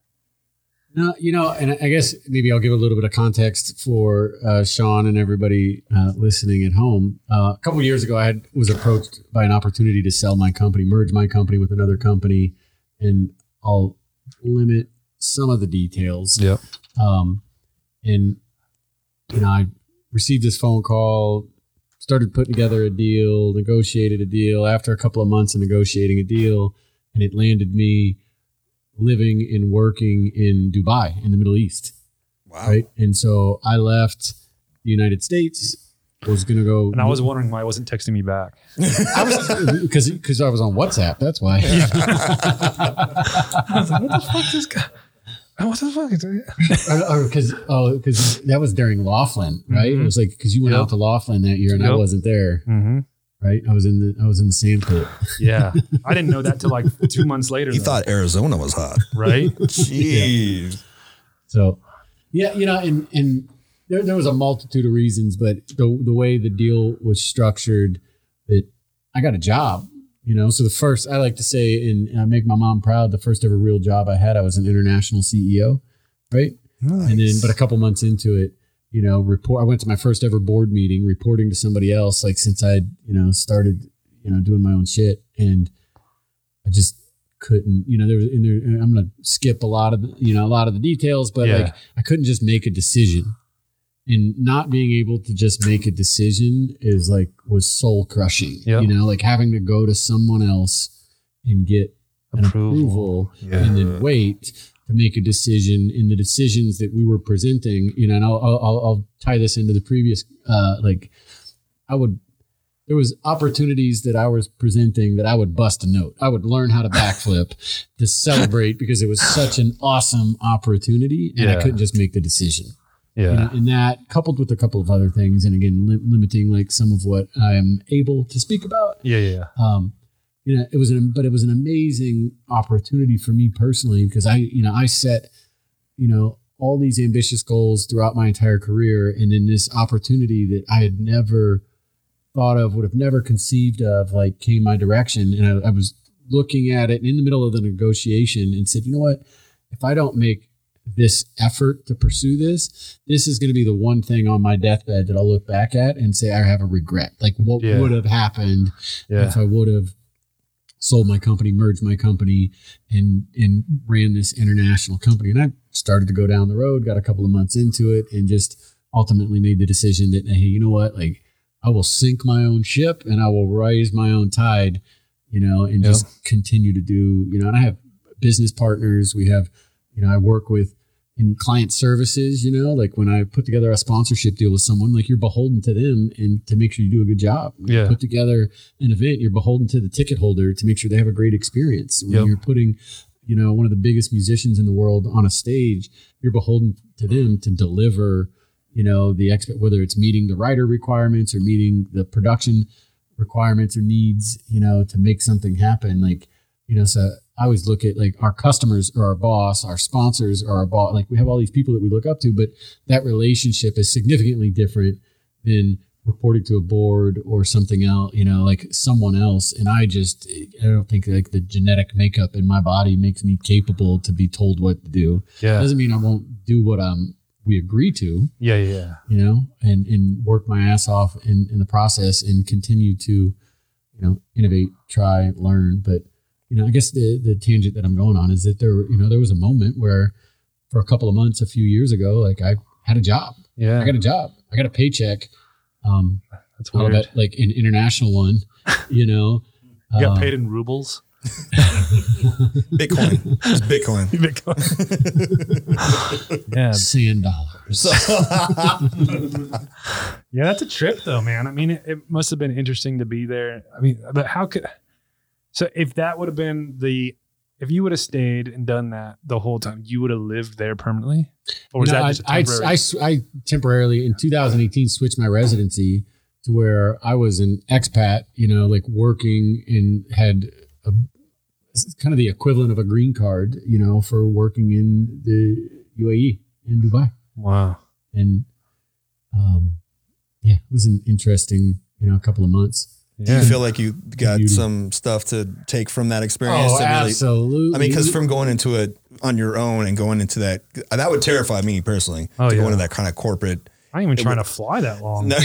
S1: No, you know, and I guess maybe I'll give a little bit of context for uh, Sean and everybody uh, listening at home. Uh, a couple of years ago, I had, was approached by an opportunity to sell my company, merge my company with another company, and I'll limit some of the details.
S2: Yep.
S1: Um, and you know, I received this phone call, started putting together a deal, negotiated a deal. After a couple of months of negotiating a deal, and it landed me living and working in Dubai in the Middle East.
S3: wow,
S1: Right. And so I left the United States, was going to go.
S2: and i was wondering why it wasn't texting me back
S1: because because I was on WhatsApp. That's why.
S2: i was like what the fuck is this guy what the fuck is it?
S1: Because oh, because that was during Laughlin, right? It was like because you went
S2: Mm-hmm. Yep.
S1: out to Laughlin that year and I
S2: Yep.
S1: wasn't there,
S2: Mm-hmm.
S1: right? I was in the I was in the sand pit.
S2: Yeah, I didn't know that till like two months later.
S3: you
S2: though,
S3: thought Arizona was hot.
S2: right?
S3: Jeez,
S1: So, yeah, you know, and and there, there was a multitude of reasons, but the the way the deal was structured, that I got a job, you know. So the first I like to say, and and I make my mom proud. The first ever real job I had, I was an international CEO, right? And then, but a couple months into it, you know, report. I went to my first ever board meeting, reporting to somebody else. Like since I'd you know started you know doing my own shit, and I just couldn't you know there was in there. I'm gonna skip a lot of the, you know a lot of the details, but
S2: Yeah.
S1: like I couldn't just make a decision, and not being able to just make a decision is like was soul crushing.
S2: Yep.
S1: You know, like having to go to someone else and get an
S2: Approval.
S1: approval and then wait to make a decision in the decisions that we were presenting. You know, and I'll I'll, I'll- I'll tie this into the previous uh, like I would. There was opportunities that I was presenting that I would bust a note. I would learn how to backflip to celebrate because it was such an awesome opportunity, and
S2: Yeah.
S1: I couldn't just make the decision.
S2: Yeah,
S1: You know, and that coupled with a couple of other things, and again li- limiting like some of what I'm able to speak about,
S2: yeah, yeah.
S1: um, you know, it was an but it was an amazing opportunity for me personally because I, you know, I set, you know, all these ambitious goals throughout my entire career, and then this opportunity that I had never thought of, would have never conceived of, like came my direction, and I, I was looking at it in the middle of the negotiation and said, you know what, if I don't make this effort to pursue this, this is going to be the one thing on my deathbed that I'll look back at and say I have a regret. Like what
S2: Yeah.
S1: would have happened
S2: yeah.
S1: if I would have sold my company, merged my company, and and ran this international company. And I started to go down the road, got a couple of months into it, and just ultimately made the decision that hey, you know what, like I will sink my own ship and I will raise my own tide, you know, and
S4: Yeah.
S1: just continue to do, you know, and I have business partners. We have, you know, I work with in client services, you know, like when I put together a sponsorship deal with someone, like you're beholden to them and to make sure you do a good job. When you
S2: Yeah.
S1: Put together an event, you're beholden to the ticket holder to make sure they have a great experience. When
S2: Yep.
S1: you're putting, you know, one of the biggest musicians in the world on a stage, you're beholden to them to deliver, you know, the expert, whether it's meeting the writer requirements or meeting the production requirements or needs, you know, to make something happen. Like, you know, so I always look at like our customers or our boss, our sponsors or our boss. Like we have all these people that we look up to, but that relationship is significantly different than reporting to a board or something else, you know, like someone else. And I just, I don't think like the genetic makeup in my body makes me capable to be told what to do.
S2: Yeah.
S1: Doesn't mean I won't do what um we agree to,
S2: Yeah. Yeah.
S1: you know, and and work my ass off in in the process and continue to, you know, innovate, try, learn. But you know, I guess the the tangent that I'm going on is that there, you know, there was a moment where, for a couple of months, a few years ago, like I had a job,
S2: Yeah.
S1: I got a job, I got a paycheck. Um,
S2: That's
S1: out
S2: weird.
S1: of it, like an international one, you know.
S2: You got
S1: Um,
S2: paid in rubles.
S3: Bitcoin. It's Bitcoin.
S2: yeah.
S1: sand dollars.
S3: So,
S2: Yeah, that's a trip though, man. I mean, it, it must have been interesting to be there. I mean, but how could so if that would have been the if you would have stayed and done that the whole time, you would have lived there permanently, or was
S1: No,
S2: that
S1: I-
S2: just a
S1: I,
S2: temporary?
S1: I s- I temporarily in 2018 switched my residency to where I was an expat, you know, like working and had a, it's kind of the equivalent of a green card, you know, for working in the UAE in Dubai.
S2: wow.
S1: And um, yeah, it was an interesting, you know, couple of months.
S3: do you
S2: Yeah.
S3: feel like you got
S1: Beauty. Oh,
S3: some stuff to take from that
S2: Oh,
S3: experience? to really-
S1: absolutely.
S3: I mean, because from going into it on your own and going into that, that would terrify me personally.
S2: Oh,
S3: to
S2: yeah.
S3: go into that kind of corporate.
S2: I'm even trying to fly that long.
S3: No,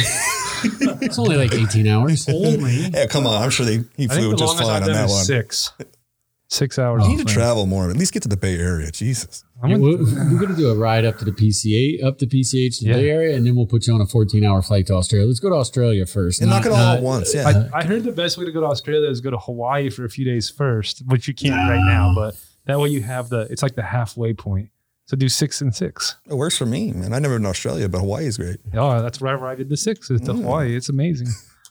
S1: it's only like 18 hours.
S2: Only.
S3: yeah, come on. I'm sure they he
S2: I think
S3: flew
S2: the
S3: just
S2: longest
S3: fine
S2: I've
S3: on
S2: done
S3: that
S2: is
S3: one.
S2: six. Six hours.
S3: You
S2: on
S3: need
S2: plane.
S3: to travel more. At least get to the Bay Area. Jesus.
S2: I'm
S1: Yeah,
S2: gonna-
S1: we're, we're going to do a ride up to the PCH, up the PCH to the
S2: Yeah.
S1: Bay Area, and then we'll put you on a 14 hour flight to Australia. Let's go to Australia first.
S3: And knock it all at once. Yeah.
S2: I, I heard the best way to go to Australia is go to Hawaii for a few days first, which you can't right now, but that way you have the it's like the halfway point. So do six and six.
S3: it works for me, man. I never been to Australia, but Hawaii is great.
S2: Oh, that's right where I did the six. It's to
S3: Mm.
S2: Hawaii. It's amazing.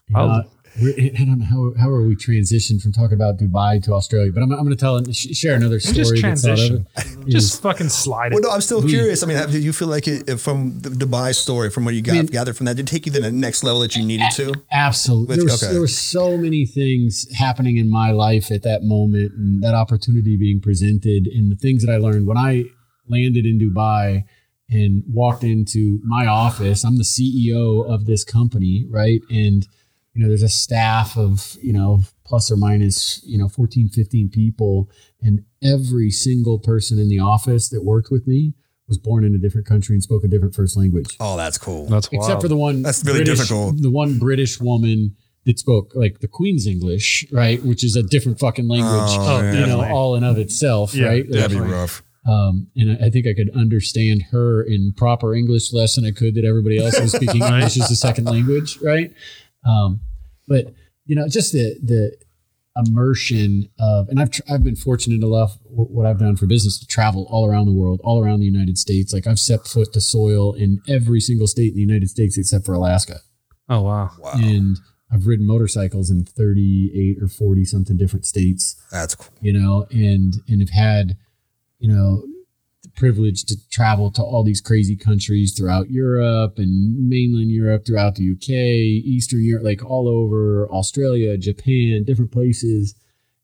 S1: You know, we're- I don't know how, how are we transitioned from talking about Dubai to Australia, but I'm, I'm going to tell and sh- share another
S2: We just
S1: story. that's out of
S2: transition.
S1: it.
S2: Just fucking slide
S3: Well,
S2: it.
S3: no, I'm still
S1: We-
S3: curious. I mean, have, did you feel like it, if from the Dubai story, from what you got
S1: mean-
S3: gathered from that, did it take you to the next level that you needed to?
S1: Absolutely.
S3: With-
S1: There, were
S3: okay.
S1: there were so many things happening in my life at that moment and that opportunity being presented and the things that I learned when I landed in Dubai and walked into my office. I'm the CEO of this company, right? And you know, there's a staff of, you know, plus or minus, you know, 14, 15 people and every single person in the office that worked with me was born in a different country and spoke a different first language
S3: Oh, that's cool.
S2: That's wild.
S1: except for the one
S3: That's really
S1: British,
S3: difficult.
S1: The one British woman that spoke like the Queen's English, right, which is a different fucking language,
S3: Oh,
S1: you
S2: yeah.
S1: know, all in of itself,
S2: Yeah,
S1: right? Like,
S3: That'd be
S2: definitely.
S3: rough.
S1: um, and I, I think I could understand her in proper English less than I could that everybody else was speaking English as a second language, right? Um, but you know, just the the immersion of, and I've tr- I've been fortunate enough wh- what I've done for business to travel all around the world, all around the United States. Like I've set foot to soil in every single state in the United States except for Alaska,
S2: oh wow.
S3: Wow,
S1: and I've ridden motorcycles in thirty eight or forty something different states
S3: that's cool.
S1: you know, and and have had, you know, the privilege to travel to all these crazy countries throughout Europe and mainland Europe, throughout the UK, Eastern Europe, like all over Australia, Japan, different places,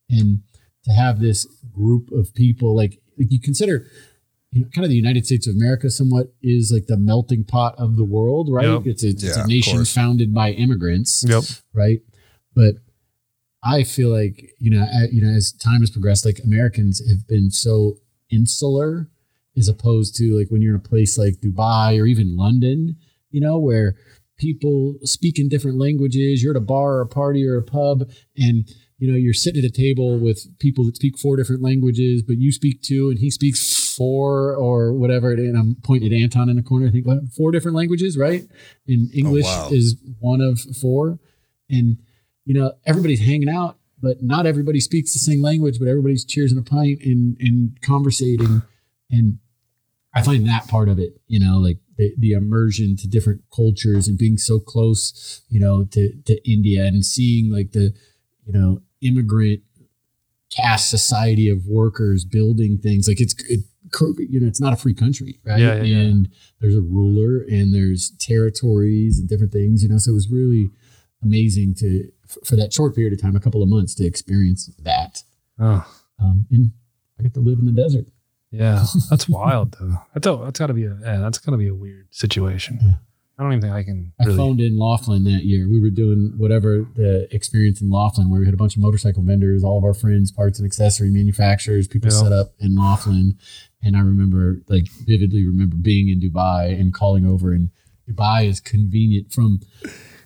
S1: and to have this group of people, like, like you consider. You know, kind of the United States of America, somewhat is like the melting pot of the world, right?
S2: Yep.
S1: It's a, it's
S3: Yeah,
S1: a
S3: of
S1: nation
S3: course.
S1: founded by immigrants,
S2: Yep.
S1: right? But I feel like you know, I, you know, as time has progressed, like Americans have been so insular, as opposed to like when you're in a place like Dubai or even London, you know, where people speak in different languages. You're at a bar or a party or a pub, and you know, you're sitting at a table with people that speak four different languages, but you speak two and he speaks four or whatever, and I'm pointing at Anton in the corner. I think like, four different languages, right? And English
S3: wow.
S1: is one of four. And you know, everybody's hanging out, but not everybody speaks the same language. But everybody's cheers and a pint and and conversating, and I find that part of it, you know, like the, the immersion to different cultures and being so close, you know, to to India and seeing like the, you know, immigrant caste society of workers building things like it's it, you know it's not a free country right
S2: Yeah, yeah, yeah.
S1: and there's a ruler and there's territories and different things you know so it was really amazing to f- for that short period of time a couple of months to experience that
S2: Oh,
S1: um, and i get to live in the desert
S2: yeah, that's wild though. That's a, that's gotta be a yeah, that's gotta be a weird situation.
S1: Yeah.
S2: I don't even think I can
S1: I
S2: really.
S1: phoned in Laughlin that year. We were doing whatever the experience in Laughlin, where we had a bunch of motorcycle vendors, all of our friends, parts and accessory manufacturers, people
S2: Yeah.
S1: set up in Laughlin. And I remember, like, vividly remember being in Dubai and calling over. And Dubai is convenient from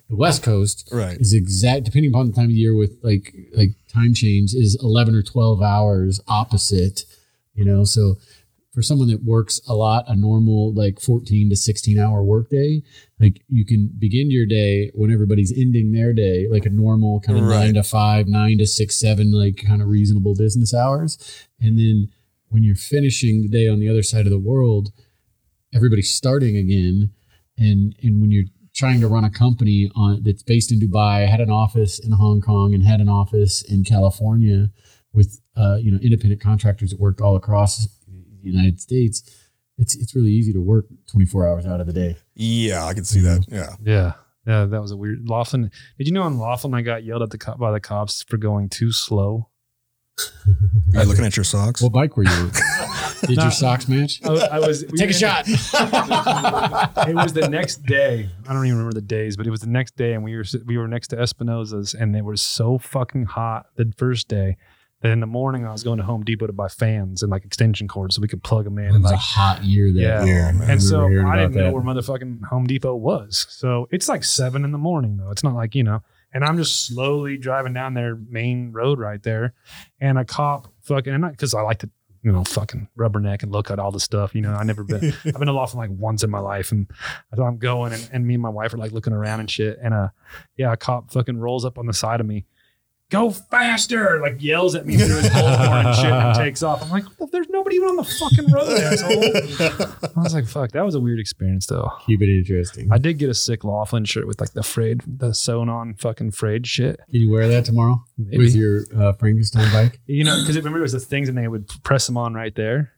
S1: the West Coast
S3: Right.
S1: is exact depending upon the time of year with like like time change is 11 or 12 hours opposite you know so for someone that works a lot a normal like 14 to 16 hour workday like you can begin your day when everybody's ending their day like a normal kind of
S3: Right.
S1: nine to five nine to six seven like kind of reasonable business hours and then when you're finishing the day on the other side of the world everybody's starting again and and when you're trying to run a company on that's based in Dubai, had an office in Hong Kong and had an office in California with uh, you know independent contractors that worked all across the United States. It's it's really easy to work 24 hours out of the day.
S3: Yeah, I can see that. Yeah.
S2: Yeah. Yeah, that was a weird Laughlin. Did you know in Laughlin I got yelled at the cop by the cops for going too slow?
S3: Are you looking at your socks?
S1: What bike were you? Did your
S2: Not-
S1: socks match?
S2: I, I was we
S1: Take a
S2: were-
S1: shot.
S2: it was the next day. I don't even remember the days, but it was the next day, and we were we were next to Espinosa's, and it was so fucking hot the first day that in the morning I was going to Home Depot to buy fans and like extension cords so we could plug them in
S1: It
S2: and
S1: was a
S2: like.
S1: hot year that
S2: Yeah.
S3: Yeah, Oh, man.
S2: And
S1: I
S2: so
S1: remember hearing
S2: I didn't
S1: about
S2: know
S1: that.
S2: where motherfucking Home Depot was. So it's like seven in the morning though. It's not like you know. And I'm just slowly driving down their main road right there, and a cop fucking and because I like to you know fucking rubberneck and look at all the stuff. You know I never been I've been to Laughlin like once in my life, and so I'm going, and, and me and my wife are like looking around and shit, and uh, yeah, a cop fucking rolls up on the side of me, go faster, like yells at me through his bullhorn and shit, and takes off. I'm like, well, there's nobody even on the fucking
S3: Oh,
S2: road, asshole. I was like, fuck, that was a weird experience though.
S1: Keep it interesting.
S2: I did get a sick Laughlin shirt with like the frayed, the sewn on fucking frayed shit.
S1: Can you wear that tomorrow
S2: Maybe.
S1: with your uh, Frankenstein bike?
S2: You know, because remember it was the things and they would press them on right there.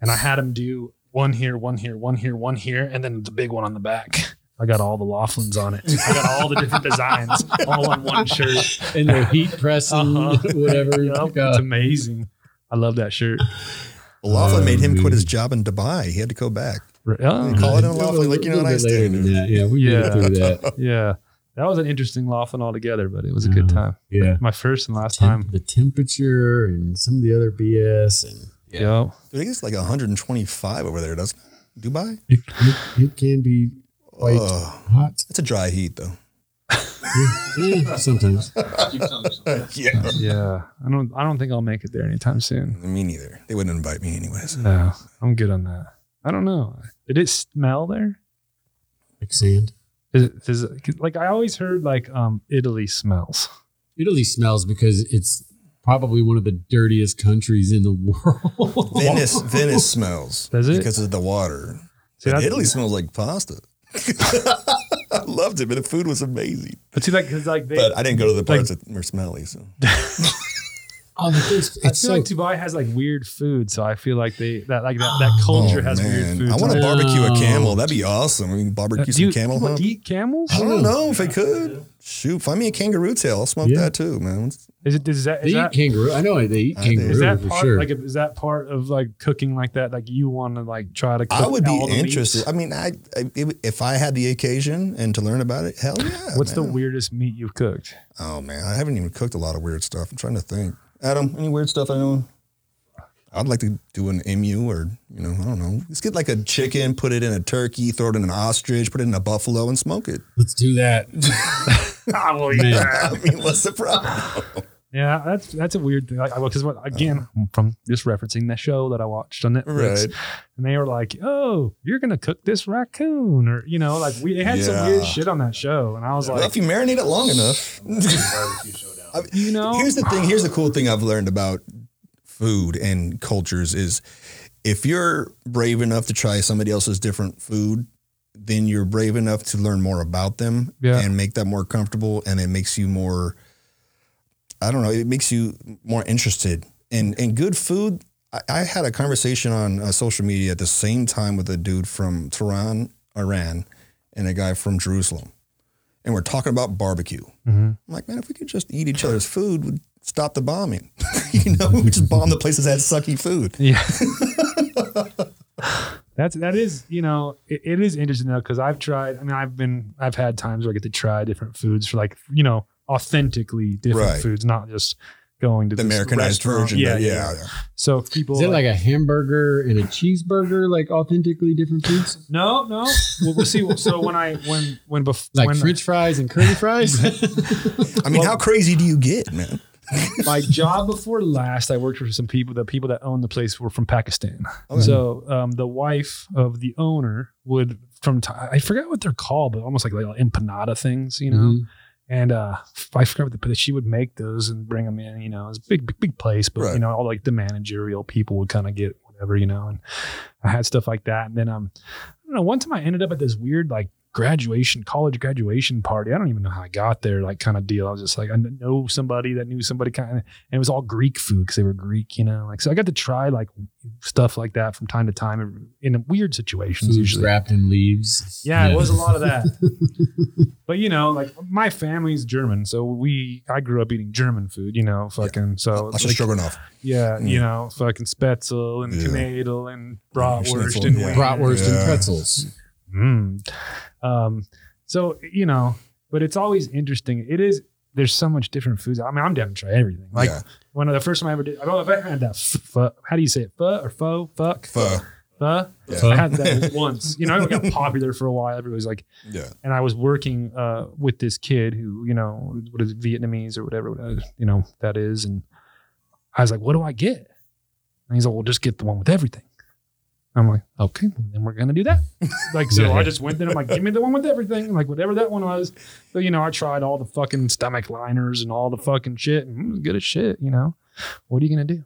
S2: And I had them do one here, one here, one here, one here, and then the big one on the back. I got all the Laughlins on it. I got all the different designs all on one shirt.
S1: And the heat pressing,
S2: Uh-huh.
S1: whatever. uh,
S2: Yep,
S1: God.
S2: it's amazing. I love that shirt.
S3: Well, Laughlin made him quit
S1: dude.
S3: his job in Dubai. He had to go back.
S2: Right- oh,
S3: Call it
S1: A
S3: in Laughlin, like you know
S1: little
S3: what I
S1: bit later
S3: stand.
S1: than that. Yeah, we yeah.
S2: Yeah.
S1: through that.
S2: yeah. That was an interesting Laughlin altogether, but it was a good
S1: Yeah.
S2: time.
S1: Yeah.
S2: My first and last
S1: Temp-
S2: time.
S1: the temperature and some of the other BS, and
S2: Yeah.
S3: Dude, I think it's like 125 over there, doesn't it? Dubai?
S1: it, it, it can be Wait.
S3: Ugh.
S1: hot
S3: it's a dry heat, though.
S1: Yeah, sometimes.
S3: yeah.
S2: Yeah. I don't I don't think I'll make it there anytime soon.
S3: Me neither. They wouldn't invite me anyways.
S2: No, I'm good on that. I don't know. Did it smell there?
S1: Like sand.
S2: Is it, is it 'cause, like I always heard like um Italy smells.
S1: Italy smells because it's probably one of the dirtiest countries in the world.
S3: Venice, Venice smells.
S2: Does it?
S3: Because of the water.
S2: See,
S3: But
S2: that's-
S3: Italy smells like pasta. I loved it, but the food was amazing.
S2: But see, like because like they,
S3: But I didn't go to the
S2: Like-
S3: parts that were smelly. So
S1: Oh, the thing's-
S2: I feel
S1: it's so,
S2: like Dubai has like weird food, so I feel like they that like that, that culture
S3: Oh,
S2: has weird
S3: man.
S2: food.
S3: I want to
S1: No.
S3: barbecue a camel. That'd be awesome. We can
S2: Uh,
S3: barbecue
S2: do
S3: some
S2: you,
S3: camel.
S2: people
S3: Huh?
S2: eat camels?
S3: I don't know if I could. Shoot, find me a kangaroo tail. I'll smoke
S1: Yeah.
S3: that too, man.
S2: Is it is that
S1: they
S2: is
S1: eat
S2: that,
S1: kangaroo. I know they eat
S3: I do.
S1: kangaroo
S2: is that
S1: for
S2: part
S1: sure.
S2: like is that part of like cooking like that? Like you want to like try to? Cook
S3: I would be
S2: all the meats?
S3: interested. I mean, I, I if I had the occasion and to learn about it, hell yeah.
S2: What's the
S3: man.
S2: weirdest meat you've cooked?
S3: Oh man, I haven't even cooked a lot of weird stuff. I'm trying to think. Adam, any weird stuff I know? I'd like to do an emu or you know, I don't know. Let's get like a chicken, put it in a turkey, throw it in an ostrich, put it in a buffalo, and smoke it.
S1: Let's do that.
S2: I will eat
S1: Man.
S2: that.
S3: I mean, what's the problem?
S2: Yeah, that's that's a weird thing. Like, because what again I'm from just referencing that show that I watched on Netflix,
S3: Right.
S2: and they were like, "Oh, you're gonna cook this raccoon," or you know, like we they had some weird
S3: Yeah.
S2: shit on that show, and I was
S3: Well, if
S2: like,
S3: you marinate it long enough.
S5: barbecue showdown.
S3: I-
S2: you know,
S3: Here's the thing. Here's the cool thing I've learned about food and cultures is if you're brave enough to try somebody else's different food, then you're brave enough to learn more about them
S2: Yeah.
S3: and make that more comfortable. And it makes you more, I don't know, it makes you more interested in, in good food. I, I had a conversation on uh, social media at the same time with a dude from Tehran, Iran, and a guy from Jerusalem. And we're talking about barbecue.
S2: Mm-hmm.
S3: I'm like, man, if we could just eat each other's food, we'd stop the bombing. you know, we just bomb the places that had sucky food.
S2: yeah. That's that is you know it, it is interesting though because I've tried. I mean, I've been I've had times where I get to try different foods for like you know authentically different
S3: Right.
S2: foods, not just going to
S3: The
S2: this
S3: Americanized
S2: restaurant.
S3: version.
S2: Yeah,
S3: but
S2: yeah.
S3: yeah.
S2: So if people
S1: Is it like a hamburger and a cheeseburger, like authentically different foods?
S2: No, no. We'll, we'll see. So when I when when before
S1: Like
S2: when
S1: French fries and curly fries?
S3: I mean, how crazy do you get, man?
S2: my job before last, I worked for some people. The people that owned the place were from Pakistan.
S3: Okay.
S2: So um, the wife of the owner would from ti- I forgot what they're called, but almost like little empanada things, you know.
S1: Mhm.
S2: And uh, I forgot what the, but she would make those and bring them in. You know, it's a big, big, big place, but
S3: Right.
S2: you know, all like the managerial people would kind of get whatever, you know. And I had stuff like that. And then um, I don't know. One time I ended up at this weird like graduation, college graduation party. I don't even know how I got there, like kind of deal. I was just like, I kn- know somebody that knew somebody kind of, and it was all Greek food because they were Greek, you know. Like so, I got to try like stuff like that from time to time in weird situations.
S1: Foods
S2: usually,
S1: wrapped in leaves.
S2: yeah, it was a lot of that. but you know, like my family's German, so we I grew up eating German food. You know, fucking so
S3: That's a
S2: like,
S3: struggle enough.
S2: yeah, you
S3: Yeah.
S2: know, fucking Spätzle and
S3: Mm. Yeah.
S2: Knödel and bratwurst
S3: Schnitzel,
S2: and
S3: yeah.
S2: wiener.
S1: Bratwurst
S3: Yeah.
S1: and pretzels.
S2: Mm. Um, so you know, but it's always interesting. It is. There's so much different foods. I mean, I'm down to try everything. Like
S3: yeah.
S2: one of the first time I ever did. I don't know if I had that. F- f- how do you say it? Pho or pho? Fuck.
S3: Pho.
S2: Pho?
S3: Yeah.
S2: I had that once. You know, it got popular for a while. Everybody's like,
S3: Yeah.
S2: and I was working uh, with this kid who, you know, what is it, Vietnamese or whatever, uh, you know, that is. And I was like, what do I get? And he's like, well, just get the one with everything. I'm like, okay, well, then we're going to do that. Like, so I just went there. I'm like, give me the one with everything. Like, whatever that one was. So, you know, I tried all the fucking stomach liners and all the fucking shit. And it was good as shit, you know. What are you going to do?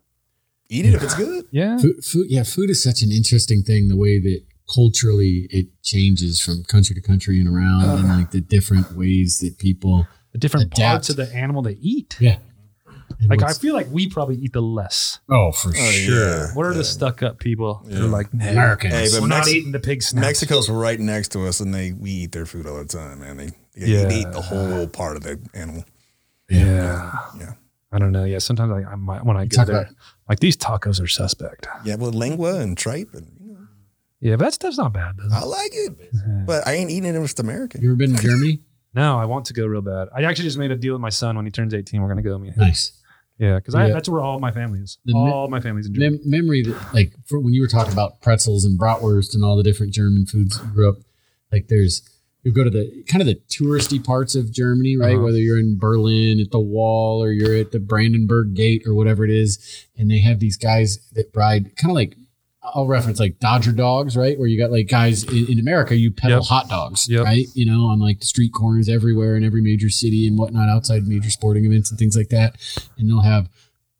S3: Eat it if it's good.
S2: Yeah.
S1: Food, food, yeah, food is such an interesting thing. The way that culturally it changes from country to country and around, and
S3: Uh-huh.
S1: like the different ways that people.
S2: The different
S1: Adapt.
S2: parts of the animal they eat.
S1: Yeah. and
S2: Like, I
S1: what's-
S2: feel like we probably eat the less.
S1: oh, for
S3: Oh,
S1: sure,
S3: yeah.
S2: What are the stuck up people? that
S3: Yeah.
S2: are like, nah,
S1: Americans.
S3: Hey, but
S2: we're
S3: Mex-
S2: not eating the pig snacks.
S3: Mexico's right next to us, and they we eat their food all the time, man. They, they
S2: Yeah.
S3: eat the whole part of the animal.
S2: Yeah.
S3: Yeah.
S2: I don't know. Yeah. Sometimes I, I might, when I go
S1: talk
S2: there,
S1: about-
S2: like these tacos are suspect.
S3: Yeah, well, lengua and tripe, and you know,
S2: Yeah. But that stuff's not bad. Though.
S3: I like it, Uh, but I ain't eating it if it's American.
S1: you ever been to Germany?
S2: No, I want to go real bad. I actually just made a deal with my son when he turns 18. We're going to go meet him.
S1: nice.
S2: Yeah. Cause I,
S1: Yeah.
S2: that's where all my family is.
S1: The mi-
S2: all my family's in Germany.
S1: Mem- memory that, like, for when you were talking about pretzels and bratwurst and all the different German foods you grew up, like, there's you go to the kind of the touristy parts of Germany, right?
S2: Uh-huh.
S1: Whether you're in Berlin at the Wall or you're at the Brandenburg Gate or whatever it is, and they have these guys that ride kind of like I'll reference like Dodger dogs, right? Where you got like guys in, in America, you peddle
S2: Yep.
S1: hot dogs,
S2: Yep.
S1: right? You know, on like the street corners everywhere in every major city and whatnot, outside major sporting events and things like that. And they'll have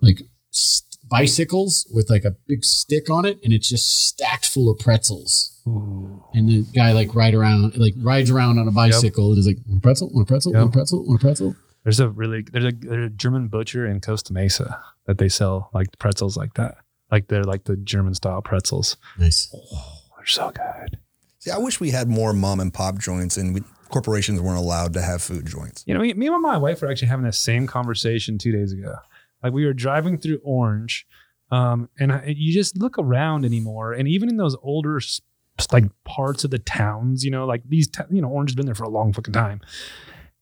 S1: like s- bicycles with like a big stick on it, and it's just stacked full of pretzels.
S2: Ooh.
S1: And the guy like ride around, like rides around on a bicycle, and is like, "Want a pretzel? Want a pretzel? Want
S2: Yep.
S1: a pretzel? Want a pretzel?"
S2: There's a really, there's a, there's a German butcher in Costa Mesa that they sell like pretzels like that. Like they're like the German style pretzels.
S1: Nice.
S2: They're so good.
S3: See, I wish we had more mom and pop joints, and we, corporations weren't allowed to have food joints.
S2: You know, me, me and my wife were actually having that same conversation two days ago. Like we were driving through Orange, um, and I, you just look around anymore, and even in those older s- like parts of the towns, you know, like these, ta- you know, Orange has been there for a long fucking time,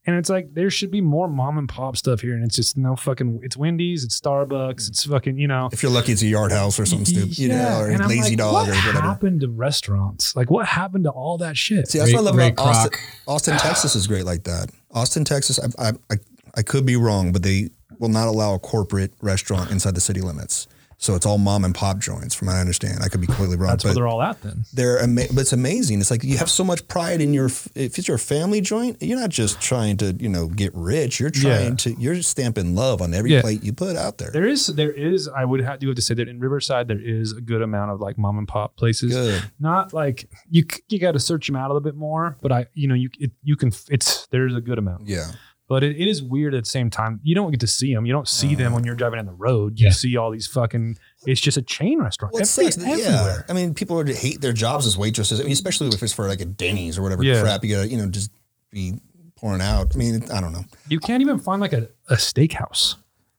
S2: and it's like there should be more mom and pop stuff here, and it's just no fucking. It's Wendy's, it's Starbucks, it's fucking, you know.
S3: If you're lucky, it's a yard house or something stupid, you know, or
S2: and I'm
S3: lazy
S2: like,
S3: dog
S2: What
S3: or whatever.
S2: happened to restaurants? Like, what happened to all that shit?
S3: See, that's what I
S1: Ray-
S3: love
S1: Ray
S3: about Austin.
S1: Kroc.
S3: Austin, Texas is great like that. Austin, Texas, I, I, I, I could be wrong, but they will not allow a corporate restaurant inside the city limits. So it's all mom and pop joints, from what I understand. I could be completely wrong,
S2: That's
S3: but
S2: where they're all at then.
S3: they're ama- but it's amazing. It's like you have so much pride in your if it's your family joint, you're not just trying to you know get rich. You're trying
S2: Yeah.
S3: to you're stamping love on every
S2: Yeah.
S3: plate you put out there.
S2: There is, there is. I would have, do have to say that in Riverside there is a good amount of like mom and pop places.
S3: Good.
S2: Not like you, c- you got to search them out a little bit more. But I, you know, you it, you can. It's there's a good amount,
S3: Yeah.
S2: but it, it is weird at the same time. You don't get to see them. You don't see them
S3: Uh.
S2: when you're driving down the road. You
S1: Yeah.
S2: see all these fucking. It's just a chain restaurant.
S3: Well, it
S2: Every-
S3: sucks. that- Yeah.
S2: everywhere.
S3: I mean, people are, hate their jobs as waitresses. I mean, especially if it's for like a Denny's or whatever
S2: Yeah.
S3: crap. You gotta, you know, just be pouring out. I mean, I don't know.
S2: You can't even find like a, a steakhouse.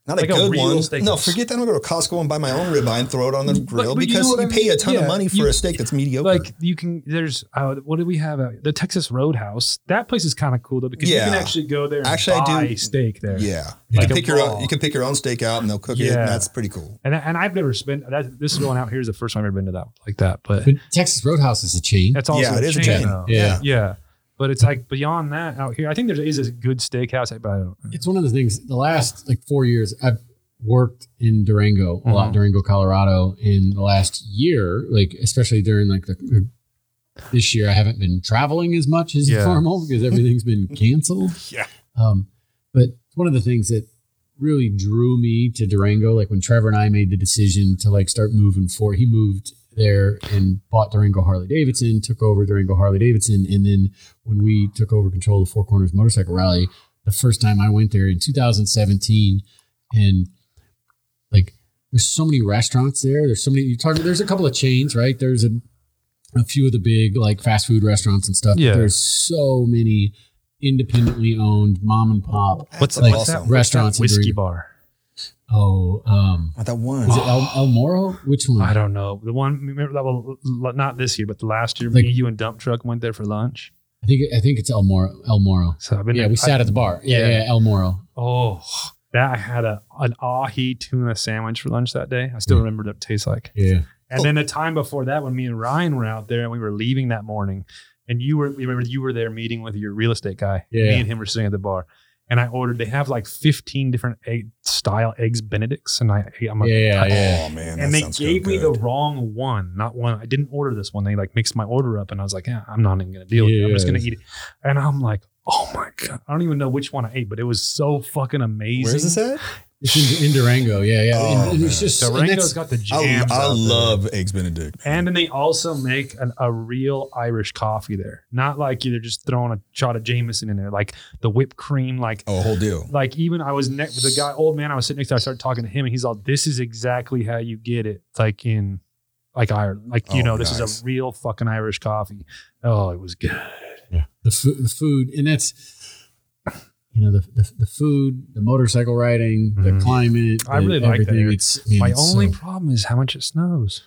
S3: Not
S2: Like
S3: a
S2: a
S3: good
S2: real
S3: one.
S2: steakhouse.
S3: No, forget that. I'm gonna go to Costco and buy my own ribeye and throw it on the grill
S2: but you
S3: because
S2: know
S3: you,
S2: what I
S3: pay a
S2: mean?
S3: ton of
S2: Yeah.
S3: money for
S2: You-
S3: a steak that's mediocre.
S2: Like you can, there's uh, what do we have? out the Texas Roadhouse. That place is kind of cool though because you
S3: Yeah.
S2: can actually go there. And
S3: Actually, I
S2: buy
S3: do-
S2: steak there.
S3: yeah, you
S2: Like
S3: can
S2: a
S3: pick your
S2: raw.
S3: own, you can pick your own steak out and they'll cook it.
S2: Yeah.
S3: And that's pretty cool.
S2: And and I've never spent that. This going out here is the first time I've ever been to that like that. But
S1: But Texas Roadhouse is a chain.
S2: that's also
S3: yeah, it is a chain.
S2: though.
S1: Yeah.
S3: yeah.
S2: Yeah. But it's like beyond that out here. I think there is a good steakhouse, but I don't.
S1: it's one of the things the last like four years i've worked in durango a lot
S2: Mhm.
S1: durango colorado in the last year like especially during like the this year i haven't been traveling as much as
S2: Yeah.
S1: normal because everything's been canceled
S3: Yeah.
S1: um but one of the things that really drew me to durango like when trevor and i made the decision to like start moving forward he moved there and bought Durango Harley Davidson, took over Durango Harley Davidson, and then when we took over control of the Four Corners Motorcycle Rally, the first time I went there in 2017, and like there's so many restaurants there. There's so many you talk. There's a couple of chains, right? There's a a few of the big like fast food restaurants and stuff. but
S2: Yeah.
S1: There's so many independently owned mom and pop.
S2: What's-
S3: That's
S1: what's
S3: awesome?
S1: that? Restaurants
S2: That whiskey
S1: and
S2: bar.
S1: Oh, um,
S3: What that one?
S1: is it El, El Moro? Which one?
S2: I don't know the one. Remember that was not this year, but the last year.
S1: Like-
S2: me, you, and Dump Truck went there for lunch.
S1: I think I think it's El Moro. El Moro.
S2: So I've been.
S1: Yeah,
S2: there-
S1: we sat at the bar. Yeah,
S2: Yeah.
S1: yeah, El Moro.
S2: I, oh, that I had a an ahi tuna sandwich for lunch that day. I still
S1: Mm.
S2: remember what it tastes like.
S1: Yeah.
S2: And
S3: Oh.
S2: then the time before that, when me and Ryan were out there and we were leaving that morning, and you were you remember you were there meeting with your real estate guy.
S1: Yeah.
S2: Me and him were sitting at the bar, and I ordered. They have like fifteen different egg style eggs Benedicts, and I I'm a,
S1: Yeah, yeah.
S3: Oh man, that
S2: and they
S3: sounds so
S2: gave me the
S3: good.
S2: wrong one, not one. I didn't order this one. They like mixed my order up, and I was like, yeah, I'm not even gonna deal with it. I'm just
S1: Yeah.
S2: gonna eat it. And I'm like, oh my god, I don't even know which one I ate, but it was so fucking amazing.
S3: Where is this at?
S1: It's in, in Durango. Yeah, yeah.
S3: Oh,
S1: and, and it's
S3: man.
S1: just and that's-
S2: Durango's got the
S3: Oh, I,
S2: jams.
S3: I
S2: out there.
S3: love eggs Benedict.
S2: And then they also make an, a real Irish coffee there. Not like they're just throwing a shot of Jameson in there, like the whipped cream, like
S3: oh, a whole deal.
S2: like even I was next the guy, old man I was sitting next to, I started talking to him and he's all, This is exactly how you get it, like in like Ireland. Like, you
S3: Oh,
S2: know, this is
S3: nice.
S2: a real fucking Irish coffee. Oh, it was good.
S1: the, fu- the food, and that's you know the, the, the food, the motorcycle riding,
S2: Mhm.
S1: the climate.
S2: I
S1: the
S2: really like that
S1: everything.
S2: area.
S1: It's man,
S2: My
S1: it's
S2: only
S1: so,
S2: problem is how much it snows.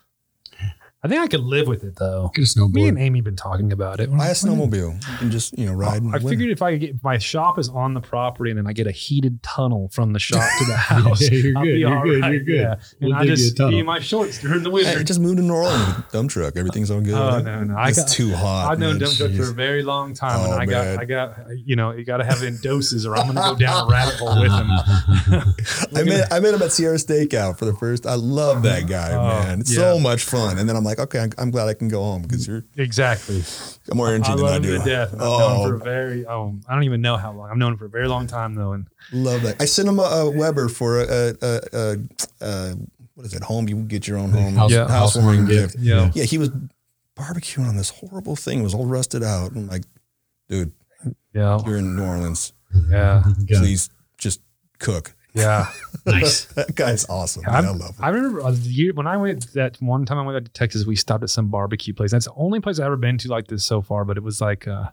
S2: I think I could live with it though.
S1: get a
S2: Me and
S1: snowboard.
S2: Amy been talking about it.
S3: Buy a snowmobile and just you know ride. in
S2: Oh, I
S3: the winter.
S2: figured if I could get my shop is on the property and then I get a heated tunnel from the shop to the house.
S1: Yeah, you're
S2: I'll
S1: good,
S2: be
S1: you're
S2: all
S1: good,
S2: right,
S1: you're good.
S2: Yeah.
S1: We'll
S2: and I
S1: dig you a
S2: just be
S1: tunnel.
S2: in my shorts during the
S3: Hey,
S2: winter.
S3: just moved to New Orleans with a dump truck. Everything's all good.
S2: oh no, no. I
S3: it's
S2: got,
S3: too hot.
S2: I've known
S3: man.
S2: dump truck for a
S3: Jeez.
S2: very long time, and
S3: Oh,
S2: I got,
S3: man.
S2: I got, you know, you got to have it in doses, or I'm going to go down a rabbit hole with him.
S3: I met I met him at Sierra Steakout for the first. I love that guy,
S2: Oh,
S3: man. It's
S2: yeah.
S3: so much fun. And then I'm like, okay, I'm, I'm glad I can go home because you're
S2: Exactly.
S3: I'm more energy
S2: I
S3: than
S2: love
S3: I
S2: him
S3: do.
S2: to death. and I've known him
S3: oh,
S2: for a very, oh, I don't even know how long. I've known him for a very long time though, and
S3: love that. I sent him a, a Weber for a, a, a, a what is it? Home? You get your own home
S1: House-
S2: Yeah.
S3: housewarming gift.
S2: yeah,
S3: Yeah, he was barbecuing on this horrible thing. It was all rusted out. I'm like, dude,
S2: yeah,
S3: you're in New Orleans.
S2: yeah,
S1: Yeah.
S3: Please just cook.
S2: yeah.
S1: nice.
S3: That guy's awesome.
S2: I'm-
S3: man. I love him.
S2: I remember uh, the year when I went that one time I went out to Texas, we stopped at some barbecue place. That's the only place I've ever been to like this so far, but it was like uh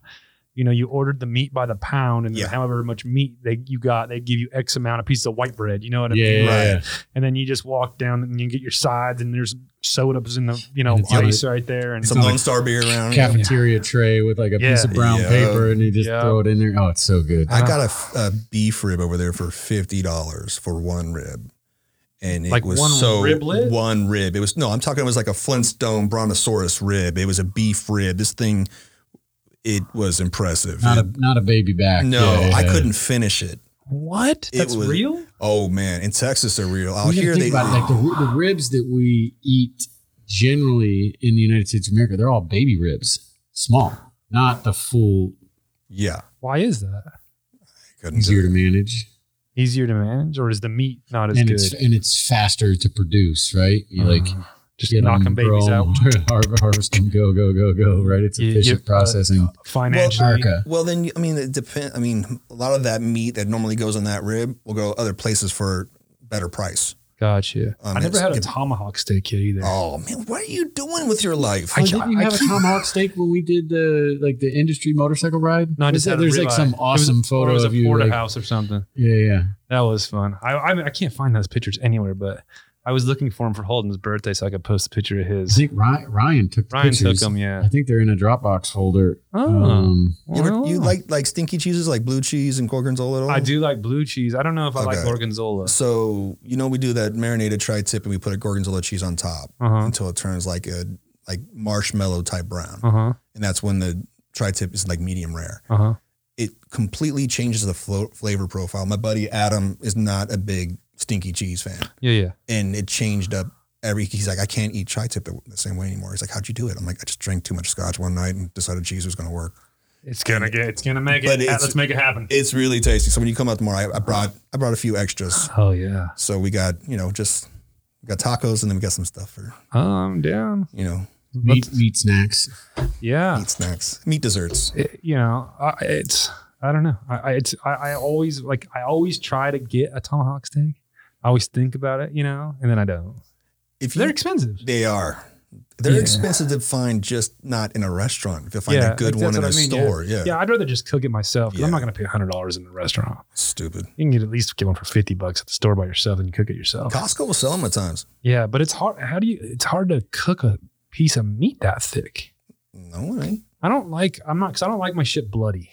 S2: you know, you ordered the meat by the pound, and then
S3: Yeah.
S2: however much meat they you got, they give you X amount of pieces of white bread. You know what I
S1: Yeah,
S2: mean?
S1: yeah, yeah.
S3: Right.
S2: And then you just walk down and you get your sides, and there's sodas in the you know
S1: And it's
S2: ice right there, and
S3: Some
S1: Sounds
S3: Lone
S1: like
S3: Star beer around. here.
S1: cafeteria tray with like a
S2: Yeah.
S1: piece of brown
S3: Yeah.
S1: paper, and you just
S2: Yeah.
S1: throw it in there. Oh, it's so good.
S3: I got a f- a, beef rib over there for fifty dollars for one rib, and it
S2: Like
S3: was
S2: one
S3: so
S2: riblet?
S3: one rib. It was no, I'm talking. It was like a Flintstone brontosaurus rib. It was a beef rib. This thing, it was impressive.
S1: Not
S3: It-
S1: a not a baby back.
S3: no,
S1: Yeah, yeah,
S3: I
S1: yeah.
S3: couldn't finish it.
S2: What?
S3: It
S2: That's
S3: was-
S2: real?
S3: Oh man, in Texas they're real. Out
S1: We gotta
S3: here
S1: think
S3: they
S1: about it, like the, the ribs that we eat generally in the United States of America, they're all baby ribs, small, not the full,
S3: yeah.
S2: Why is that?
S3: Couldn't do
S1: easier
S3: it.
S1: to manage,
S2: Easier to manage, or is the meat not as
S1: and
S2: good?
S1: it's and it's faster to produce, right? You like
S2: Uh, just
S1: get Uh-huh. 'em,
S2: knocking babies
S1: grow
S2: out
S1: 'em, har- harvest them, go go go go, right? It's
S2: You- you-
S1: efficient processing.
S2: financially.
S1: America.
S3: Well, then I mean it depend. I mean a lot of that meat that normally goes in that rib will go other places for better price.
S2: Gotcha.
S3: Um,
S2: I never
S3: it's-
S2: had a
S3: it's-
S2: tomahawk steak yet either.
S3: Oh man, what are you doing with your life?
S1: I
S2: I-
S1: didn't you
S2: I
S1: have a
S2: keep-
S1: tomahawk steak when we did the like the industry motorcycle ride?
S2: No, I
S1: Was
S2: just
S1: that-
S2: had a
S1: there's like
S2: ribeye.
S1: some
S2: It was-
S1: awesome
S2: or it
S1: photo
S2: was
S1: of
S2: a
S1: you. like-
S2: porterhouse or something.
S1: yeah, yeah.
S2: That was fun. I, I mean, I can't find those pictures anywhere, but I was looking for him for Holden's birthday so I could post a picture of
S1: I
S2: his.
S1: think Ryan, Ryan took the
S2: Ryan
S1: pictures.
S2: took them, yeah.
S1: I think they're in a Dropbox folder.
S2: Oh,
S1: Um,
S3: You, ever- you
S2: well,
S3: like like stinky cheeses like blue cheese and gorgonzola at all?
S2: I do like blue cheese. I don't know if I like
S3: Okay.
S2: gorgonzola.
S3: So you know we do that marinated tri-tip and we put a gorgonzola cheese on top
S2: Uh huh.
S3: until it turns like a like marshmallow type brown,
S2: Uh huh.
S3: and that's when the tri-tip is like medium rare.
S2: Uh huh.
S3: It completely changes the flo- flavor profile. My buddy Adam is not a big stinky cheese fan,
S2: Yeah, yeah.
S3: and it changed up every. He's like, I can't eat tri-tip the, the same way anymore. He's like, How'd you do it? I'm like, I just drank too much scotch one night and decided cheese was going to work.
S2: It's gonna get. It's gonna make
S3: But
S2: it.
S3: it's-
S2: Let's make it happen.
S3: It's really tasty. So when you come out tomorrow, I, I brought I brought a few extras.
S2: oh yeah.
S3: So we got you know just we got tacos and then we got some stuff for
S2: Oh, I'm down.
S3: you know
S1: meat, meat snacks.
S2: Yeah.
S3: meat snacks, meat desserts.
S2: It- you know, I, it's. I don't know. I, I it's. I, I always like. I always try to get a tomahawk steak. I always think about it, you know, and then I don't.
S3: If you,
S2: They're
S3: they're
S2: expensive.
S3: they are, they're
S2: Yeah.
S3: expensive to find, just not in a restaurant. If you find
S2: Yeah,
S3: a good
S2: that's
S3: one in a
S2: what I mean, yeah.
S3: store, yeah.
S2: Yeah, I'd rather just cook it myself 'cause I'm
S3: Yeah.
S2: not going to pay hundred dollars in a restaurant.
S3: stupid.
S2: You can get at least get one for fifty bucks at the store by yourself and cook it yourself.
S3: Costco will sell them at times.
S2: Yeah, but it's hard. How do you? It's hard to cook a piece of meat that thick.
S3: No, it ain't.
S2: I don't like. I'm not. Cause I don't like my shit bloody.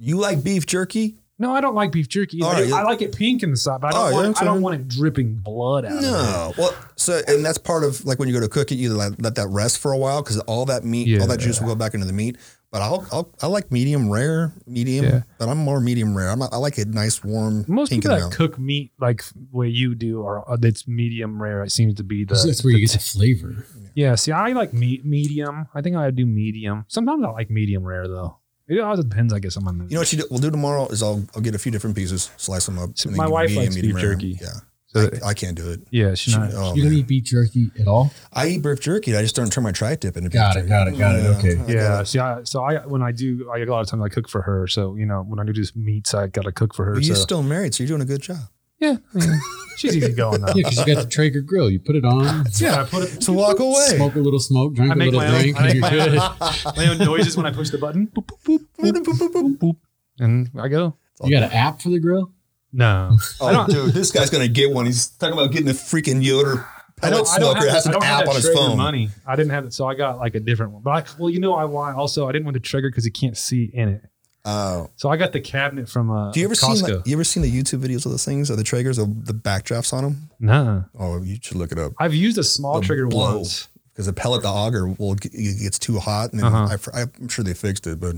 S3: You like beef jerky?
S2: No, I don't like beef jerky.
S3: All
S2: I,
S3: right, Oh, yeah.
S2: I like it pink inside, but I
S3: Oh,
S2: don't.
S3: yeah,
S2: want,
S3: that's
S2: I don't
S3: fine.
S2: want it dripping blood out. Of it.
S3: No. Well, so and that's part of like when you go to cook it, you let, let that rest for a while because all that meat, all that juice will go back into the meat. But I'll, I'll I like medium rare, medium.
S2: Yeah.
S3: But I'm more medium rare. I'm not, I like it nice, warm.
S2: Most
S3: pink
S2: people
S3: and
S2: that
S3: brown.
S2: cook meat like the way you do are uh, that's medium rare. It seems to be the.
S1: So that's where you
S2: the-
S1: get the flavor.
S2: Yeah, see, I like me- medium. I think I do medium. Sometimes I like medium rare though. It always depends, I guess, on my mood.
S3: You know what you do, we'll do tomorrow is I'll, I'll get a few different pieces, slice them up.
S2: So
S3: and then
S2: my
S3: give
S2: wife
S3: medium,
S2: likes
S3: medium
S2: beef
S3: rare.
S2: jerky.
S3: Yeah,
S2: So-
S3: I, I can't do it.
S2: yeah, she's not.
S3: Oh,
S1: you don't
S3: man.
S1: eat beef jerky at all?
S3: I eat beef jerky. I just don't turn my tri-tip into
S1: Got
S3: beef
S1: it,
S3: jerky.
S1: got it, got it, okay.
S3: I
S2: yeah,
S3: gotta-
S2: see, I, so I when I do, I, a lot of times I cook for her. So you know, when I do these meats, I gotta cook for her.
S3: But you're
S2: so
S3: still married, so you're doing a good job.
S2: yeah, yeah. she's easy going though.
S1: Yeah, because you got the Traeger grill. You put it on,
S2: yeah, I put it.
S3: So walk away.
S1: smoke a little smoke, drink
S2: I
S1: a
S2: make
S1: little
S2: my own.
S1: drink,
S2: I
S1: and
S2: make
S1: you're
S2: my
S1: good.
S2: own, my own noises when I push the button. Boop, boop, boop, boop, boop, boop, boop, and I go.
S1: You got an app for the grill?
S2: No, I
S3: Oh,
S2: don't.
S3: dude, this guy's gonna get one. He's talking about getting a freaking Yoder
S2: I
S3: pellet
S2: don't, I don't
S3: smoker.
S2: have,
S3: It has
S2: I
S3: an
S2: don't have
S3: app
S2: that
S3: on his
S2: Traeger
S3: phone.
S2: money. I didn't have it, so I got like a different one. But I, well, you know, I want also I didn't want the trigger because you can't see in it.
S3: Oh,
S2: So I got the cabinet from uh,
S3: do you ever
S2: Costco.
S3: seen like, you ever seen the YouTube videos of those things of the Traegers, of the backdrafts on them?
S2: Nah.
S3: Oh, you should look it up
S2: I've used a small
S3: The
S2: trigger
S3: blow.
S2: once.
S3: because the pellet, the auger, will it gets too hot, and then
S2: Uh-huh.
S3: I, I'm sure they fixed it, but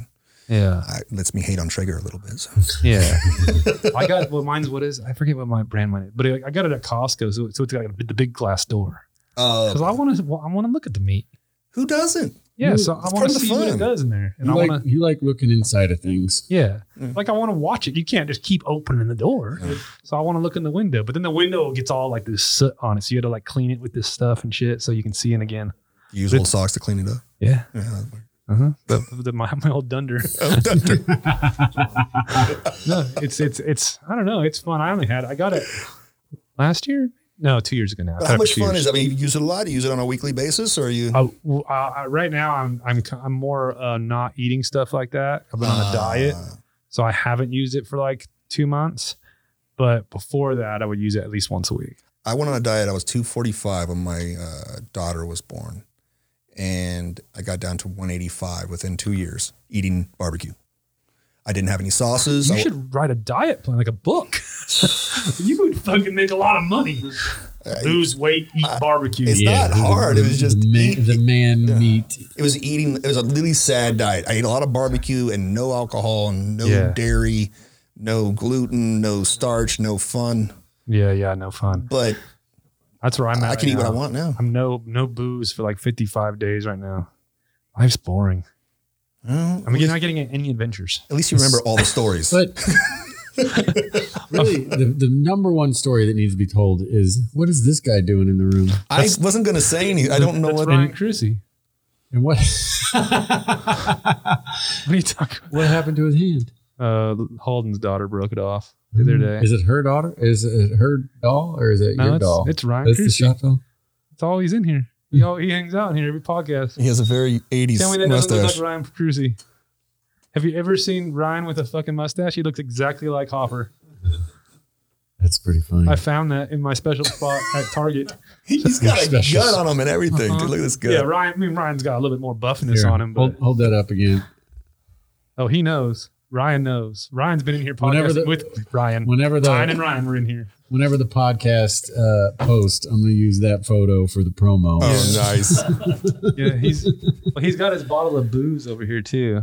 S2: Yeah,
S3: I, it lets me hate on Traeger a little bit. So.
S2: yeah. I got well, mine's what is I forget what my brand mine is, but I got it at Costco, so, so it's got the big glass door
S3: Uh,
S2: because I want to I want to look at the meat.
S3: who doesn't?
S2: Yeah,
S1: Ooh,
S2: so I
S3: that's
S2: want
S3: part
S2: to
S3: of the
S2: see what it
S3: fun.
S2: does in there, and
S1: You
S2: I
S1: like
S2: want to
S1: you like looking inside of things.
S2: yeah,
S3: Mm.
S2: like I want to watch it. You can't just keep opening the door,
S3: Mm.
S2: so I want to look in the window, but then the window gets all like this soot on it, so you had to like clean it with this stuff and shit, so you can see it again.
S3: You use old socks to clean it up.
S2: Yeah,
S3: Yeah, that's
S2: uh-huh. the, the, my, my old dunder.
S3: weird.
S2: no, it's it's it's I don't know. It's fun. I only had I got it last year. No, two years ago now.
S3: But how much fun is? I mean, you use it a lot. You use it on a weekly basis, or you?
S2: I, Oh, w- I- I- right now, I'm I'm c- I'm more uh, not eating stuff like that. I've been on a diet,
S3: Ah.
S2: so I haven't used it for like two months. But before that, I would use it at least once a week.
S3: I went on a diet. I was 245 when my uh, daughter was born, and I got down to 185 within two years eating barbecue. I didn't have any sauces.
S2: You
S3: I-
S2: should write a diet plan, like a book. you would fucking make a lot of money. Lose weight, eat barbecue.
S3: Uh, it's not hard. It was just
S1: the man,
S3: eat-
S1: the man meat.
S3: it was eating. It was a really sad diet. I ate a lot of barbecue and no alcohol and no
S2: Yeah.
S3: dairy, no gluten, no starch, no fun.
S2: Yeah, yeah, no fun.
S3: But
S2: That's where I'm at.
S3: I can
S2: right
S3: eat what I
S2: now.
S3: want now.
S2: I'm no no booze for like 55 days right now. Life's boring.
S3: Well,
S2: I mean, you're not getting any adventures.
S3: at least you remember all the stories.
S1: But really, the, the number one story that needs to be told is what is this guy doing in the room?
S3: I wasn't going to say anything. I don't know
S2: That's
S3: what.
S2: Ryan Cruzy.
S1: And what
S2: What are you talking
S1: what happened to his hand?
S2: about? Mm. Uh, Holden's daughter broke it off the other day.
S1: Mm. Is it her daughter? Is it her doll or is it
S2: no,
S1: your
S2: it's,
S1: doll?
S2: it's Ryan
S1: That's the
S2: Cruzy.
S1: shot doll.
S2: That's all he's in here. He, all, he hangs out in here every podcast.
S3: He has a very 80s
S2: Tell me that doesn't look
S3: mustache.
S2: like Ryan Cruzy. Have you ever seen Ryan with a fucking mustache? He looks exactly like Hopper.
S1: That's pretty funny.
S2: I found that in my special spot at Target.
S3: He's got a
S1: Special.
S3: gut on him and everything. Dude, look at this gut.
S2: Uh-huh. Yeah, Ryan. I mean, Ryan's got a little bit more buffiness
S1: Here,
S2: on him, but
S1: hold, hold that up again.
S2: Oh, he knows. Ryan knows. Ryan's been in here
S1: Whenever
S2: podcasting
S1: the-
S2: with Ryan.
S1: Whenever the
S2: Ryan and Ryan were in here.
S1: whenever the podcast uh, post, I'm going to use that photo for the promo.
S3: Oh, nice.
S2: Yeah, he's well, he's got his bottle of booze over here too.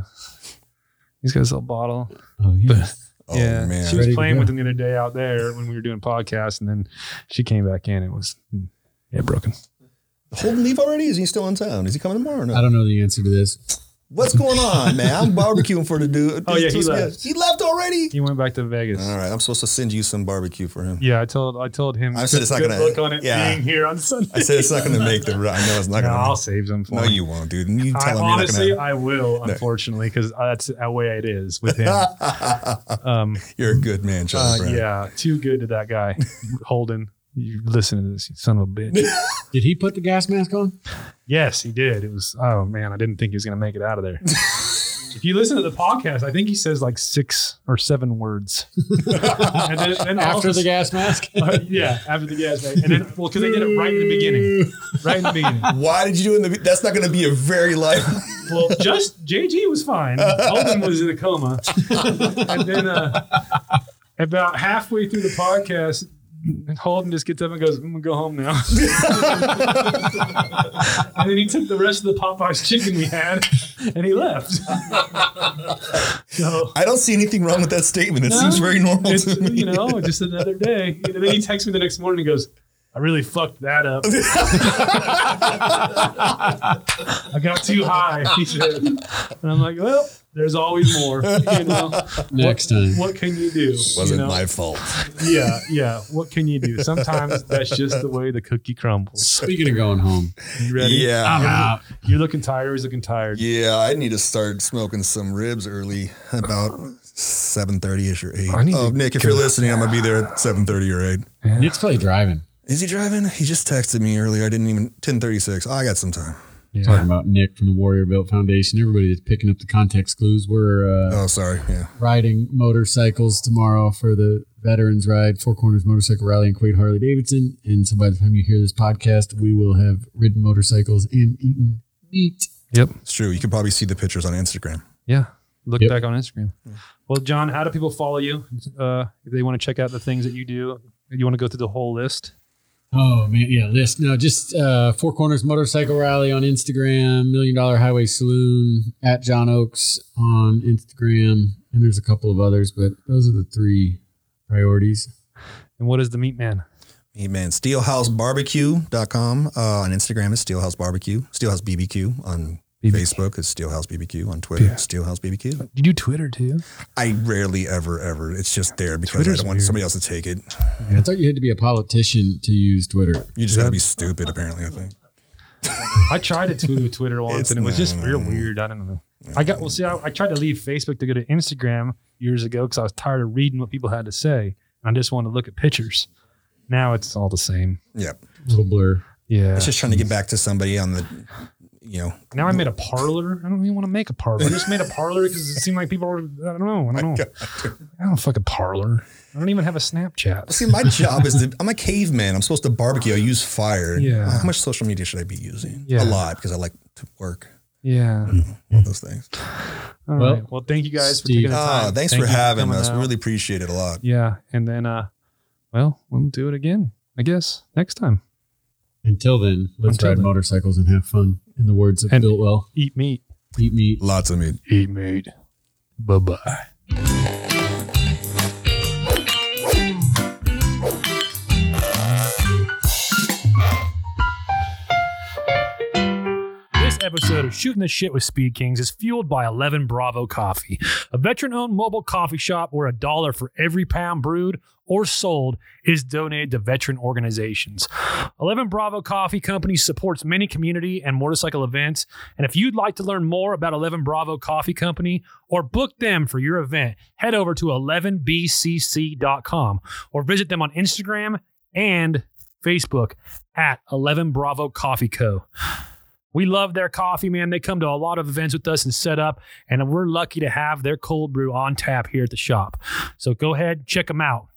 S2: He's got his little bottle.
S1: Oh, yeah.
S3: Oh,
S2: yeah,
S3: man.
S2: she was
S1: Ready to
S2: playing
S1: go.
S2: with him the other day out there when we were doing podcasts, and then she came back in. It was mm, yeah, broken.
S3: Holden leave already? Is he still in town? Is he coming tomorrow? Or
S1: I
S3: no?
S1: don't know the answer to this.
S3: What's going on, man? I'm barbecuing for the dude.
S2: Oh, yeah, he
S3: He's-
S2: left.
S3: He left already.
S2: He went back to Vegas.
S3: All right, I'm supposed to send you some barbecue for him.
S2: Yeah, I told I told him.
S3: I said it's not
S2: good
S3: gonna-
S2: look on it
S3: yeah.
S2: being here on Sunday.
S3: I said it's not going to make the. I know it's not
S2: No, I'll
S3: going
S2: save them
S3: to.
S2: for
S3: No,
S2: him.
S3: you won't, dude. And you
S2: I,
S3: tell him
S2: honestly,
S3: you're not
S2: I will, unfortunately, because that's the way it is with him. um,
S3: gonna- You're a good man,
S1: Uh,
S3: Charlie Brown.
S2: Yeah, too good to that guy, Holden. You listen to this, you son of a bitch.
S1: Did he put the gas mask on?
S2: yes, he did. It was. Oh man, I didn't think he was gonna make it out of there. if you listen to the podcast, I think he says like six or seven words. and then, then
S1: After
S2: also-
S1: the gas mask?
S2: uh, yeah, after the gas, right? and then well, because they did it right in the beginning, right in the beginning.
S3: Why did you do it in the? That's not going to be a very life.
S2: Well, just JG was fine. Holden was in a coma, and then uh, about halfway through the podcast, Holden just gets up and goes, "I'm gonna go home now." and then he took the rest of the Popeyes chicken we had, and he left. so.
S3: I don't see anything wrong with that statement. It
S2: No,
S3: seems very normal
S2: It's,
S3: to me.
S2: you know, just another day. And then he texts me the next morning and goes, I really fucked that up. I got too high, he said. And I'm like, well, there's always more. You know,
S1: Next time.
S2: what can you do?
S3: Wasn't
S2: you know?
S3: my fault.
S2: yeah, yeah. What can you do? Sometimes that's just the way the cookie crumbles.
S1: Speaking of going home,
S2: You ready?
S3: Yeah.
S2: I'm
S1: out.
S2: You're looking tired. He's looking tired.
S3: Yeah, I need to start smoking some ribs early, about seven thirty ish or eight.
S2: I need
S3: Oh,
S2: to
S3: Nick, if you're listening, I'm gonna be there at seven thirty or eight.
S1: Uh, Nick's probably driving.
S3: Is he driving? He just texted me earlier. I didn't even ten thirty six. Oh, I got some time.
S2: Yeah.
S1: Talking about Nick from the Warrior Built Foundation. Everybody that's picking up the context clues. We're uh,
S3: Oh, sorry. Yeah.
S1: riding motorcycles tomorrow for the Veterans Ride, Four Corners Motorcycle Rally, and Quade Harley Davidson. And so by the time you hear this podcast, we will have ridden motorcycles and eaten meat.
S2: Yep.
S3: It's true. You can probably see the pictures on Instagram.
S2: Yeah. Look
S1: Yep.
S2: back on Instagram. Well, John, how do people follow you? Uh, if they want to check out the things that you do, you want to go through the whole list?
S1: Oh man, yeah, list. No, just uh, Four Corners Motorcycle Rally on Instagram, Million Dollar Highway Saloon at John Oaks on Instagram, and there's a couple of others, but those are the three priorities.
S2: And what is the meat man?
S3: Hey man, steelhousebarbecue.com uh, on Instagram is Steelhouse Barbecue, Steelhouse BBQ on
S2: BBQ.
S3: Facebook is Steelhouse BBQ on Twitter, Steelhouse BBQ.
S2: You do Twitter too?
S3: I rarely ever ever. It's just there because I
S2: Twitter's
S3: don't want
S2: weird.
S3: somebody else to take it.
S1: I thought you had to be a politician to use Twitter.
S3: You just gotta be stupid, apparently. I think.
S2: I tried to tweet with Twitter once
S3: It's
S2: and it was
S3: not-
S2: just real weird. I don't know. I got, well, see, I, I tried to leave Facebook to go to Instagram years ago because I was tired of reading what people had to say. I just wanted to look at pictures. Now it's all the same.
S3: Yeah.
S1: Little blur.
S2: Yeah.
S3: It's just trying to get back to somebody on the, you know,
S2: Now I made a parlor. I don't even want to make a parlor. I just made a parlor because it seemed like people were, I don't know. I don't know. I don't fuck a parlor. I don't even have a Snapchat.
S3: see, my job is to, I'm a caveman. I'm supposed to barbecue. I use fire.
S2: Yeah.
S3: How much social media should I be using?
S2: Yeah. Hmm.
S3: A lot because I like to work.
S2: Yeah.
S3: All those things.
S2: All right.
S1: Well,
S2: well, thank you guys
S1: Steve.
S2: for taking the time.
S3: Ah, thanks
S2: Thank
S3: for
S2: you
S3: having
S2: coming
S3: us.
S2: out.
S3: Really appreciate it a lot.
S2: Yeah. And then, uh, well, we'll do it again, I guess, next time.
S1: Until then, let's
S2: Until
S1: ride
S2: then.
S1: motorcycles and have fun. In the words of
S2: And-
S1: Biltwell,
S2: Eat meat.
S1: eat meat.
S3: Lots of meat.
S2: Eat meat. Bye bye. episode of Shooting the Shit with Speed Kings is fueled by 11 Bravo Coffee, a veteran owned mobile coffee shop where a dollar for every pound brewed or sold is donated to veteran organizations. 11 Bravo Coffee Company supports many community and motorcycle events. And if you'd like to learn more about 11 Bravo Coffee Company or book them for your event, head over to 11bcc.com or visit them on Instagram and Facebook at 11 Bravo Coffee Co. We love their coffee, man. They come to a lot of events with us and set up, and we're lucky to have their cold brew on tap here at the shop. So go ahead, check them out.